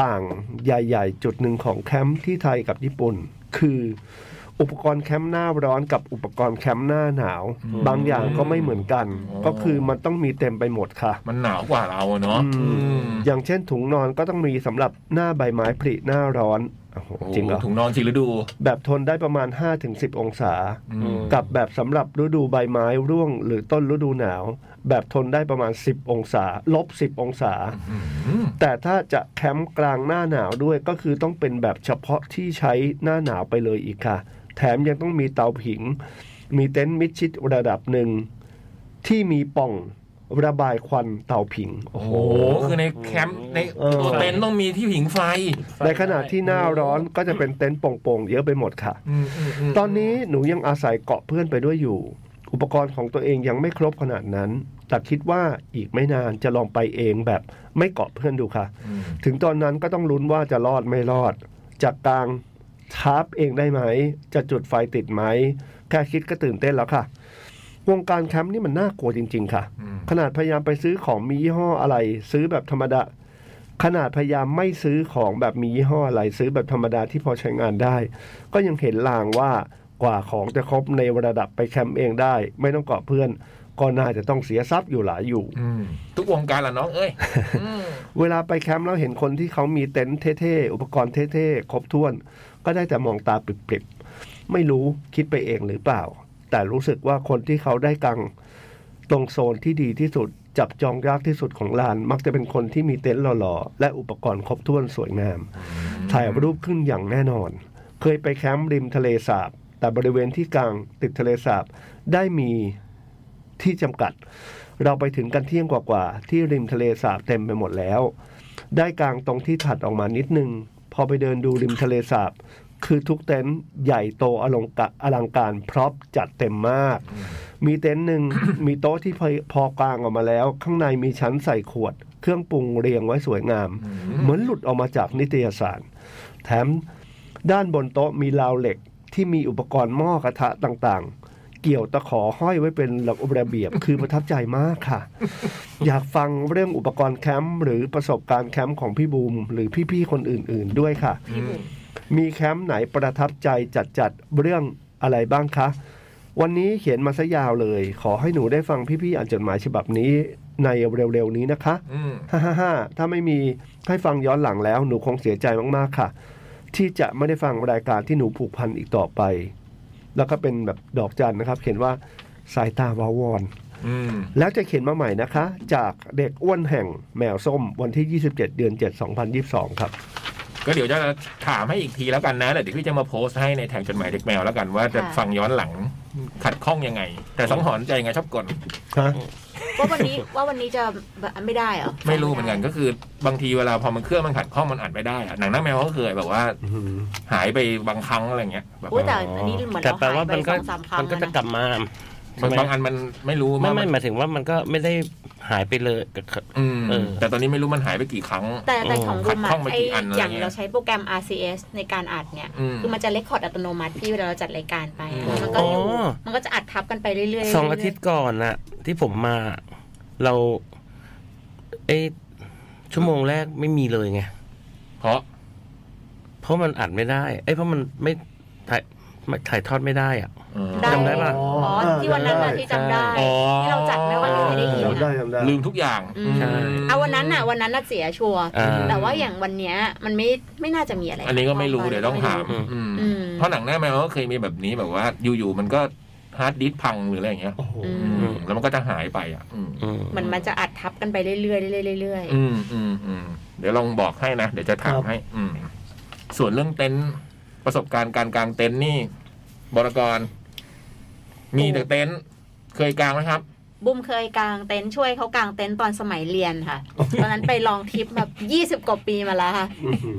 D: ต่างใหญ่ ๆ จุดหนึ่งของแคมป์ที่ไทยกับญี่ปุ่น คืออุปกรณ์แคมป์หน้าร้อนกับอุปกรณ์แคมป์หน้าหนาว บางอย่างก็ไม่เหมือนกัน ก็คือมันต้องมีเต็มไปหมดค่ะ
A: มันหนาวกว่าเราอะเนาะ
D: อืม
A: อืม
D: อย่างเช่นถุงนอนก็ต้องมีสำหรับหน้าใบไม้ผลิหน้าร้อน โอ้โห
A: โอ้โห
D: จริงเหรอ
A: ถุงนอนจริงฤดู
D: แบบทนได้ประมาณ 5-10 องศา
A: อืม
D: กับแบบสำหรับฤดูใบไม้ร่วง หรือต้นฤดูหนาว แบบทนได้ประมาณ 10 องศา ลบ 10 องศา
A: อืม
D: แต่ถ้าจะแคมป์กลางหน้าหนาวด้วยก็คือต้องเป็นแบบเฉพาะที่ใช้หน้าหนาวไปเลยอีกค่ะ แถมยังต้องมีเตาผิง มีเต็นท์มิดชิดระดับหนึ่ง ที่มีป่องระบายควันเตาผิง
A: โอ้โห คือในแคมป์ใน
D: เออ
A: ตัวเต็นท์ต้องมีที่ผิงไฟ
D: ในขณะที่หน้าร้อนก็จะเป็นเต็นท์โปร่งๆเยอะไปหมดค่ะ
A: อืมอืมอืม
D: ตอนนี้หนูยังอาศัยเกาะเพื่อนไปด้วยอยู่ อุปกรณ์ของตัวเองยังไม่ครบขนาดนั้น แต่คิดว่าอีกไม่นานจะลองไปเองแบบไม่เกาะเพื่อนดูค่ะ
A: อืม
D: ถึงตอนนั้นก็ต้องลุ้นว่าจะรอดไม่รอด จากกลางทาร์ปเองได้ไหม จะจุดไฟติดไหม แค่คิดก็ตื่นเต้นแล้วค่ะ วงการแคมป์นี่มันน่ากลัวจริง ๆ ค่ะ
A: อืม
D: ขนาดพยายามไปซื้อของมียี่ห้ออะไร ซื้อแบบธรรมดา ขนาดพยายามไม่ซื้อของแบบมียี่ห้ออะไร ซื้อแบบธรรมดาที่พอใช้งานได้ ก็ยังเห็นลางว่ากว่าของจะครบในระดับไปแคมป์เองได้ ไม่ต้องเกาะเพื่อน ก็น่าจะต้องเสียทรัพย์อยู่หลายอยู่
A: อืมทุกวงการละน้องเอ้ยอืม
D: เวลาไปแคมป์แล้วเห็นคนที่เขามีเต็นท์เท่ๆ อุปกรณ์เท่ๆ ครบถ้วน ก็ได้แต่มองตาปริบๆ ไม่รู้คิดไปเองหรือเปล่า แต่รู้สึกว่าคนที่เขาได้กัง ตรงโซนที่ดีที่สุด จับจองยากที่สุดของลาน มักจะเป็นคนที่มีเต็นท์หล่อๆ และอุปกรณ์ครบถ้วนสวยงาม ถ่ายรูปขึ้นอย่างแน่นอน เคยไปแคมป์ริมทะเลสาบ แต่บริเวณที่กลางติดทะเลสาบได้มีที่จำกัด เราไปถึงกันเที่ยงกว่าๆที่ริมทะเลสาบเต็มไปหมดแล้ว ได้กลางตรงที่ถัดออกมานิดนึง พอไปเดินดูริมทะเลสาบ คือทุกเต็นท์ใหญ่โตอลังกะอลังการพร็อพจัดเต็มมาก มีเต็นท์หนึ่ง มีโต๊ะที่พอพอกลางออกมาแล้ว ข้างในมีชั้นใส่ขวด เครื่องปรุงเรียงไว้สวยงาม เหมือนหลุดออกมาจากนิตยสาร แถมด้านบนโต๊ะมีราวเหล็กที่มีอุปกรณ์หม้อกระทะต่างๆ เกี่ยวตะขอห้อยไว้เป็นระเบียบ คือประทับใจมากค่ะ อยากฟังเรื่องอุปกรณ์แคมป์หรือประสบการณ์แคมป์ของพี่บูม หรือพี่ๆคนอื่นๆด้วยค่ะ มีแคมป์ไหนประทับใจจัดๆเรื่องอะไรบ้างคะ วันนี้เขียนมาซะยาวเลย ขอให้หนูได้ฟังพี่ๆอ่านจดหมายฉบับนี้ในเร็วๆนี้นะคะ
A: อืม
D: ฮ่าฮ่าฮ่าถ้าไม่มีให้ฟังย้อนหลังแล้วหนูคงเสียใจมาก ๆ ค่ะ ที่จะไม่ได้ฟังรายการที่หนูผูกพันอีกต่อไป แล้วก็เป็นแบบดอกจันนะครับ เขียนว่าสายตาวาวอน
A: อืม
D: แล้วจะเขียนมาใหม่นะคะ จากเด็กอ้วนแห่งแมวส้มวันที่ 27 เดือน 7 2022 ครับ
A: ก็เดี๋ยวจะถามให้อีกทีแล้วกันนะเดี๋ยวพี่จะมาโพสต์ให้ในแท็กจดหมายเด็กแมวแล้วกันว่าจะ
E: ค่ะ
A: ฟังย้อนหลังขัดข้องยังไง แต่สังหรณ์ใจยังไงชอบกด
D: ฮะ
E: ว่าวันนี้ว่าวันนี้จะแบบไม่ได้เหรอ
A: ไม่รู้เหมือนกันก็คือบางทีเวลาพอมันเครื่องมันขัดข้องมันอ่านไม่ได้อะหนังหน้าแมวก็เคยแบบว่าหายไปบางครั้งอะไรเงี้ยแบบ
E: โอ้ยแต่อันนี้เหมือน
B: แต่
E: เรา
B: แปล
E: หาย
B: ว่า
E: ไป
B: มัน
E: ส
B: ก็
E: องสามครั้ง
B: มันก็จะ
E: แล้วนะ
B: กลับมาใช่
A: บาง
B: ไหม
A: บางอันมันไม่รู้
B: ไม่
A: ว่า
B: ไม่
A: น
B: หมายถึงว่ามันก็ไม่ได้หายไปเลยกับ
A: อืม
B: เออ
A: แต่ตอนนี้ไม่รู้มันหายไปกี่ครั้ง
E: แต่แต่ของ
A: ขัด
E: บูม
A: ข้อ
E: อะ
A: งไป
E: ไอ
A: กี่อันอะไร
E: อย่าง
A: เงี้ย
E: เราใช้โปรแกรม RCS ในการอัดเนี่ย
A: อืม
E: คือมันจะเลคคอร์ดอัตโนมัติที่เวลาเราจัดรายการไปอะ
A: อ๋อ
E: มันก็อยู่มันก็จะอัดทับกันไปเรื่อยๆ
B: สองอาทิตย์ก่อนน่ะ ที่ผมมาเราไอยชั่วโมงแรกไม่มีเลยไง
A: เพราะ
B: เพราะมันอัดไม่ได้ เอ้ยเพราะมันไม่ถ่ายไม่ถ่ายทอดไม่ได้อะ
A: เออ
E: เรื่อยๆ
B: จำได้ปะ
E: อ๋อที่วันนั้นอะที่จำได้
A: อ๋อ
E: ที่เราจัดไม่ว่าใครได้ยิน
D: จำได้
E: อะ
D: จำได้
A: ลืมทุกอย่าง
E: อืม
B: ใช่
E: เอาวันนั้นอะวันนั้นน่ะเสียชัวร์
B: อ่า
E: แต่ว่าอย่างวันเนี้ยมันไม่ไม่น่าจะมีอะไร
A: อันนี้ก็ไม่รู้เดี๋ยวต้องถาม
B: อืม
A: อืม
E: อืม
A: เพราะหนังหน้าแมวก็เคยมีแบบนี้แบบว่า อยู่ๆมันก็ฮาร์ดดิสก์พังหรืออะไรอย่างเงี้ย
E: อื
A: อื
E: ม
A: มแล้วมันก็จะหายไปอ่ะ อืม
B: อืม
E: เหมันมันจะอัดทับกันไปเรื่อยๆเรื่อยๆเรื่อยๆ
A: อืมอืมอืมเดี๋ยวลองบอกให้นะ เดี๋ยวจะถามให้ อืมส่วนเรื่องเต็นท์ประสบการณ์การกางเต็นท์นี่ บรกร มีแต่เต็นท์เคยกางไหมครับ
E: บุ้มเคยกางเต็นท์ช่วยเขากางเต็นท์ตอนสมัยเรียนค่ะ ตอนนั้นไปลองทริปแบบ 20 กว่าปีมาแล้วค่ะ
D: อื้อหือ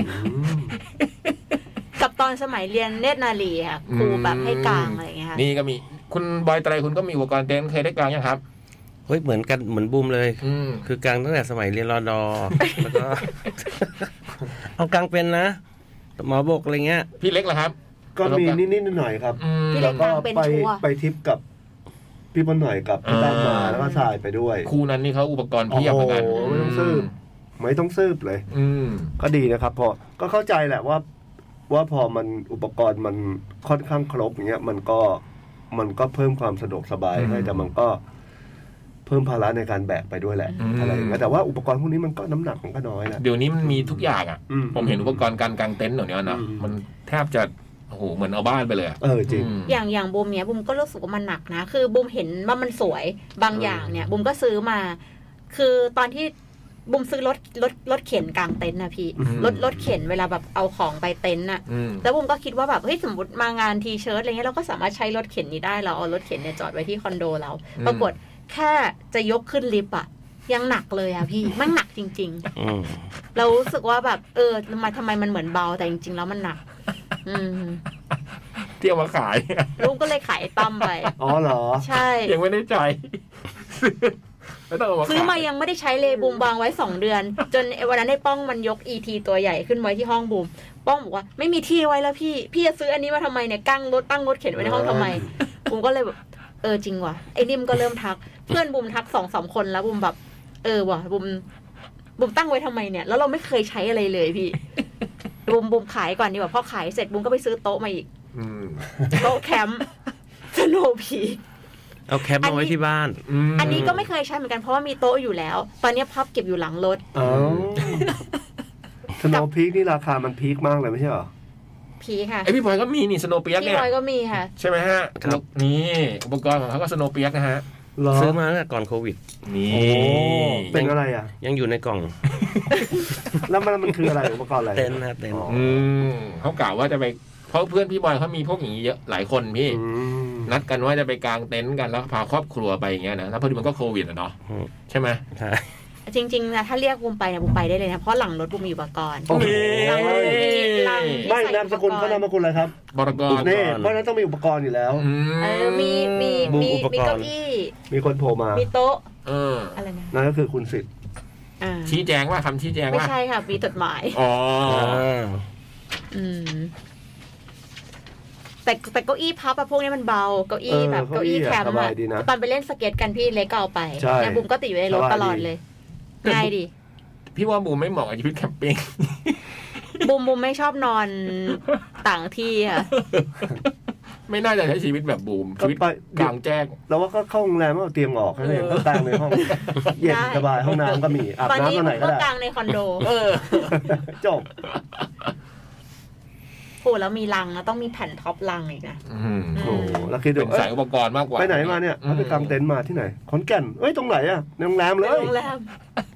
E: กับตอนสมัยเรียนเนตรนาลีค่ะครูแบบให้กางอะไรอย่างเงี้ยค่ะ
A: นี่ก็มี คุณบอยไตรคุณก็มีอุปกรณ์เต็นท์เคยได้กางยังครับ
B: เฮ้ยเหมือนกันเหมือนบูมเลย
A: อืม
B: คือกลางตั้งแต่สมัยเรียนรอดอ แล้วก็ เอากลางเป็นนะ หมอบกอะไรเงี้ย
A: พี่เล็กเหรอครับ
D: ก็มีนิดๆหน่อยๆครับ
A: อืม
E: พี่เล็กกางเป็น
D: ไป
E: ชัวร์
D: ไปทริปกับพี่บอลหน่อยกับพี่ตั้มมา
A: อ่า
D: แล้วก็ทรายไปด้วย
A: คู่นั้นนี่เขาอุปกรณ์เพียบเหมือนกัน
D: โอ้โหไม่ต้องซื้อ ไม่ต้องซืบเลย
A: อืม
D: ก็ดีนะครับพอก็เข้าใจแหละว่า ว่าพอมันอุปกรณ์มันค่อนข้างครบอย่างเงี้ย มันก็มันก็เพิ่มความสะดวกสบายให้
A: อืม
D: แต่มันก็ เพิ่มภาระในการแบกไปด้วยแหละ
A: อืม
D: อะไรอย่างเงี้ยแต่ว่าอุปกรณ์พวกนี้มันก็น้ำหนักมันก็น้อยนะ
A: เดี๋ยวนี้มันมีทุกอย่างอ่ะ
D: อืม
A: ผมเห็นอุปกรณ์การกางเต็นท์เดี๋ยวนี้เนาะ
D: อืม
A: มันแทบจะโอ้โหเหมือนเอาบ้านไปเลยอะ
D: เออจริง
A: ม
E: อย่างอย่างบุมเนี้ยบุมก็รู้สึกว่ามันหนักนะ คือบุมเห็นว่ามันสวยบาง
D: เออ
E: อ
D: อ
E: ย่างเนี่ยบุมก็ซื้อมา คือตอนที่บุมซื้อรถรถรถเข็นกลางเต็นท์นะพี่
A: อืม
E: รถรถเข็นเวลาแบบเอาของไปเต็นท์น่ะ
A: อืม
E: แล้วบุมก็คิดว่าแบบเฮ้ยสมมติมางานทีเชิ้ตอะไรเงี้ยเราก็สามารถใช้รถเข็นนี้ได้เราเอารถเข็นเนี่ยจอดไว้ที่คอนโดเรา
A: อืม
E: ปรากฏแค่จะยกขึ้นลิฟต์อะยังหนักเลยอะพี่มันหนักจริง ๆ
B: อืม
E: เรารู้สึกว่าแบบเออทำไมทำไมมันเหมือนเบาแต่จริงๆ แล้วมันหนัก อืม
A: เที่ยวมาขาย
E: ลูกก็เลยขายไอตั้มไป
D: อ๋อเหรอ
E: ใช่
A: ยังไม่ได้ ใจายไม่ต้องเอามา
E: ซื้อมา
A: ขาย
E: ยังไม่ได้ใช้เลยบูมวางไว้สองเดือน จนไอ้วันนั้นไอ้ป้องมันยกอีทีตัวใหญ่ขึ้นไว้ที่ห้องบูม ป้องบอกว่าไม่มีที่ไว้แล้วพี่ พี่จะซื้ออันนี้มาทำไมเนี่ยกั้งรถตั้งรถเข็นไว้ในห้องทำไมบูมก็เลยแบบเออจริงว่ะไอ้นิ่มก็เริ่มทัก เพื่อนบูมทักสองสามคนแล้วบูมแบบเออว่ะบูมบูมตั้งไว้ทำไมเนี่ย แล้วเราไม่เคยใช้อะไรเลยพี่บูมบูมขายก่อนดีกว่าพอขายเสร็จบูมก็ไปซื้อโต๊ะมาอีก
A: อืม
E: โต๊ะแคมป์ สโนว์พี
B: เอาแคปมาไว้ที่บ้าน
A: ม
E: อันนี้ก็ไม่เคยใช้เหมือนกันเพราะว่ามีโต๊ะอยู่แล้ว ตอนนี้พับเก็บอยู่หลังรถ
D: เอาสโนว์พีคนี่ราคามันพีคมากเลยไม่ใช่เหรอ
E: พีค่ะ
A: ไอพี่พลอยก็มีนี่สโนเปียก
E: พี่
A: เนี่ย
E: บอยก็มีค่ะ
A: ใช่ไหมฮะ
B: ครับ
A: นี่อุปกรณ์ของเขาก็สโนเปียกนะฮะ
D: เหรอ
B: ซื้อมาตั้งแต่ก่อนโควิด
A: นี่
D: โอ้เป็นอะไรอ่ะ
B: ยังอยู่ในกล่อง
D: แล้วมันมันคืออะไรอุปกรณ์อะไร
B: เต็นท์นะเต็นท์
D: อ๋อ
A: อืมเขากล่าวว่าจะไปเพราะเพื่อนพี่บอยเขามีพวกอย่างนี้เยอะหลายคนพี่
D: อืม
A: นัดกันว่าจะไปกางเต็นท์กันแล้วพาครอบครัวไปอย่างเงี้ยนะแล้วพอดีมันก็โควิดอะเนาะใช่ไหม
B: ใช่
E: จริงๆนะถ้าเรียกบุมไปนะบุมไปได้เลยนะ เพราะหลังรถบุมมีอุปกรณ์
D: โอ้โห
E: หลังรถมีหลังที่
D: ไม่
E: ใส่
D: นามสกุลเขานามสกุลอะไรครับ
A: บรกร
D: นี่เพราะฉะนั้นต้องมีอุปกรณ์อยู่แล้ว
A: อื
E: เออมีมีมีมีเก้าอี้
D: มีคนโผล่มา
E: มีโต๊ะ
A: เออ
E: อะไรนะ
D: นั่นก็คือคุณสิทธิ์
E: อ่า
A: ชี้แจงว่าคำชี้แจง
E: ไม่
A: ว่า
E: ใช่ค่ะมีจดหมาย
A: อ๋อ
E: อืม แต่แต่เก้าอี้พับอะพวกนี้มันเบาเก้าอี้
D: เออ
E: แบบเก้าอี้แค
D: เก้าอี้อะสบา
E: มป์อะ
D: ยดีนะ
E: ตอนไปเล่นสเก็ตกันพี่เล็กก็เอาไป
D: ใช่
E: เนี่ยบุมก็ติดอยู่ในรถ
D: สบายดี
E: ตลอดเลยง่ายดี
A: พี่ว่าบูมไม่เหมาะกับชีวิตแคมปิ้ง
E: บุมบุมไม่ชอบนอนต่างที่อ่ะ
A: ไม่น่าจะใช้ชีวิตแบบบูม
D: ก็
A: ชีวิต
D: ไป
A: กลางแจ้ง
D: เราว่าก็เข้าโรงแรมเอาเตียงออกแค่นั้นเอง
A: เออ
D: ก็กลางในห้อง เย็น
E: ได้
D: สบายห้องน้ำก็มีอาบ
E: ตอน
D: น้ำ
E: นี้
D: ตอนไหน
E: บุม
D: ก็
E: ก็
D: ได้
E: กลางในคอนโด
A: เออ
D: จบ
E: โอ้แล้วมีรังนะต้องมีแผ่นท็อปรังอีกนะ
A: อืม
D: โอ้โหแล้วคิดดู
A: เป็น
D: เอ้
A: สาย
D: ย
A: อุปกรณ์มากกว่า
D: ไปไหนมาเนี่ย
A: อื
D: เอาไปกางเต็นท์มาที่ไหนขอนแก่นเอ้ยตรงไหนอะในโรงแรมเล
E: ใน
D: ย
E: โรงแรม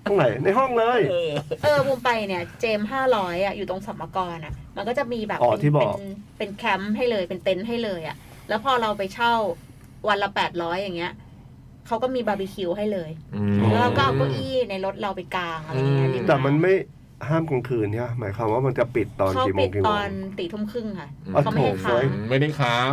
D: ตรงไหนในห้องเลย
A: เออ
E: เออบุมไปเนี่ย เจมห้าร้อยอ่ะอยู่ตรงสมมกรอ่ะ มันก็จะมีแบบ
D: อ๋อ
E: เป็น
D: ที่บอก
E: เป็นเป็นแคมป์ให้เลยเป็นเต็นท์ให้เลยอ่ะ แล้วพอเราไปเช่าวันละแปดร้อยอย่างเงี้ยเขาก็มีบาร์บีคิวให้เลย
A: อืม
E: แล้วเราก็เอาเก้าอี้ในรถเราไปกางอะไรอย่างเงี้ย
A: อืม
E: ริำ
D: แต่มันไม่ห้ามกลางคืนเนี่ยหมายความว่ามันจะปิดตอน
E: เขา
D: กี่โม
E: ปิ
D: ง
E: ด
D: กี่
E: ต
D: โม
E: อง นตีทุ่มครึ่งค่ะ
A: อ๋อ
E: เขาไม่
D: โถ
E: ให้
D: ส
E: ค้าว ง
D: ย
A: ไม่ได้ค้าง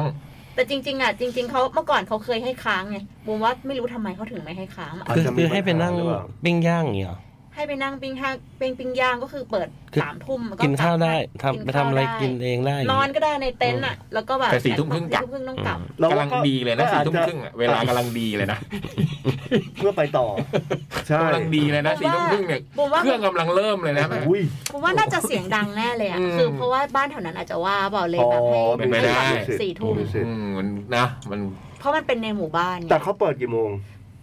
E: แต่จริงๆอ่ะจริง ๆเขาเมื่อก่อนเขาเคยให้ค้างไงบูมว่าไม่รู้ทำไมเขาถึงไม่ให้ค้าง
D: อาจ
B: คือ
D: จะมี
B: คือให้ไปนั่ง
D: ปัญหาหรือเปล่า
B: ปิ้งย่างอย่างเงี้ยเหรอ
E: ให้ไปนั่งปิ้งห้างปิ้งปิ้งย่างก็คือเปิด
B: คือ
E: สามทุ่มมั
B: กินข้าวได้
E: กลับ
B: ทำไป
E: กิน
B: ทำ
E: ข้าว
B: อะไรกินเองได้
E: ได้
B: ย่าง
E: นอ
B: เงี้
E: น
B: ย
E: ก็ได้ในเต็นท์อ่ะ แล้วก็แบบ
A: แต่สี่ทุ่มครึ่งกลับ
E: สี่ทุ่มครึ่งต้องกลับ
D: เรา
A: กำ
D: ว่า
A: ลังดีเลยนะ
D: ก็
A: สี่
D: อาจ
A: ทุ่ม
D: จะ
A: ครึ่งอะเวลากำลังดีเลยนะ
D: เพื่อไปต่อ ใช่
A: กำลังดีเลยนะสี่ทุ่มครึ่งเนี่ย
E: ผมว่า
A: เครื่องกำลังเริ่มเลยนะ
D: อุ้ย
E: ผมว่าน่าจะเสียงดังแน่เลยอ่ะ
A: อืม
E: คือเพราะว่าบ้านแถวนั้นอาจจะว่าเปล่าเลยแบบ
D: อ๋
E: ให้
D: อ
A: เป็นไปได้
E: ให้แบบสี่ทุ่ม
D: อืม
A: อืมมันนะมัน
E: เพราะมันเป็นในหมู่บ้านไง
D: แต่เขาเปิดกี่โมง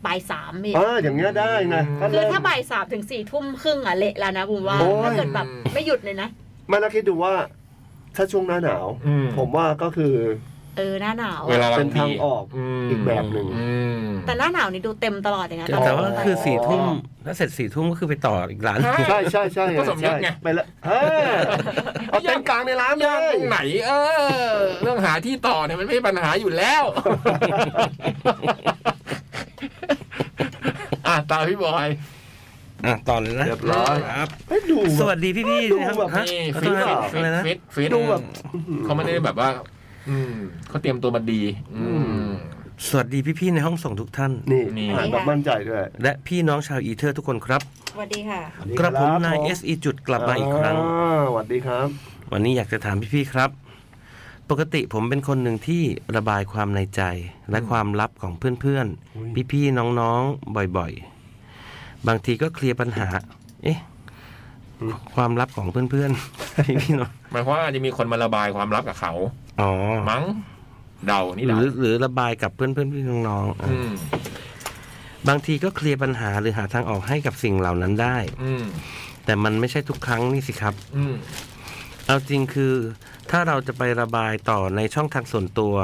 E: บ่ายสามอีก
D: อ่าอย่างเงี้ยได้ไงก็
E: คือ
D: เริ่ม
E: ถ้าบ่ายสามถึงสี่ทุ่มครึ่งอ่ะเละแล้วนะบุมว่า
D: โอ้ย
E: ถ้าเกิดแบบไม่หยุดเลยนะ
D: ไมาแล้วคิดดูว่า ถ้าช่วงหน้าหนาว
A: อืม
D: ผมว่าก็คือ
E: เออหน้าหนาว
A: เวลากำ
E: อะ
A: ลั
D: เป็น
A: ดี
D: ทางออก
A: ม
D: อีกแบบหนึ่ง
A: อืม
E: แต่หน้าหนาวนี่ดูเต็มตลอดเลยนะ
B: แต่
E: ตลอด
B: แต่ว่าคือสี่ทุ่ม
D: อ๋อ
B: ถ้าเสร็จสี่ทุ่มก็คือไปต่ออีกร้าน
A: ฮะ
D: ใช่ใช่ใช่
A: ก็สมยศไง
D: ใช่ไปละเออเอาเต็นท์กลางในร้านเล
A: ย่าง
D: ย
A: ตรงไหน เออ เรื่องหาที่ต่อเนี่ยมันไม่ใช่ปัญหาอยู่แล้ว อ่ะตามพี่บอย
B: อ่ะต่อเลยนะ
D: เรียบร้อย
B: ครับ
D: เฮ้ยดู
B: ส
D: แบ
B: วั
D: บ
B: สดีพี่พี่
D: ดู
B: นะครับ
D: แบบ
B: ฮะ
A: นี่
B: ขอ
A: ฟิ
B: โท
A: ต
B: ษ
A: ฟิต
B: นะอะไรนะ
A: ฟิตฟิต
D: ดูแบบ
A: เขาไม่ได้แบบว่า อืมเขาเตรียมตัวมาดี อืม
B: สวัสดีพี่พี่ๆในห้องส่งทุกท่าน
D: นี่
A: นี่
D: อ่านแบบมั่นใจด้วย
B: และพี่น้องชาวอีเทอร์ทุกคนครับ
E: สวัสดีค่ะ
B: กระผมนายเอสอีจุดกลับมาอีกครั้ง
D: อ่าสวัสดีครับ
B: วันนี้อยากจะถามพี่ๆครับ ปกติผมเป็นคนหนึ่งที่ระบายความในใจและความลับของเพื่อน
D: อุ๊ย
B: ๆ พี่ๆ น้องๆ บ่อยๆ บางทีก็เคลียร์ปัญหา เอ๊ะ ความลับของเพื่อนๆ พี่ๆน้อง
A: หมายความว่าอาจจะมีคนมาระบายความลับกับเขา
B: อ๋อ
A: มั้ง เดานี่
B: ห
A: เดา
B: รือหรือระบายกับเพื่อนๆ พี่ๆน้องๆอ่ะ
A: อืม
B: บางทีก็เคลียร์ปัญหาหรือหาทางออกให้กับสิ่งเหล่านั้นได้
A: อืม
B: แต่มันไม่ใช่ทุกครั้งนี่สิครับ
A: อืม
B: เอาจริงคือ ถ้าเราจะไประบายต่อในช่องทางส่วนตัว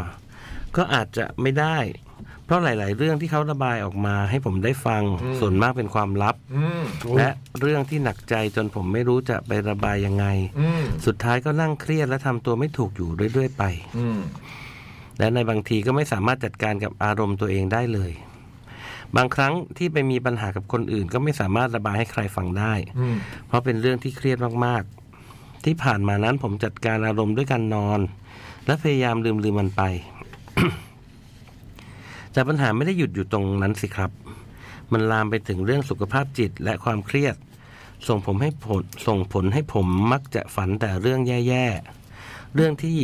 B: ก็อาจจะไม่ได้ เพราะหลาย ๆ เรื่องที่เขาระบายออกมา ให้ผมได้ฟัง
A: อืม
B: ส่วนมากเป็นความลับ
A: อืม
B: และเรื่องที่หนักใจจนผมไม่รู้จะไประบายยังไง
A: อืม
B: สุดท้ายก็นั่งเครียดและทำตัวไม่ถูกอยู่เรื่อย ๆ ไป
A: อืม
B: และในบางทีก็ไม่สามารถจัดการกับอารมณ์ตัวเองได้เลย บางครั้งที่ไปมีปัญหากับคนอื่น ก็ไม่สามารถระบายให้ใครฟังได้
A: อืม
B: เพราะเป็นเรื่องที่เครียดมาก ๆ ที่ผ่านมานั้นผมจัดการอารมณ์ด้วยการนอน และพยายามลืมลืมมันไป แต่ปัญหาไม่ได้หยุดอยู่ตรงนั้นสิครับ มันลามไปถึงเรื่องสุขภาพจิตและความเครียด ส่งผมให้ผลส่งผลให้ผมมักจะฝันแต่เรื่องแย่ ๆ เรื่องที่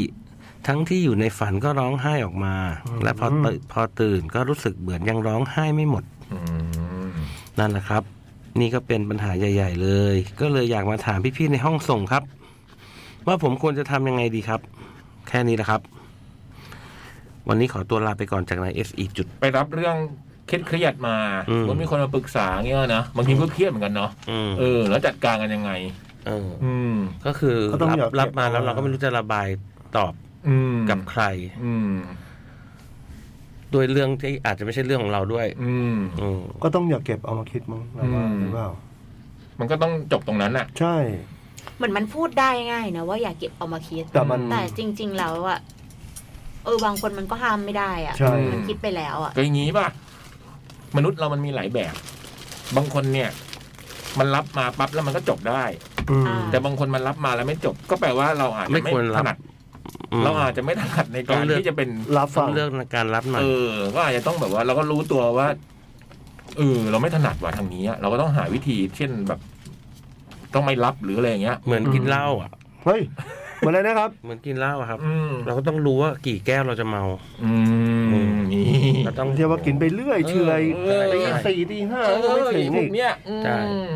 B: ทั้งที่อยู่ในฝันก็ร้องไห้ออกมา และพอตื่นพอตื่นก็รู้สึกเบื่อยังร้องไห้ไม่หมด
A: อืม
B: นั่นแหละครับ นี่ก็เป็นปัญหาใหญ่ ๆ เลย ก็เลยอยากมาถามพี่ ๆ ในห้องส่งครับ ว่าผมควรจะทำยังไงดีครับ แค่นี้แหละครับ วันนี้ขอตัวลาไปก่อนจากนาย SE จุด
A: ไปรับเรื่องเครียดๆมา
B: อืม
A: สมันมีคนมาปรึกษาเงี้ยนะบางทีก็เครียดเหมือนกันเนาะ
B: อืม
A: เออ แล้วจัดการกันยังไง
B: เออ
A: อืม
B: ก็คือ
D: ก็ต้อง
B: รั
D: อยาก
B: บ
D: เก็บ
B: รับมา
D: เอา
B: แล้วเราก็ไม่รู้จะระบายตอบ
A: อืม
B: กับใคร
A: อืม
B: ด้วยเรื่องที่อาจจะไม่ใช่เรื่องของเราด้วย
A: อืม
B: อืม
D: ก็ต้องอย่าเก็บเอามาคิดมั้งเราว่า
A: อืม
D: หรือเปล่า
A: มันก็ต้องจบตรงนั้นน่ะ
D: ใช่
E: เหมือนมันพูดได้ง่ายนะว่าอย่าเก็บเอามาคิด
D: แต่มัน
E: แต่จริง ๆ แล้วอะเออบางคนมันก็ห้ามไม่ได้อะ
D: ใช่
A: อืม
E: คิดไปแล้วอะ
A: ก็อย่างนี้ป่ะ มนุษย์เรามันมีหลายแบบ บางคนเนี่ย มันรับมาปั๊บแล้วมันก็จบได้
D: อืม
A: แต่บางคนมันรับมาแล้วไม่จบ ก็แปลว่าเราอาจจะไม่ถนัดเราอาจจะไม่ถนัดในการที่จะเป็น
D: รับ
B: ต้
D: ฟั
B: อง
D: ง
B: เลือกในการรับหน่อ
A: เอย อ ก็อาจจะต้องแบบว่า เราก็รู้ตัวว่า เออ เราไม่ถนัดว่ะทางนี้อะเราก็ต้องหาวิธี เช่นแบบ ต้องไม่รับหรืออะไรอย่างเงี้ย
B: เหมือนกินเหล้าอ่ะ
D: เฮ้ยเหมือนอะไรนะครับ
B: เหมือนกินเหล้าอะครับ
A: อืม
B: เราก็ต้องรู้ว่ากี่แก้วเราจะเมา
A: อืมนี่
B: เราต้อง
D: เรียกว่ากินไปเรื่อยเฉอย
A: เออ
D: ตีสี่ตีห้า
A: เอ
D: ก็ไม่
A: อ
D: ถึง
A: พว
D: อี
A: ก
D: ก
A: เนี้ย
B: ใช่
A: อืม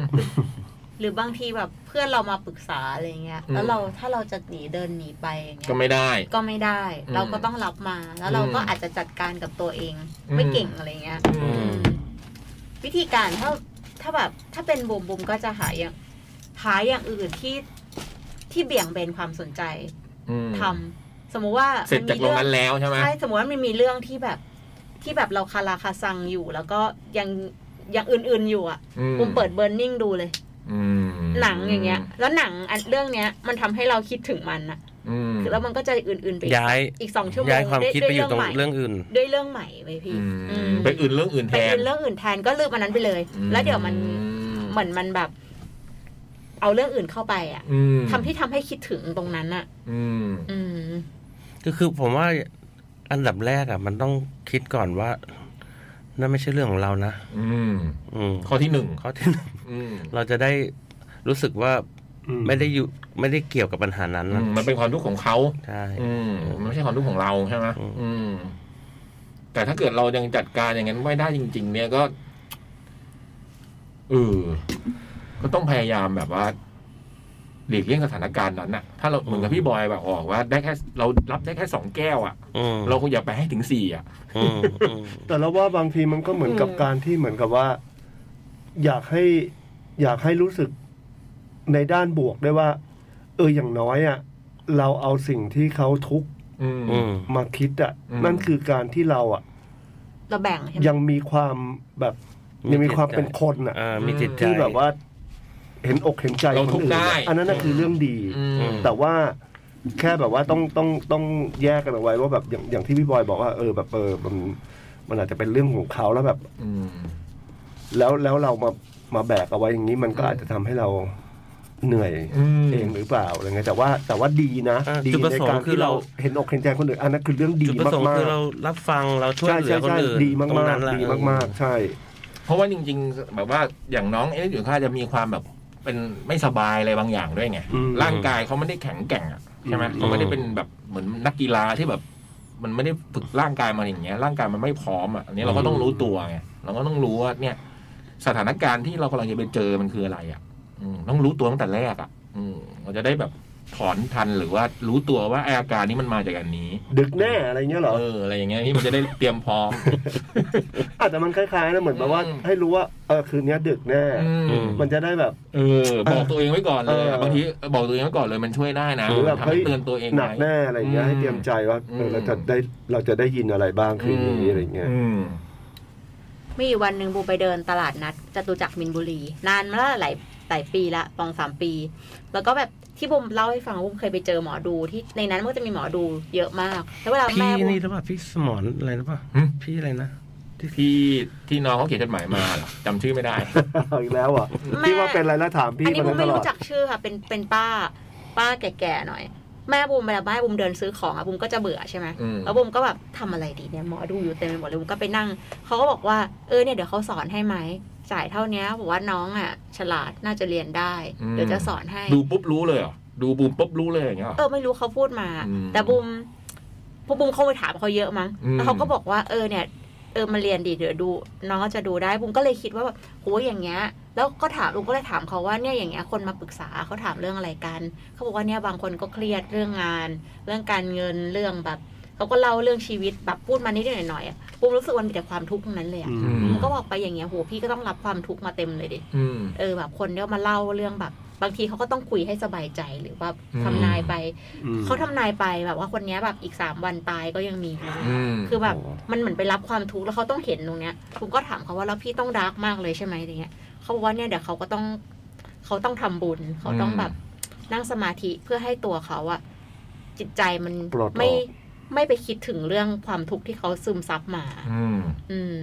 E: หรือบางทีแบบเพื่อนเรามาปรึกษาอะไรเงี้ย
A: อืม
E: แล้วเราถ้าเราจะหนีเดินหนีไปอย่างเงี้ย
A: ก็ไม่ได้
E: ก็ไม่ได้
A: อืม
E: เราก็ต้องรับมา แล้วเราก็อาจจะจัดการกับตัวเอง ไม่
A: อืม
E: เก่งอะไรเงี้ย
A: อืม
E: อืมวิธีการถ้าถ้าแบบถ้าเป็นบุมบุมก็จะหาอย่างหาอย่างอื่นที่ที่เบี่ยงเบนความสนใจ
A: อืม
E: ทำสมมุติว่า
A: เสร็จจากโรงนั้นแล้วใช่ไหม
E: ใช่สมมติว่ามันมีเรื่องที่แบบที่แบบเราคาราคาซังอยู่ แล้วก็ยังยังอื่นๆอยู่อ่ะ
A: อื
E: บุมเปิดเบิร์นนิ่งดูเลย
A: อืม
E: หนังอย่างเงี้ย แล้วหนังอันเรื่องเนี้ย มันทำให้เราคิดถึงมันอะ
A: อืม
E: แล้วมันก็จะอื่นๆไปอีก
B: ย้าย
E: อีกสองชั่วโมง
B: ย้ายความคิดไปอยู่ตรง
E: ใหม่
B: เรื่องอื่น
E: ด้วยเรื่องใหม่ไปพี่
A: อืม
E: อืม
A: ไปอื่นเรื่องอื่นแท
E: ไป
A: น
E: เป็นเรื่องอื่นแทนก็ลืมอันนั้นไปเลย แล้วเดี๋ยวมันเหมือนมันแบบ เอาเรื่องอื่นเข้าไปอะ
A: อืม
E: ทำที่ทำให้คิดถึงตรงนั้นอะ
A: อืม
E: อืม
B: ก็คือผมว่าอันดับแรกอ่ะ มันต้องคิดก่อนว่านั่นไม่ใช่เรื่องของเรานะ
A: อืม
B: อืม
A: ข้อที่หนึ่ง
B: ข้อที่หนึ่ง
A: อืม
B: เราจะได้รู้สึกว่า
D: อื
B: ไม่ได้อยู่ไม่ได้เกี่ยวกับปัญหานั้น
A: อื
B: นะ
A: มมันเป็นความทุกข์ของเขา
B: ใช่
A: อืมมันไม่ใช่ความทุกข์ของเราใช่ไหม
B: อืม
A: อืม แต่ถ้าเกิดเรายังจัดการอย่างนั้นไม่ได้จริง ๆ เนี่ยก็เออก็ต้องพยายามแบบว่าหลีกเลี่ยงสถานการณ์นั้นนะถ้าเราเหมือนกับพี่บอยแบบบอกว่าได้แค่เรารับได้แค่สองแก้วอะ่ะ
B: อืม
A: เราคงอย่าไปให้ถึงสี่อ่ะ
B: อืมอืม
D: แต่เราว่าบางทีมันก็เหมือนกับ
E: อืม
D: การที่เหมือนกับว่า อยากให้อยากให้รู้สึกในด้านบวกได้วยว่า เอออย่างน้อยอ่ะเราเอาสิ่งที่เขาทุกข์
A: อืม
B: อืม
D: มาคิดอ่ะ
A: อืม
D: นั่นคือการที่เราอ่ะ
E: เราแบ่งใช่ไหม
D: ยังมีความแบบยังมีความเป็นคนอ่ะ
B: อ่ามีจิตใจ
D: ที่แบบว่า เห็นอกเห็นใจ
A: เรา
D: คน
A: ทุกข์
D: อื่น
A: ได้
D: อะอันนั้นน่ะคือเรื่องดี
A: อืม
D: แต่ว่าแค่แบบว่าต้องต้องต้องแยกกันเอาไว้ว่าแบบอย่างอย่างที่พี่บอยบอกว่าเออแบบเออมันมันอาจจะเป็นเรื่องของเขาแล้วแบบ
A: อืม
D: แล้วแล้วเรามามาแบกเอาไว้อย่างนี้มันก็อาจจะทำให้เราเหนื่อย
A: อืม
D: เองหรือเปล่าอะไรเงี้ยแต่ว่าแต่ว่าดีนะ
B: อ่า
D: ดี
B: จุดประ
D: ใน
B: สงค์
D: การ
B: คือ
D: ที่เรา
B: เรา
D: เห็นอกเห็นใจคนอื่นอันนั้นคือเรื่องดี
B: จุดประสงค์
D: มา
B: คื
D: ก
B: อเรารับฟังเรา
D: ๆ
B: ช่วย
D: ใช่
B: เหลื
D: ใช่
B: อคน
D: ใช่
B: อื่น
D: ดีมา
B: ตรง
D: ก
B: นั้นแหละ
D: ๆดีมากๆ ใช่
A: เพราะว่าจริง ๆ แบบว่าอย่างน้องเอ็นอยู่ค่าจะมีความแบบเป็นไม่สบายอะไรบางอย่างด้วยไง
D: อืม
A: ร่างกายเขาไม่ได้แข็งแกร่งอะใช่ไหม
D: อืม
A: เขาไม่ได้เป็นแบบเหมือนนักกีฬาที่แบบ มันไม่ได้ฝึกร่างกายมาอย่างเงี้ย ร่างกายมันไม่พร้อมอ่ะอันนี้เราก็ต้องรู้ตัวไงเราก็ต้องรู้ว่าเนี่ย สถานการณ์ที่เรากำลังจะไปเจอมันคืออะไรอ่ะ อืมต้องรู้ตัวตั้งแต่แรกอ่ะ อืมเราจะได้แบบ ถอนทันหรือว่ารู้ตัวว่าไอ้อาการนี้มันมาจากอันนี้
D: ดึกแน่อะไรเงี้ยเหรอ
A: เอออะไรอย่างเงี้ยที่มันจะได้เตรียมพร้อ ม
D: อ่ะแต่มันคล้ายๆนะเหมือนแบบว่า
A: อืม
D: ให้รู้ว่าเออคืนเนี้ยดึกแน่
A: อืม
D: มันจะได้แบบ
A: เออ บอกตัวเองไว้ก่อนเลย
D: เออ
A: บางทีบอกตัวเองไว้ก่อนเลยมันช่วยได้นะ
D: หรือแบบ
A: ทำ
D: เฮ้
A: ให้
D: ย
A: เตือนตัวเอง
D: หนัก
A: ไว้
D: แน่อะไรเงี้ยให้เตรียมใจว่าเอ
A: ม
D: อเราจะได้เราจะได้ยินอะไรบ้างคืนนี้อะไรเงี้ย
A: อืม
E: มีอยู่วันหนึ่งบูไปเดินตลาดนัดจตุจักรมินบุรี นานมาแล้วหลายหลายปีละสองสามปี แล้วก็แบบที่บูมเล่าให้ฟังว่าบูมเคยไปเจอหมอดูที่ในนั้นมันก็จะมีหมอดูเยอะมากแล้วเวลา
B: พี่
E: แม่บูม
B: นี่หรือเปล่าพี่สมอนอะไรหรือเปล่า
A: หึ
B: พี่อะไรนะ
A: ที่ที่น้องเขาเขียนจดหมายมาเหรอจำชื่อไม่ได้
D: เอาอีกแล้วอ่ะ
E: แม่
D: พี่ว่าเป็นอะไรแล้วถามพี่
E: อันนี้บู
D: มาม ต
E: ไม่
D: ลอด
E: รู้จักชื่อค่ะ เป็นเป็นป้า ป้าแก่ๆหน่อย แม่บูมเวลาแม่บูมเดินซื้อของอะบูมก็จะเบื่อใช่ไหม
A: อืม
E: แล้วบูมก็แบบทำอะไรดีเนี่ยหมอดูอยู่เต็มไปหมดเลยบูมก็ไปนั่งเขาก็บอกว่าเออเนี่ยเดี๋ยวเขาสอนให้ไหมจ่ายเท่านี้บอกว่าน้องอ่ะ ฉลาดน่าจะเรียนได้เดี๋ยวจะสอนให้
A: ดูปุ๊บรู้เลยเหรอดูบูมปุ๊บรู้เลยอย่างเงี้ยเหรอ
E: เออไม่รู้เขาพูดมา
A: อืม
E: แต่บุมพวกบุมเขาไปถามเขาเยอะมั้ง
A: อืม
E: แล้วเขาก็บอกว่าเออเนี่ยเออมาเรียนดิเดี๋ยวดู น้องก็จะดูได้บุมก็เลยคิดว่าแบบโอ้ยอย่างเงี้ยแล้วก็ถามลุงก็เลยถามเขาว่าเนี่ยอย่างเงี้ยคนมาปรึกษาเขาถามเรื่องอะไรกันเขาบอกว่าเนี่ยบางคนก็เครียดเรื่องงาน เรื่องการเงินเรื่องแบบเขาก็เล่าเรื่องชีวิตแบบพูดมานิดหน่อยๆอะบุมรู้สึกว่ามันมีแต่ความทุกข์ทั้งนั้นเลยอะ
D: อื
A: อื
D: ม
E: บุมก็บอกไปอย่างเงี้ยโหพี่ก็ต้องรับความทุกข์มาเต็มเลยดิ
A: อืม
E: เออแบบคนเนี่ยมาเล่าเรื่องแบบ บางทีเขาก็ต้องคุยให้สบายใจหรือว่า
A: อืม
E: ทำนายไป
D: อืม
E: เขาทำนายไปแบบว่าคนเนี้ยแบบอีกสามวันตายก็ยังมีอยู่
A: อืม
E: คือแบบมันเหมือนไปรับความทุกข์แล้วเขาต้องเห็นตรงเนี้ยผมก็ถามเขาว่าแล้วพี่ต้องดาร์กมากเลยใช่ไหมอะไรเงี้ยเขาบอกว่าเนี่ยเดี๋ยวเขาก็ต้องเขาต้องทำบุญ เขาต้องแบบนั่งสมาธิเพื่อให้ตัวเขาอะจิตใจมัน
D: ปลดออก
E: ไม่ไม่ไปคิดถึงเรื่องความทุกข์ที่เขาซึมซับมา
A: อืม
E: อืม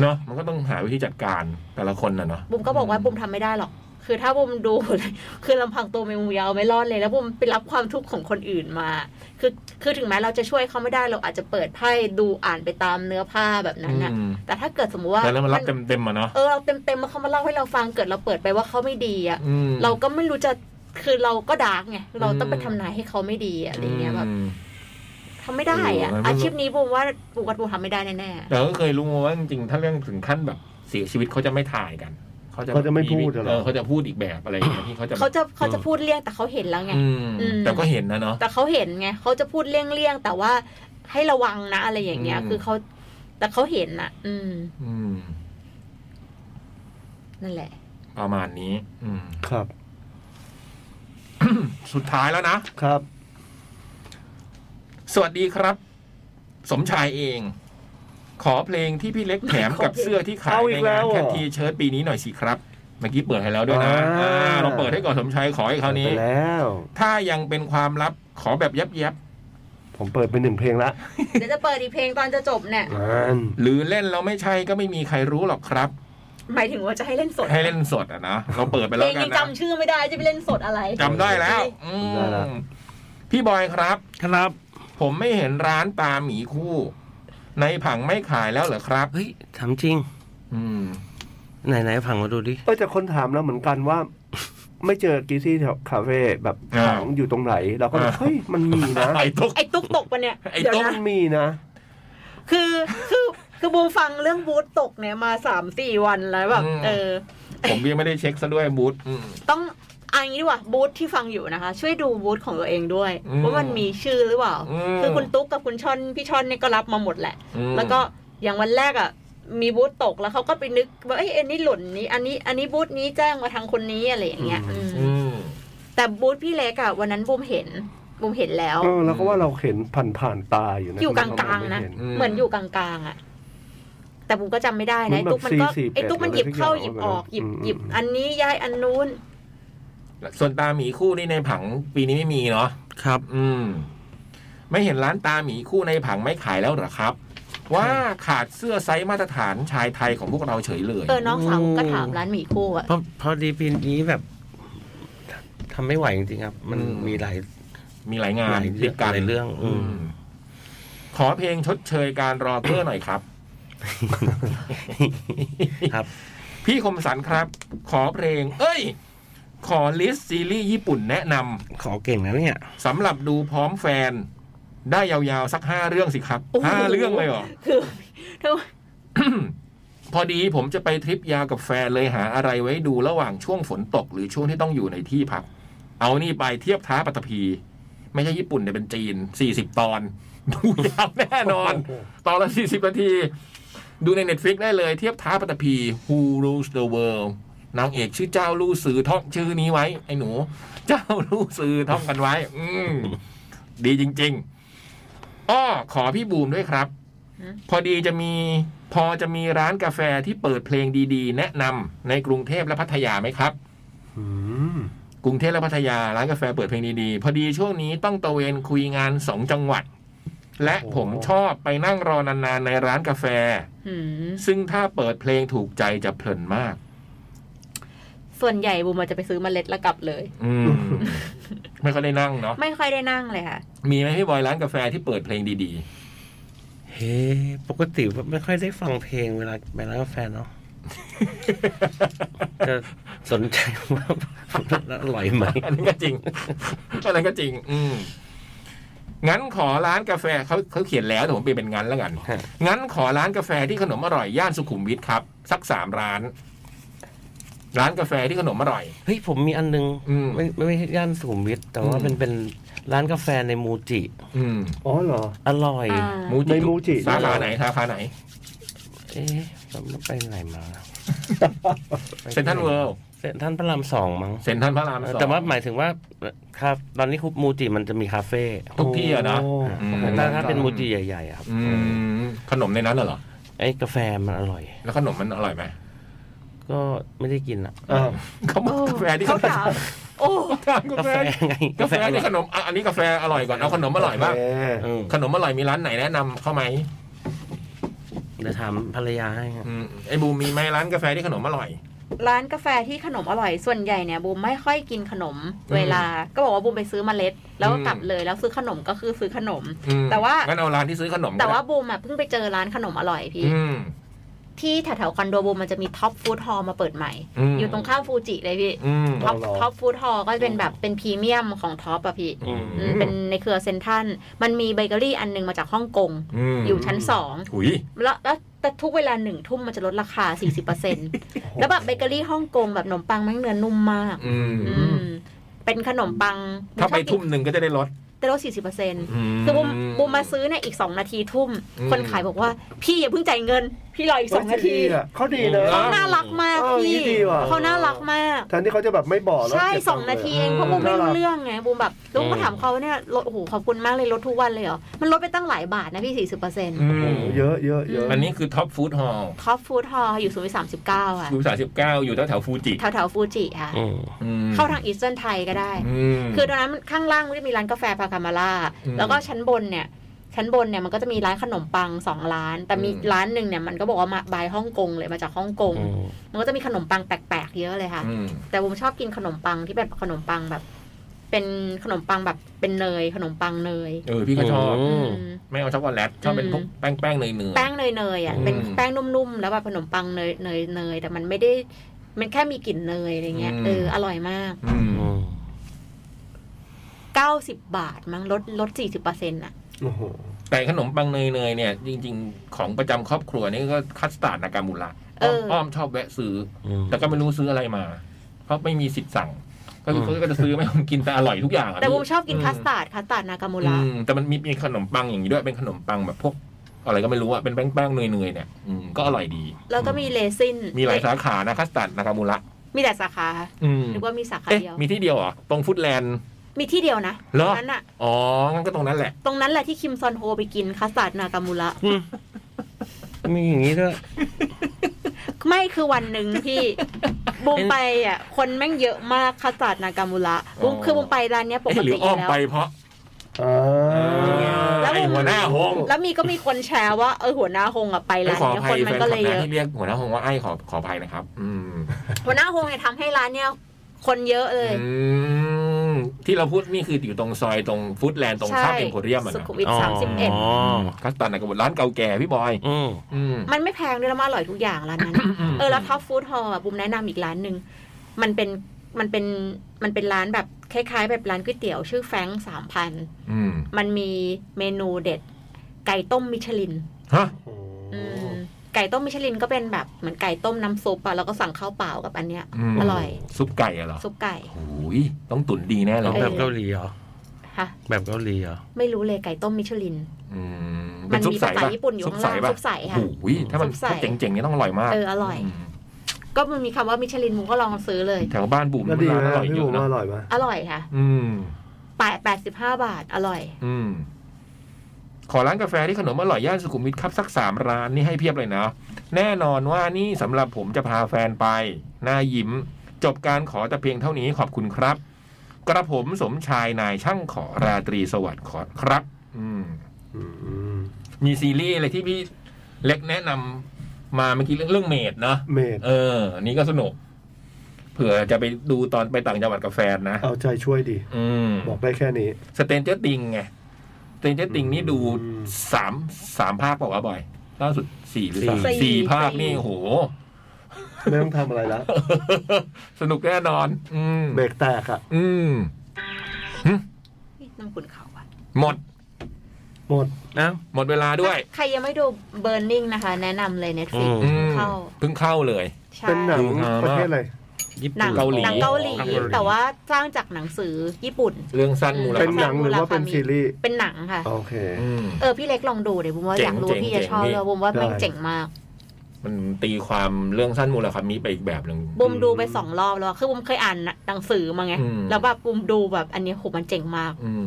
A: เนาะมันก็ต้องหาวิธีจัดการแต่ละคนน่ะเนาะ
E: บุมก็บอกว่าบุมทำไม่ได้หรอก คือถ้าบุมดู คือลำพังตัวเมมูยาวไม่รอดเลย แล้วบุมไปรับความทุกข์ของคนอื่นมา คือ คือถึงแม้เราจะช่วยเขาไม่ได้เราอาจจะเปิดไพ่ดูอ่านไปตามเนื้อผ้าแบบนั้นนะ
A: อืม
E: แต่ถ้าเกิดสมมติว่า
A: แล้วมันรับเต็มเต็มๆอ่ะเนาะ
E: เออเราเต็มเต็มๆมาเขามาเล่าให้เราฟังเกิดเราเปิดไปว่าเขาไม่ดีอะ
A: อืม
E: เราก็ไม่รู้จะ คือเราก็ดาร์กไง เราต้องไป
A: อืม
E: ทำนายให้เขาไม่ดีอะอะไรเงี้ยแบบ
A: อืม
E: ทำไม่ได้อะ
A: โอ้ยมัน
E: อาชีพนี้บุมว่าบุมว่าบุมทำไม่ได้แน่
A: แต่ก็เคยรู้มาว่าจริงๆถ้าเรื่องถึงขั้นแบบเสียชีวิตเขาจะไม่ถ่ายกัน
D: เขาจะไม่พูดเหรอ
A: เออเขาจะพูดอีกแบบอะไรอย่างเงี้ยที่เขาจะ
E: ๆเขาจะเขาจะพูดเลี่ยงแต่เขาเห็นแล้วไง
A: อืม
E: อืม
A: แต่ก็เห็นนะเนาะ
E: แต่เขาเห็นไงเขาจะพูดเลี่ยงๆแต่ว่าให้ระวังนะอะไรอย่างเงี้ย
A: อืม
E: คือเขาแต่เขาเห็นน่ะ อืม
A: อืม
E: นั่นแหละ
A: ประมาณนี้ อืม
D: ครับ
A: สุดท้ายแล้วนะ
D: ครับ
A: สวัสดีครับ สมชายเอง ขอเพลงที่พี่เล็กแถมกับเสื้อที่ขาย
D: เอาอี
A: ใน
D: กแล้
A: งาน
D: วเหรอ
A: แคททีเชิ้ตปีนี้หน่อยสิครับ เมื่อกี้เปิดให้แล้วด้วยนะ
D: อ่า
A: อ่าเราเปิดให้ก่อนสมชายขออีกคราวนี้
D: ไปแล้ว
A: ถ้ายังเป็นความลับขอแบบยับยับ
D: ผมเปิดไปหนึ่งเพลงละ
E: เดี๋ยวจะเปิดอีกเพลงตอนจะจบเนี่ย
D: นั่น
A: ๆหรือเล่นเราไม่ใช่ก็ไม่มีใครรู้หรอกครับ
E: หมายถึงว่าจะให้เล่นสด
A: ให้เล่นสดอ่ะนะเราเปิดไป
E: เพ
A: แล้
E: ล
A: ว
E: ง
A: กัน
E: ยัง
A: นะ
E: จำชื่อไม่ได้จะไปเล่นสดอะไร
A: จำได้แล้วอืมพี่บอยครับ
B: ครับ
A: ผมไม่เห็นร้านปลาหมีคู่ ในผังไม่ขายแล้วเหรอครับ
B: เฮ้ยถามจริง
A: อืม
B: ไหนไหนผังมาดูดิ
D: เออแต่คนถามเราเหมือนกันว่า ไม่เจอกีซี่แถวคาเฟ่แบบ
A: อ่า
D: ถังอยู่ตรงไหนเราก็แบบ
A: อ่า
D: เฮ้ยมันมีนะ
A: ไอ้ตุ๊ก
E: ไอ้ตุ๊กตกปะเนี่ย
A: ไอ้
D: เดี๋ยว
A: ตุ๊ก
D: นั้นมีนะ
E: คือคือคือบูมฟังเรื่องบูธตกเนี่ยมาสามสี่วันแล้วแบบ
A: อืม
E: เออ
A: ผมยังไม่ได้เช็คซะด้วยบูธอืม
E: ต้องเอันนี้ดีกว่าบูธที่ฟังอยู่นะคะ ช่วยดูบูธของตัวเองด้วย
A: อืม
E: ว่ามันมีชื่อหรือเปล่า
A: อืม
E: คือคุณตุ๊กกับคุณช่อนพี่ช่อนเนี่ยก็รับมาหมดแหละ
A: อืม
E: แล้วก็อย่างวันแรกอะ่ะ มีบูธตกแล้วเขาก็ไปนึกว่าเอ้ยอันนี้หล่นนี้ อันนี้อันนี้บูธนี้แจ้งมาทางคนนี้อะไรอย่างเงี้ยอืม
A: อืม
E: แต่บูธพี่เล็กอะ่ะวันนั้นบูมเห็นบูมเห็นแล้ว
D: เออเราก็ว่าเราเห็นผ่านผ่านๆตาอยู่นะ
E: อยู่ก
D: ทำ
E: ลา
D: ไมเรไม่
E: งๆนะ
D: เห็
A: อืม
E: เหมือนอยู่กลางๆอะ่ะ แต่บูมก็จำไม่ได้นะไอ้ตุ๊กมัน
D: มัน
E: ก็
D: แบบ448
E: ไอ้ตุ๊กมันหยิบเข้า
D: อะไร
E: หยิบ
D: สัก
E: อ
D: อย่าง
E: อกหยิบ
D: อืม
E: หยิบอันนี้ย้ายอันนู้น
A: ส่วนตาหมีคู่นี่ในผังปีนี้ไม่มีเนาะ
B: ครับ
A: อืม ไม่เห็นร้านตาหมีคู่ในผังไม่ขายแล้วเหรอครับ ว่าขาดเสื้อไซส์มาตรฐานชายไทยของพวกเราเฉยเลย
E: เออน้องสาวบูมก็ถามร้านหมีคู่อ่ะ
B: เพราะเพราะดีปีนี้แบบทำไม่ไหวจริงๆครับ มันมีหลาย
A: มีหลายงา
B: ห
A: น
B: ลาย
A: ติดกัน
B: หลายเรื่องอืม
A: มขอเพลงชดเชยการรอเกอร์หน่อยครับ
B: ครับ
A: พี่คมสันครับ ขอเพลง เอ้ย ขอลิสต์ซีรีส์ญี่ปุ่นแนะน
B: ขอเก่งนะเนี่ย
A: ำสำหรับดูพร้อมแฟน ได้ยาวๆสักห้าเรื่องสิครับ
E: โอ้โห
A: ห้าเรื่องเลยเหรอ
E: คือเธอ
A: พอดีผมจะไปทริปยาวกับแฟนเลยหาอะไรไว้ดูระหว่างช่วงฝนตก หรือช่วงที่ต้องอยู่ในที่พัก เอานี่ไปเทียบท้าปัตภี ไม่ใช่ญี่ปุ่นแต่เป็นจีน 40 ตอน ดูยาวแน่นอน ตอนละ 40 นาที ดูใน Netflix ได้เลยเทียบท้าปัตภี Who Rules the World นางเอกชื่อเจ้าลู่สือท่องชื่อนี้ไว้ ไอ้หนู เจ้าลู่สือท่องกันไว้ อืมดีจริง ๆอ้อขอพี่บูมด้วยครับ
E: หือ
A: พอดีจะมีพอจะมีร้านกาแฟที่เปิดเพลงดีๆ แนะนำในกรุงเทพและพัทยาไหมครับ
B: อืม
A: กรุงเทพและพัทยาร้านกาแฟเปิดเพลงดีๆ พอดีช่วงนี้ต้องตระเวนคุยงานสองจังหวัด และ
D: โอ้
A: ผมชอบไปนั่งรอนานๆ ในร้านกาแฟ
E: หืม
A: ซึ่งถ้าเปิดเพลงถูกใจจะเพลินมาก
E: ส่วนใหญ่บูมอาจจะไปซื้อเมล็ดแล้วกลับเลย
A: อื ม ไม่ค่อยได้นั่งเนาะ
E: ไม่ค่อยได้นั่งเลยค่ะ
A: มีไหมพี่บอยร้านกาแฟที่เปิดเพลงดี
B: เฮ้ปกติไม่ค่อยได้ฟังเพลงเวลาไปร้านกาแฟเนาะ จะสนใจว่าอร่อยไหม
A: ๆ อันนั้นก็จริง อันนั้นก็จริง อืมงั้นขอร้านกาแฟเขาเขาเขียนแล้วแต่ผมเปลี่ยนเป็นงั้นแล้วกัน
B: ฮะ
A: งั้นขอร้านกาแฟที่ขนมอร่อยย่านสุขุมวิทครับ สักสามร้าน ร้านกาแฟที่ขนมอร่อย
B: เฮ้ยผมมีอันนึง
A: อืม
B: ไม่ไม่ใช่ย่านสุขุมวิทแต่ว่า
A: อืม
B: เป็นเป็นร้านกาแฟในมูจิ
A: อืม
D: อ๋อเหรอ
B: อร่อย
E: อ่า
A: มูจิ
D: ในมูจิ
A: สาขาไหนสาขาไหน
B: เอ๊ะเราไปไหน มา
A: เซ็นทรัลเวิลด์
B: เซ็นทรัลพระรามสองมั้ง
A: เซ็นทรัลพระรามสอง
B: แต่ว่าหมายถึงว่าครับตอนนี้คุบมูจิมันจะมีคาเฟ่
A: ทุกที่อะนะ
D: โ
A: อืม
B: แต่ถ้าเป็นมูจิใหญ่ๆอะครับ
A: อืมขนมในนั้นน่ะเหรอ
B: ไอ้กาแฟมันอร่อย
A: แล้วขนมมันอร่อยไหม
B: ก็ไม่ได้กินอ่ะ
D: อ้าว
A: เขาบอกกาแฟที่
E: เขาถามโอ้
A: เขาถามกาก
B: า
A: แฟ
B: แฟไง
A: กาแฟที่ขนมอ่ะอันนี้กาแฟอร่อยก่อนเอาขนมอร่อยบ้าง
D: แหม
B: เออ
A: ขนมอร่อยมีร้านไหนแนะนำเข้าไหม
B: เดี๋ยวถามภรรยาให้ครับ
A: อืมไอ้บูมมีไหมร้านกาแฟที่ขนมอร่อย
E: ร้านกาแฟที่ขนมอร่อยส่วนใหญ่เนี่ยบูมไม่ค่อยกินขนมเวลา ก็บอกว่าบูมไปซื้อเมล็ด แล้วก็กลับเลยแล้วซื้อขนมก็คือซื้อขนม
A: อืม
E: แต่ว่า
A: งั้นเอาร้านที่ซื้อขนม
E: แต่ว่า
A: ก็ได้
E: บูมอ่ะเพิ่งไปเจอร้านขนมอร่อยพี่
A: อืม
E: ที่แถวๆคอนโดบูมมันจะมีท็อปฟู้ดฮอลมาเปิดใหม่
A: ม
E: อยู่ตรงข้ามฟูจิเลยพี่
A: อืม
E: ท็อปท็อปฟู้ดฮอลก็เป็นแบบเป็นพรีเมียมของท็อปอะพี่
A: อืม
E: อืมเป็นในเครือเซนทรันมันมีเบเกอรี่อันหนึงมาจากฮ่องกง
A: ม
E: อยู่ชั้นสอง
A: หุย
E: แล้วแล้วแต่ทุกเวลาหนึ่งทุ่มมันจะลดราคา 40%แล้วแบบเบเกอรี่ฮ่องกงแบบขนมปังแมันเนื้อนุ่มมาก
A: อืม
E: อืม เป็นขนมปัง
A: ถ้าไปทุ่ม
E: ชอบกิ
A: หนึ่งก็จะได้ลด
E: นแต่ลด40%เปอร์เซ็นต์
A: ม
E: คือบุมบุมมาซื้อเนี่ยอีก 2 นาทีทุ่ม
A: อืม
E: คนขายบอกว่า พี่อย่าเพิ่งจ่ายเงิน พี่รออีก 2 นา
D: เฮ้
E: ที
D: ยดีอะเขาดีนะ
E: เขาน่ารักมาก
D: เออ
E: พี่
D: นี่ดีว่ะ
E: เขาน่ารักมาก
D: แทนที่เขาจะแบบไม่บอกแล้ว
E: ใช่
D: เก็บ
E: ส
D: ตั
E: อง
D: ค์
E: นาที
D: ลย
E: เองเพราะบูมไม่
D: น่
E: รู้
D: ก
E: เรื่องไงบูมแบบลุงก็ถามเขาเนี่ยลดโอ้โหขอบคุณมากเลยลดทุกวันเลยเหรอมันลดไปตั้งหลายบาทนะพี่
A: อ
E: 40%
A: ื
D: โอ้
A: ม
D: โหเยอะเยอะเยอะ
A: อันนี้คือท็อปฟู้ดฮอล
E: ท็อปฟู้ดฮอลอยู่ศูนย์สามสิบเก้าอ่ะ
A: คูสามสิบเก้าอยู่แถวแถวๆฟูจิ
E: แถวแถวๆฟูจิค่ะ
B: อืม
E: เข้าทางอีสเทิร์นไทยก็ได้
A: ม
E: คือตอนนั้นข้างล่างมันจะมีร้านกาแฟพาคามาร่า
A: อืม
E: แล้วก็ชั้นบนเนี่ย ชั้นบนเนี่ยมันก็จะมีร้านขนมปังสองร้าน แต่มี
A: อืม
E: ร้านหนึ่งเนี่ยมันก็บอกว่ามาบายฮ่องกงเลยมาจากฮ่องกง
B: อืม
E: มันก็จะมีขนมปังแปลกๆเยอะเลยค่ะ
A: อืม
E: แต่ผมชอบกินขนมปังที่เป็นขนมปังแบบ เป็นขนมปังแบบเป็นเนย ขนมปังเนย
A: เออพี่ก็ชอบ
B: อืม
E: อืม
A: ไม่เอาช็อกโกแลตชอบเป็นพวกแป้งแป้งเนยเนย
E: แป้งเนยเนยๆอ่ะ
A: อืม
E: เป็นแป้งนุ่มๆ แล้วแบบขนมปังเนยเนยเนยแต่มันไม่ได้มันแค่มีกลิ่นเนยอะไรเงี้ย
A: อืม
E: เอออร่อยมาก
A: อืม
B: อืม
E: 90 บาทมั้งลดลด 40%อน่ะ
D: โอ้โห
A: แต่ขนมปังเนยเนยเนี่ย จริง ๆ ของประจำครอบครัวนี่ก็คัสตาร์ดนากามุระ
E: เออ
A: อ้อมชอบแวะซื้อ
B: อืม
A: แต่ก็ไม่รู้ซื้ออะไรมา เพราะไม่มีสิทธิ์สั่ง ก็คือ
B: อืม
A: เขาก็จะซื้อไม่ผมกินแต่อร่อยทุกอย่างะ
E: แต่บูม
A: พี่
E: ชอบกินคัสตาร์ดคัสตาร์ดนากามูระ
A: อืมแต่มันมีมีขนมปังอย่างนี้ด้วยเป็นขนมปังแบบพวก อะไรก็ไม่รู้อะเป็นแป้งแป้งเนยเนยเนี่ยอืมก็อร่อยดี
E: แล้วก็มีเลซิน
A: มีหลายสาขานะคัสตาร์ดนากามุระ
E: มีแต่สาขา
A: อืม
E: หรือว่ามีสาขา
A: เอ๊ะ
E: เดียว
A: มีที่เดียวเหรอ ตรงฟุตแลนด์
E: มีที่เดียวนะ
A: เหร
E: ตร
A: อ
E: งนั้นอ่ะ
A: อ๋อ งั้นก็ตรงนั้นแหละ
E: ตรงนั้นแหละที่คิมซอนโฮไปกินคัสตาร์ดนากามูระ
B: มีอย่างนี้ด้วย
E: ไม่คือวันหนึ่งพี่ บูมไปอ่ะ คนแม่งเยอะมากคัสตาร์ดนากามูระบูม
A: อ๋อ
E: คือบูมไปร้านเนี้ยปก
A: เอ๊ะหรื
E: ติ
A: อ
E: อ
A: อ้อยู่ ม
E: แล้ว
A: ไปเพราะ
D: อ่า
E: แล้ว
A: ไอ้
E: ผม
A: หัวหน้าหง
E: แล้วมีก็มีคนแชร์ว่าเออหัวหน้าฮงอ่ะไป
A: ไอ้
E: ร้าน
A: ขออ
E: เนี้ย
A: ภัยแฟ
E: คนมัน
A: นค
E: ก็
A: ลับ
E: เลยเย
A: นะ
E: อะ
A: ที่เรียกหัวหน้าหงว่าไอ้ขอขออภัยนะครับ อืม
E: หัวหน้าฮงเนี่ยทำให้ร้านเนี่ยคนเยอะเลย
A: อืมที่เราพูดนี่คืออยู่ตรงซอยตรงฟุตแลนด์ตรงข้ามเอ็มโพเรียมอ่ะ
E: สุ
A: นะ
E: ขุมวิท
B: อ๋อ
E: สามสิบเอ็ด
A: คัสตาร์ดนากามุระร้านเก่าแก่พี่บอย
B: อืม
A: อืม
E: มันไม่แพงด้วยแล้วมันอร่อยทุกอย่างร้านนั้น เออแล้วท็อปฟู้ดฮอลล์บุมแนะนำอีกร้านหนึ่งมันเป็นมันเป็นมันเป็นร้านแบบคล้าย ๆ แบบร้านก๋วยเตี๋ยวชื่อแฟรงสามพัน
A: อืม
E: มันมีเมนูเด็ด ไก่ต้มมิชลิน
A: ฮะ
D: โอ้โห
E: อืม ไก่ต้มมิชลินก็เป็นแบบเหมือนไก่ต้มน้ำซุปอะแล้วก็สั่งข้าวเปล่ากับอันเนี้ย
A: ม
E: อร่อย
A: ซุปไก่อะเหรอ
E: ซุปไก่
A: โอ้ยต้องตุ๋นดีแน่เล
B: เอา
A: ย
B: แบบเกาหลีเหรอ
E: ค่ะ
B: แบบเกาหลีเหรอ
E: ไม่รู้เลยไก่ต้มมิชลิน
A: อืม
E: มั
A: เป็น นซุป
E: มี
A: ใส
E: ภาษา
A: ปะ
E: ญี่ปุ่นอยู่ข้างล่าง
A: ปะ
E: ซุปใสค่ะ
A: โอ้ยถ้ามัน
E: ซุปใส
A: ถ้าเจ๋งๆเนี่ยต้องอร่อยมาก
E: เอออร่อย ก็มันมีคำว่ามิชลินมูก็ลองซื้อเลย
A: แถวบ้านบุ๋ม
D: แล้วดีไหม
A: ร้านอร่อย
D: พี่
A: เย
D: บุ๋
A: อะ
D: ม
A: นะ
D: ว่าอร่อยไหม
E: อร่อยค่ะ
A: อืม
E: แปดแปดสิบห้าบาทอร่อย
A: อืม ขอร้านกาแฟที่ขนมอร่อยย่านสุขุมวิทครับสักสามร้านนี่ให้เพียบเลยนะแน่นอนว่านี่สำหรับผมจะพาแฟนไปหน้ายิ้ม จบการขอแต่เพียงเท่านี้ขอบคุณครับ กระผมสมชายนายช่างขอราตรีสวัสดิ์ขอครับ อืม
D: อืม
A: มีซีรีส์อะไรที่พี่เล็กแนะนำมาเมื่อกี้เรื่องเรื่องเมดเนาะ
D: เมด
A: เอออันนี้ก็สนุกเผื่อจะไปดูตอนไปต่างจังหวัดกับแฟนนะ
D: เอาใจช่วยดิ
A: อืม
D: บอกได้แค่นี้
A: สเตนเจอร์ติงไง สเตนเจอร์ติงนี่ดู
D: อืม
A: สามสามภาคเปล่าวะบ่อย ล่าสุดสี่หรือสาม
E: สี่
A: สี่ภาค
E: สี่
A: นี่โอ้โห
D: ไม่ต้องทำอะไรแล้ว
A: สนุกแน่นอน อืม
D: เบรกแตกอ่ะ
A: อืม
E: น้ำขุนเขาอะ
A: หมด
D: หมด
B: เอ้า
A: หมดเวลาด้วย
E: ใครยังไม่ดูเบ r ร์ n นิงนะคะ แนะนำเลยเน็ตฟลิก
B: อื
A: อืม
E: เข้า
A: เพิ่งเข้าเลย
E: ใช่
D: เป็นหนัง
A: ดูหา
D: ประเทศอะไร
B: ญี่
E: หนั
B: ปุ่น
E: ง
A: เกาหลี
E: หนังเกาหลี
B: เกาหลี
E: แต่ว่าสร้างจากหนังสือญี่ปุ่น
A: เรื่องสั้นมูล
D: เป็นห
A: ค่า
D: นังหรือว่าเป็นซีรีส์
E: เป็นหนังค่ะ
D: โอเค
A: อืม
E: เออ พี่เล็กลองดูเดี๋ยวบุมว่า
A: เจ๋
E: อง ยากรู้ว่าพี่
A: เจ๋
E: จะ
A: ง
E: ชอบ
A: เจ๋ง
E: เลยบุมว่า
D: ได้
E: แม่งเจ๋งมาก
A: มันตีความเรื่องสั้นมูลค่ามีไปอีกแบบหนึ่ง
E: บุมดูไปสองรอบแล้วอะคือบุมเคยอ่านหนังสือมาไง
A: อืม
E: แล้วแบบบุมดูแบบอันนี้โหมันเจ๋งมาก
A: อืม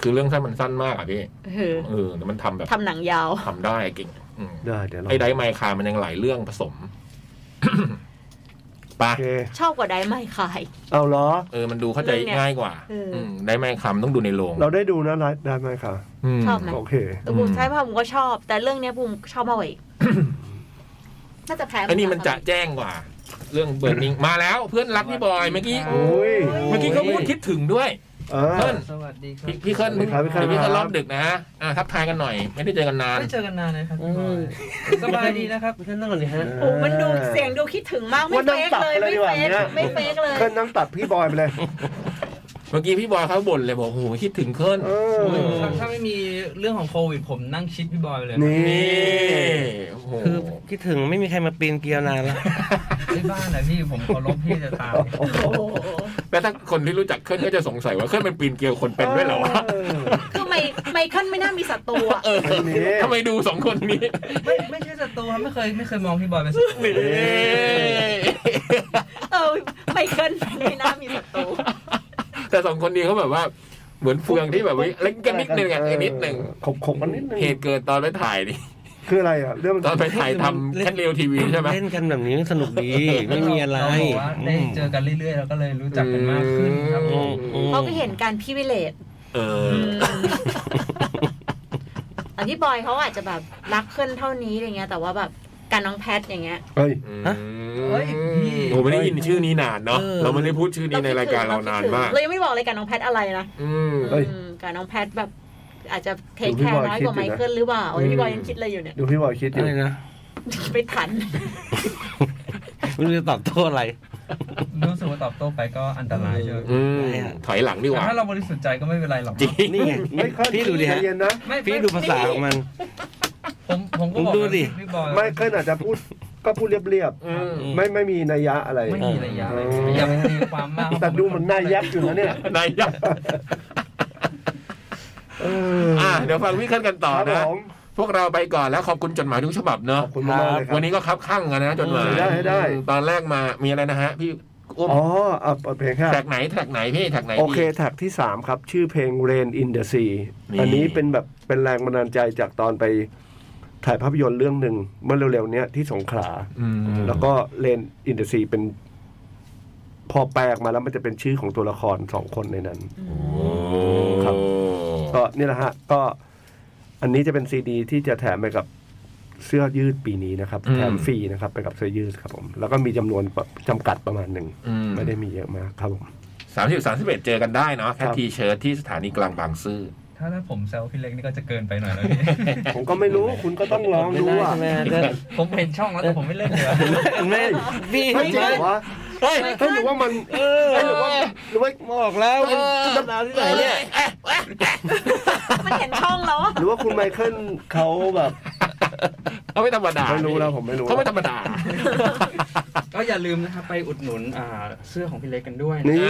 A: คือเรื่องสั้นมันสั้นมากอ่ะพี่
E: เออ
A: เออแต่มันทำแบบ
E: ทำหนังยาว
A: ทำได้เก่งอืม
D: ได้เดี๋ยวเรา
A: ไอ้ไดไมค์คามันยังหลายเรื่องผสม ไป
D: โอเค
E: ชอบกว่าได้ไม่คาย
D: เอาเหรอ
A: เออ มันดูเข้าใจ
E: เรื่องเนี้ย
A: ง่ายกว่า
E: เอออื
A: มได้ไหมคำต้องดูในโรง
D: เราได้ดูนะไลฟ์ได้ไหมคะ
A: ม
E: ชอบไหม
D: โอเค
E: เออบุม
A: อืม
E: ใช่ป่ะบุมก็ชอบ แต่เรื่องเนี้ยบุมชอบมากกว่าอีก น่าจะแพ้
A: ไอันนี้มันจะแจ้งกว่า เรื่องเบิร์นิงมาแล้วเพื่อนรักพี่บอยเมื่อกี้
D: โอ้ย
A: เมื่อกี้เขาพูดคิดถึงด้วย
D: เอ
A: เพิ่
D: อ
A: น
C: สวัสดีครับ
A: พี่พี่เคิล
D: สวัสดีครับพี่
A: พี่
D: เคิ
A: เคิ
D: ล
A: ลรอบดึกนะอ่ะทักทายกันหน่อย ไม่ได้เจอกันนาน
C: ไม่เจอกันนานเลยครับ
B: อืม
C: สบายดีนะครับ
B: ท่านนั่งก่อนดิฮะ
E: โอ้มันดูเสียงดูคิดถึงมากไม่
D: ว่านั่ง
E: เฟก
D: ตัด
E: เลย
D: อะไร
E: ไม่
D: ดีกว่า
E: เฟก
D: เนี่ย
E: ไม่เฟกเลย
D: เพิ่นนั่งตัดพี่บอยไปเลย
A: เมื่อกี้พี่บอยเขาบ่นเลยบอกโอ้โหคิดถึงเคิล
D: เออ
A: โอ้โห
C: ถ้าถ้าไม่มีเรื่องของโควิดผมนั่งชิดพี่บอยไปเลย
D: นี่
A: นี่โอ้โห
B: คือคิดถึงไม่มีใครมาปีนเกลียวนานแล้ว
C: ที่บ้านนะพี่ผมเคารพพี่จะตาย
A: แล้วถ้าคนที่รู้จักเคิลก็จะสงสัยว่าเคิลมันปีนเกลียวคนเป็นด้วยเหรอวะ
D: เออ
E: คือไมไมเคิลไม่น่ามีศัตรูอะ
A: เออ
D: ไม่มี
A: ทำไมดูสองคนนี้
C: ไม่ไม่ใช่ศัตรูครับไม่เคยไม่เคยมองพี่บอยเป็นศัตรู
A: นี่
E: เออไมเคิลไม่น่ามีศัตรู
A: แต่สองคนนี้เขาแบบว่าเหมือนเฟืองที่แบบว่าเล่นกันนิดนึงอ่ะนิดนึง
D: ขบขบกันนิดนึง
A: เหตุเกิดตอนไปถ่ายนี่
D: คืออะไรอ่ะ เรื่องมัน
A: ตอนไปถ่ายทำ
B: เล่น
A: แคทเรียลทีวีใช่ไหม
B: เล่นกันแบบนี้สนุกดี ไม่มีอะไร
C: เาบอกว่าได้เจอกันเรื่อยๆแล้วก็เลยรู้จักกันมากขึ้นครับผ
B: อื
C: ม
B: มอืม
E: เขาก็เห็นการพี่วิเลต
A: เออ
E: อันที่บอยเขาอาจจะแบบรักเคิลเท่านี้อะไรเงี้ย แต่ว่าแบบการน้องแพทอย่างเงี้ย
D: เฮ้ย
C: เฮ้ยพี่
A: โอ้ไม่ได้ยินชื่อนี้นานเนาะเราไม่ได้พูดชื่อนี้ในรายการเรานานมาก
E: เลยงไม่ได้บอกเลยการน้องแพทอะไรนะ
A: อืม
D: เอ้ย
E: อืมการน้องแพทแบบ อาจจะเทค
D: ดูพี่
E: แคร์
D: บอย
E: น้อย
D: คิด
E: ก
D: อ
E: ว่า
D: ยู่
E: ไม
D: นะ
E: เคิลหรือเปล่าโอ้ยพี่บอยยังคิดอะไรอยู่เนี่ย
D: ดูพี่บอยคิดอ
B: อะ
D: ยู่
B: ไรนะ
E: ไม่ทัน
B: ไม่รู้จะตอบโต้อะไร
C: รู้สึกว่าตอบโต้ไปก็อันตรายใช่ไหม
A: อืมถอยหลังดีก
C: แต่
A: ว่า
C: ถ้าเราบริสุทธิ์ใจก็ไม่เป็นไรหรอก
A: จริง
B: นี่ไง
D: ไม่เคย
B: พี่ดูดิฮะ
D: ใจเย็นนะ
C: ไม่
B: พี่
C: ไม่
B: ดูภาษาของมัน
C: ผมผมก็บอก
B: ดูดิ
C: พี่บอย
D: ไม่เคยอาจจะพูดก็พูดเรียบ
A: อืม
D: ๆไม่ไม่มีนัยยะอะไร
C: ไม่มีระยะเลย
D: เออ
C: อย่าไปตีความมาก
D: แต่ดูเหมันน่ายับอยู่นะเนี่ย
A: นายยับ
D: เออ
A: อ่ะเดี๋ยวฟังพี่เคลื่อนกันต่อ
D: ครับ
A: นะ
D: ผม
A: พวกเราไปก่อนแล้วขอบคุณจดหมายทุกฉบับเนาะ
D: ขอบคุณมากๆเลยครับ
A: วันนี้ก็ครับข้างกันนะจดหมาย
D: ได้ได้
A: ตอนแรกมามีอะไรนะฮะ พี่อุ้ม
D: อ๋ออ่ะเปิดเพลงค่ะ
A: แท็กไหนแท็กไหนพี่แท็กไหน
D: โอเค
A: ดี
D: แท็กที่ 3 ครับ ชื่อเพลง Rain in the Sea
A: นี่
D: อันนี้เป็นแบบเป็นแรงบันดาลใจจากตอนไปถ่ายภาพยนตร์เรื่องหนึ่งเมื่อเร็วๆเนี้ยที่สงขลา
A: อืม
D: แล้วก็ Rain in the Sea เป็น พอแปลออกมาแล้วมันจะเป็นชื่อของตัวละครสองคนในนั้น
A: โอ้
D: ครับ ก็นี่แหละฮะ ก็ อันนี้จะเป็นซีดีที่จะแถมไปกับเสื้อยืดปีนี้นะครับ แถมฟรีนะครับ ไปกับเสื้อยืดครับผม แล้วก็มีจำนวนจำกัดประมาณหนึ่งไม่ได้มีเยอะมากครับผม
A: สามสิบสามสิบเอ็ดเจอกันได้เนาะแค่
D: ครับ
A: ทีเชิร์ตที่สถานีกลางบางซื่อ
C: ถ้าถ้าผมแซวพี่เล็กนี่ก็จะเกินไปหน่อยแล้วพี่
D: ผมก็ไม่รู้คุณก็ต้องลองดูอ่ะ
B: ไม่ได้ใช่ไหม
C: ผมเห็นช่องแล้วแต่ผมไม่เล่นเลยอะ
B: แม่พี่
D: ไม่จริงเหรอวะ
A: เฮ้ย
D: ถ้าหรือว่ามัน
B: เออ
D: เอ้ยหรือว่าหรือว่า
B: บอกแล้วเป็นตำนานที่ไหนเนี่ย
E: มันเห็นช่องแล้วอะ
D: หรือว่าคุณไมเคิลเขาแบบ
A: เขาไม่ธรรมดา
D: ไม่รู้แล้วผมไม่รู้
A: เขาไม่ธรรมดา
C: ก็อย่าลืมนะครับไปอุดหนุนอ่าเสื้อของพี่เล็กกันด้วย
D: นี่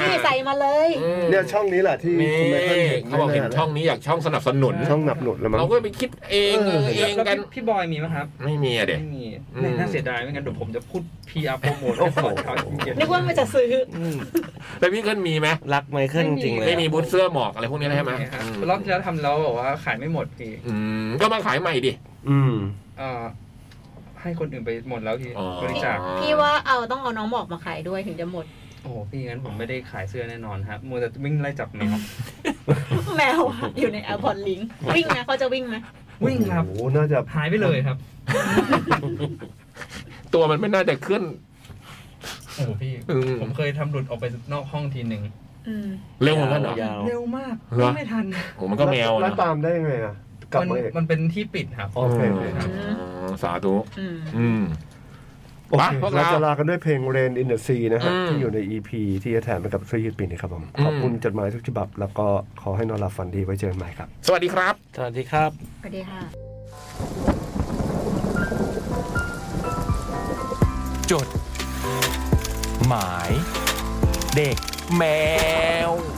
E: พี่ใส่มาเลย
D: เนี่ยช่องนี้แหละที่
A: นี่
D: คุณไมเคิลห็น
A: เขาบอกเห็นช่องนี้อยากช่องสนับสนุน
D: ช่องหนับหนุนแล้วมั้ง
A: เราก็ไปคิดเองเออเอง
C: แล้ว
A: กัน
C: พี่พี่บอยมีไหมครับ
A: ไม่มีอะเด็ก
C: ไม่มี
A: อืม
C: น่าเสียดายไม่งั้นเดี๋ยวผมจะพูด PR โปรโมท
D: โอ้โห
C: ให้ตลอดทางเย็น
E: นึกว่ามันจะซื้อ
C: อืม
A: แต่พี่เกิลมีไหม
B: รักไมเคิลจริงๆเลย
A: ไม่มีบูทเสื้อหมอกอะไรพวกนี้ใช่ไหม
C: ครับ
A: อืม
C: รอบที่แล้วทำแล้วบอกว่าขายไม่หมดพี่
A: อืมก็มาขายใหม่ดิ
D: อืม
C: เอ่อให้คนอื่นไปหมดแล้วพี่
A: อ๋อ
C: บริจาค
E: พี่ว่าเอาต้องเอาน้องหมอกมาขายด้วยถึงจะหมด
C: โอ้โหพี่งั้นผมไม่ได้ขายเสื้อแน่นอนฮะมัวแต่วิ่งไล่จับแมว
E: แมวอะอยู่ในแอลพอร์ตลิงวิ่งนะเขาจะวิ่งไหม
C: วิ่งครับ
D: โอ้โหน่าจะ
C: หายไปเลยครับ
A: ตัวมันไม่น่าจะเคลื่อน
C: โอ้โหพี่
A: อืม
C: ผมเคยทำหลุดออกไปนอกห้องทีหนึ่ง
E: อืม
A: เร็วเหมือนกันเหรอ
B: ยาว
C: เร็วมาก
A: เหรอ
C: ไม่ทัน
A: โอ้มันก็แมวอะ
D: แล้ว
A: เนาะ
D: ตามได้ยังไงอ่ะกลับ
C: มัน
D: มาเอง
C: มันเป็นที่ปิดครับ
D: โอเคโอเค
E: อืม
A: อ๋อสาธุ
E: อืม
A: อืม
D: โอเค
A: ไปพวกเรา
D: เราจะลากันด้วยเพลง Rain in the Sea นะฮะ
A: อืม
D: ที่อยู่ใน EP ที่จะแถมไปกับเสื้อยืดปีนี้ครับผม
A: อืม
D: ขอบคุณจดหมายทุกฉบับ แล้วก็ขอให้นอนหลับฝันดีไว้เจอกันใหม่ครับ
A: สวัสดีครับ
B: สวัสดีครับ
E: สวัสดีค่ะ
H: จด หมาย เด็กแมว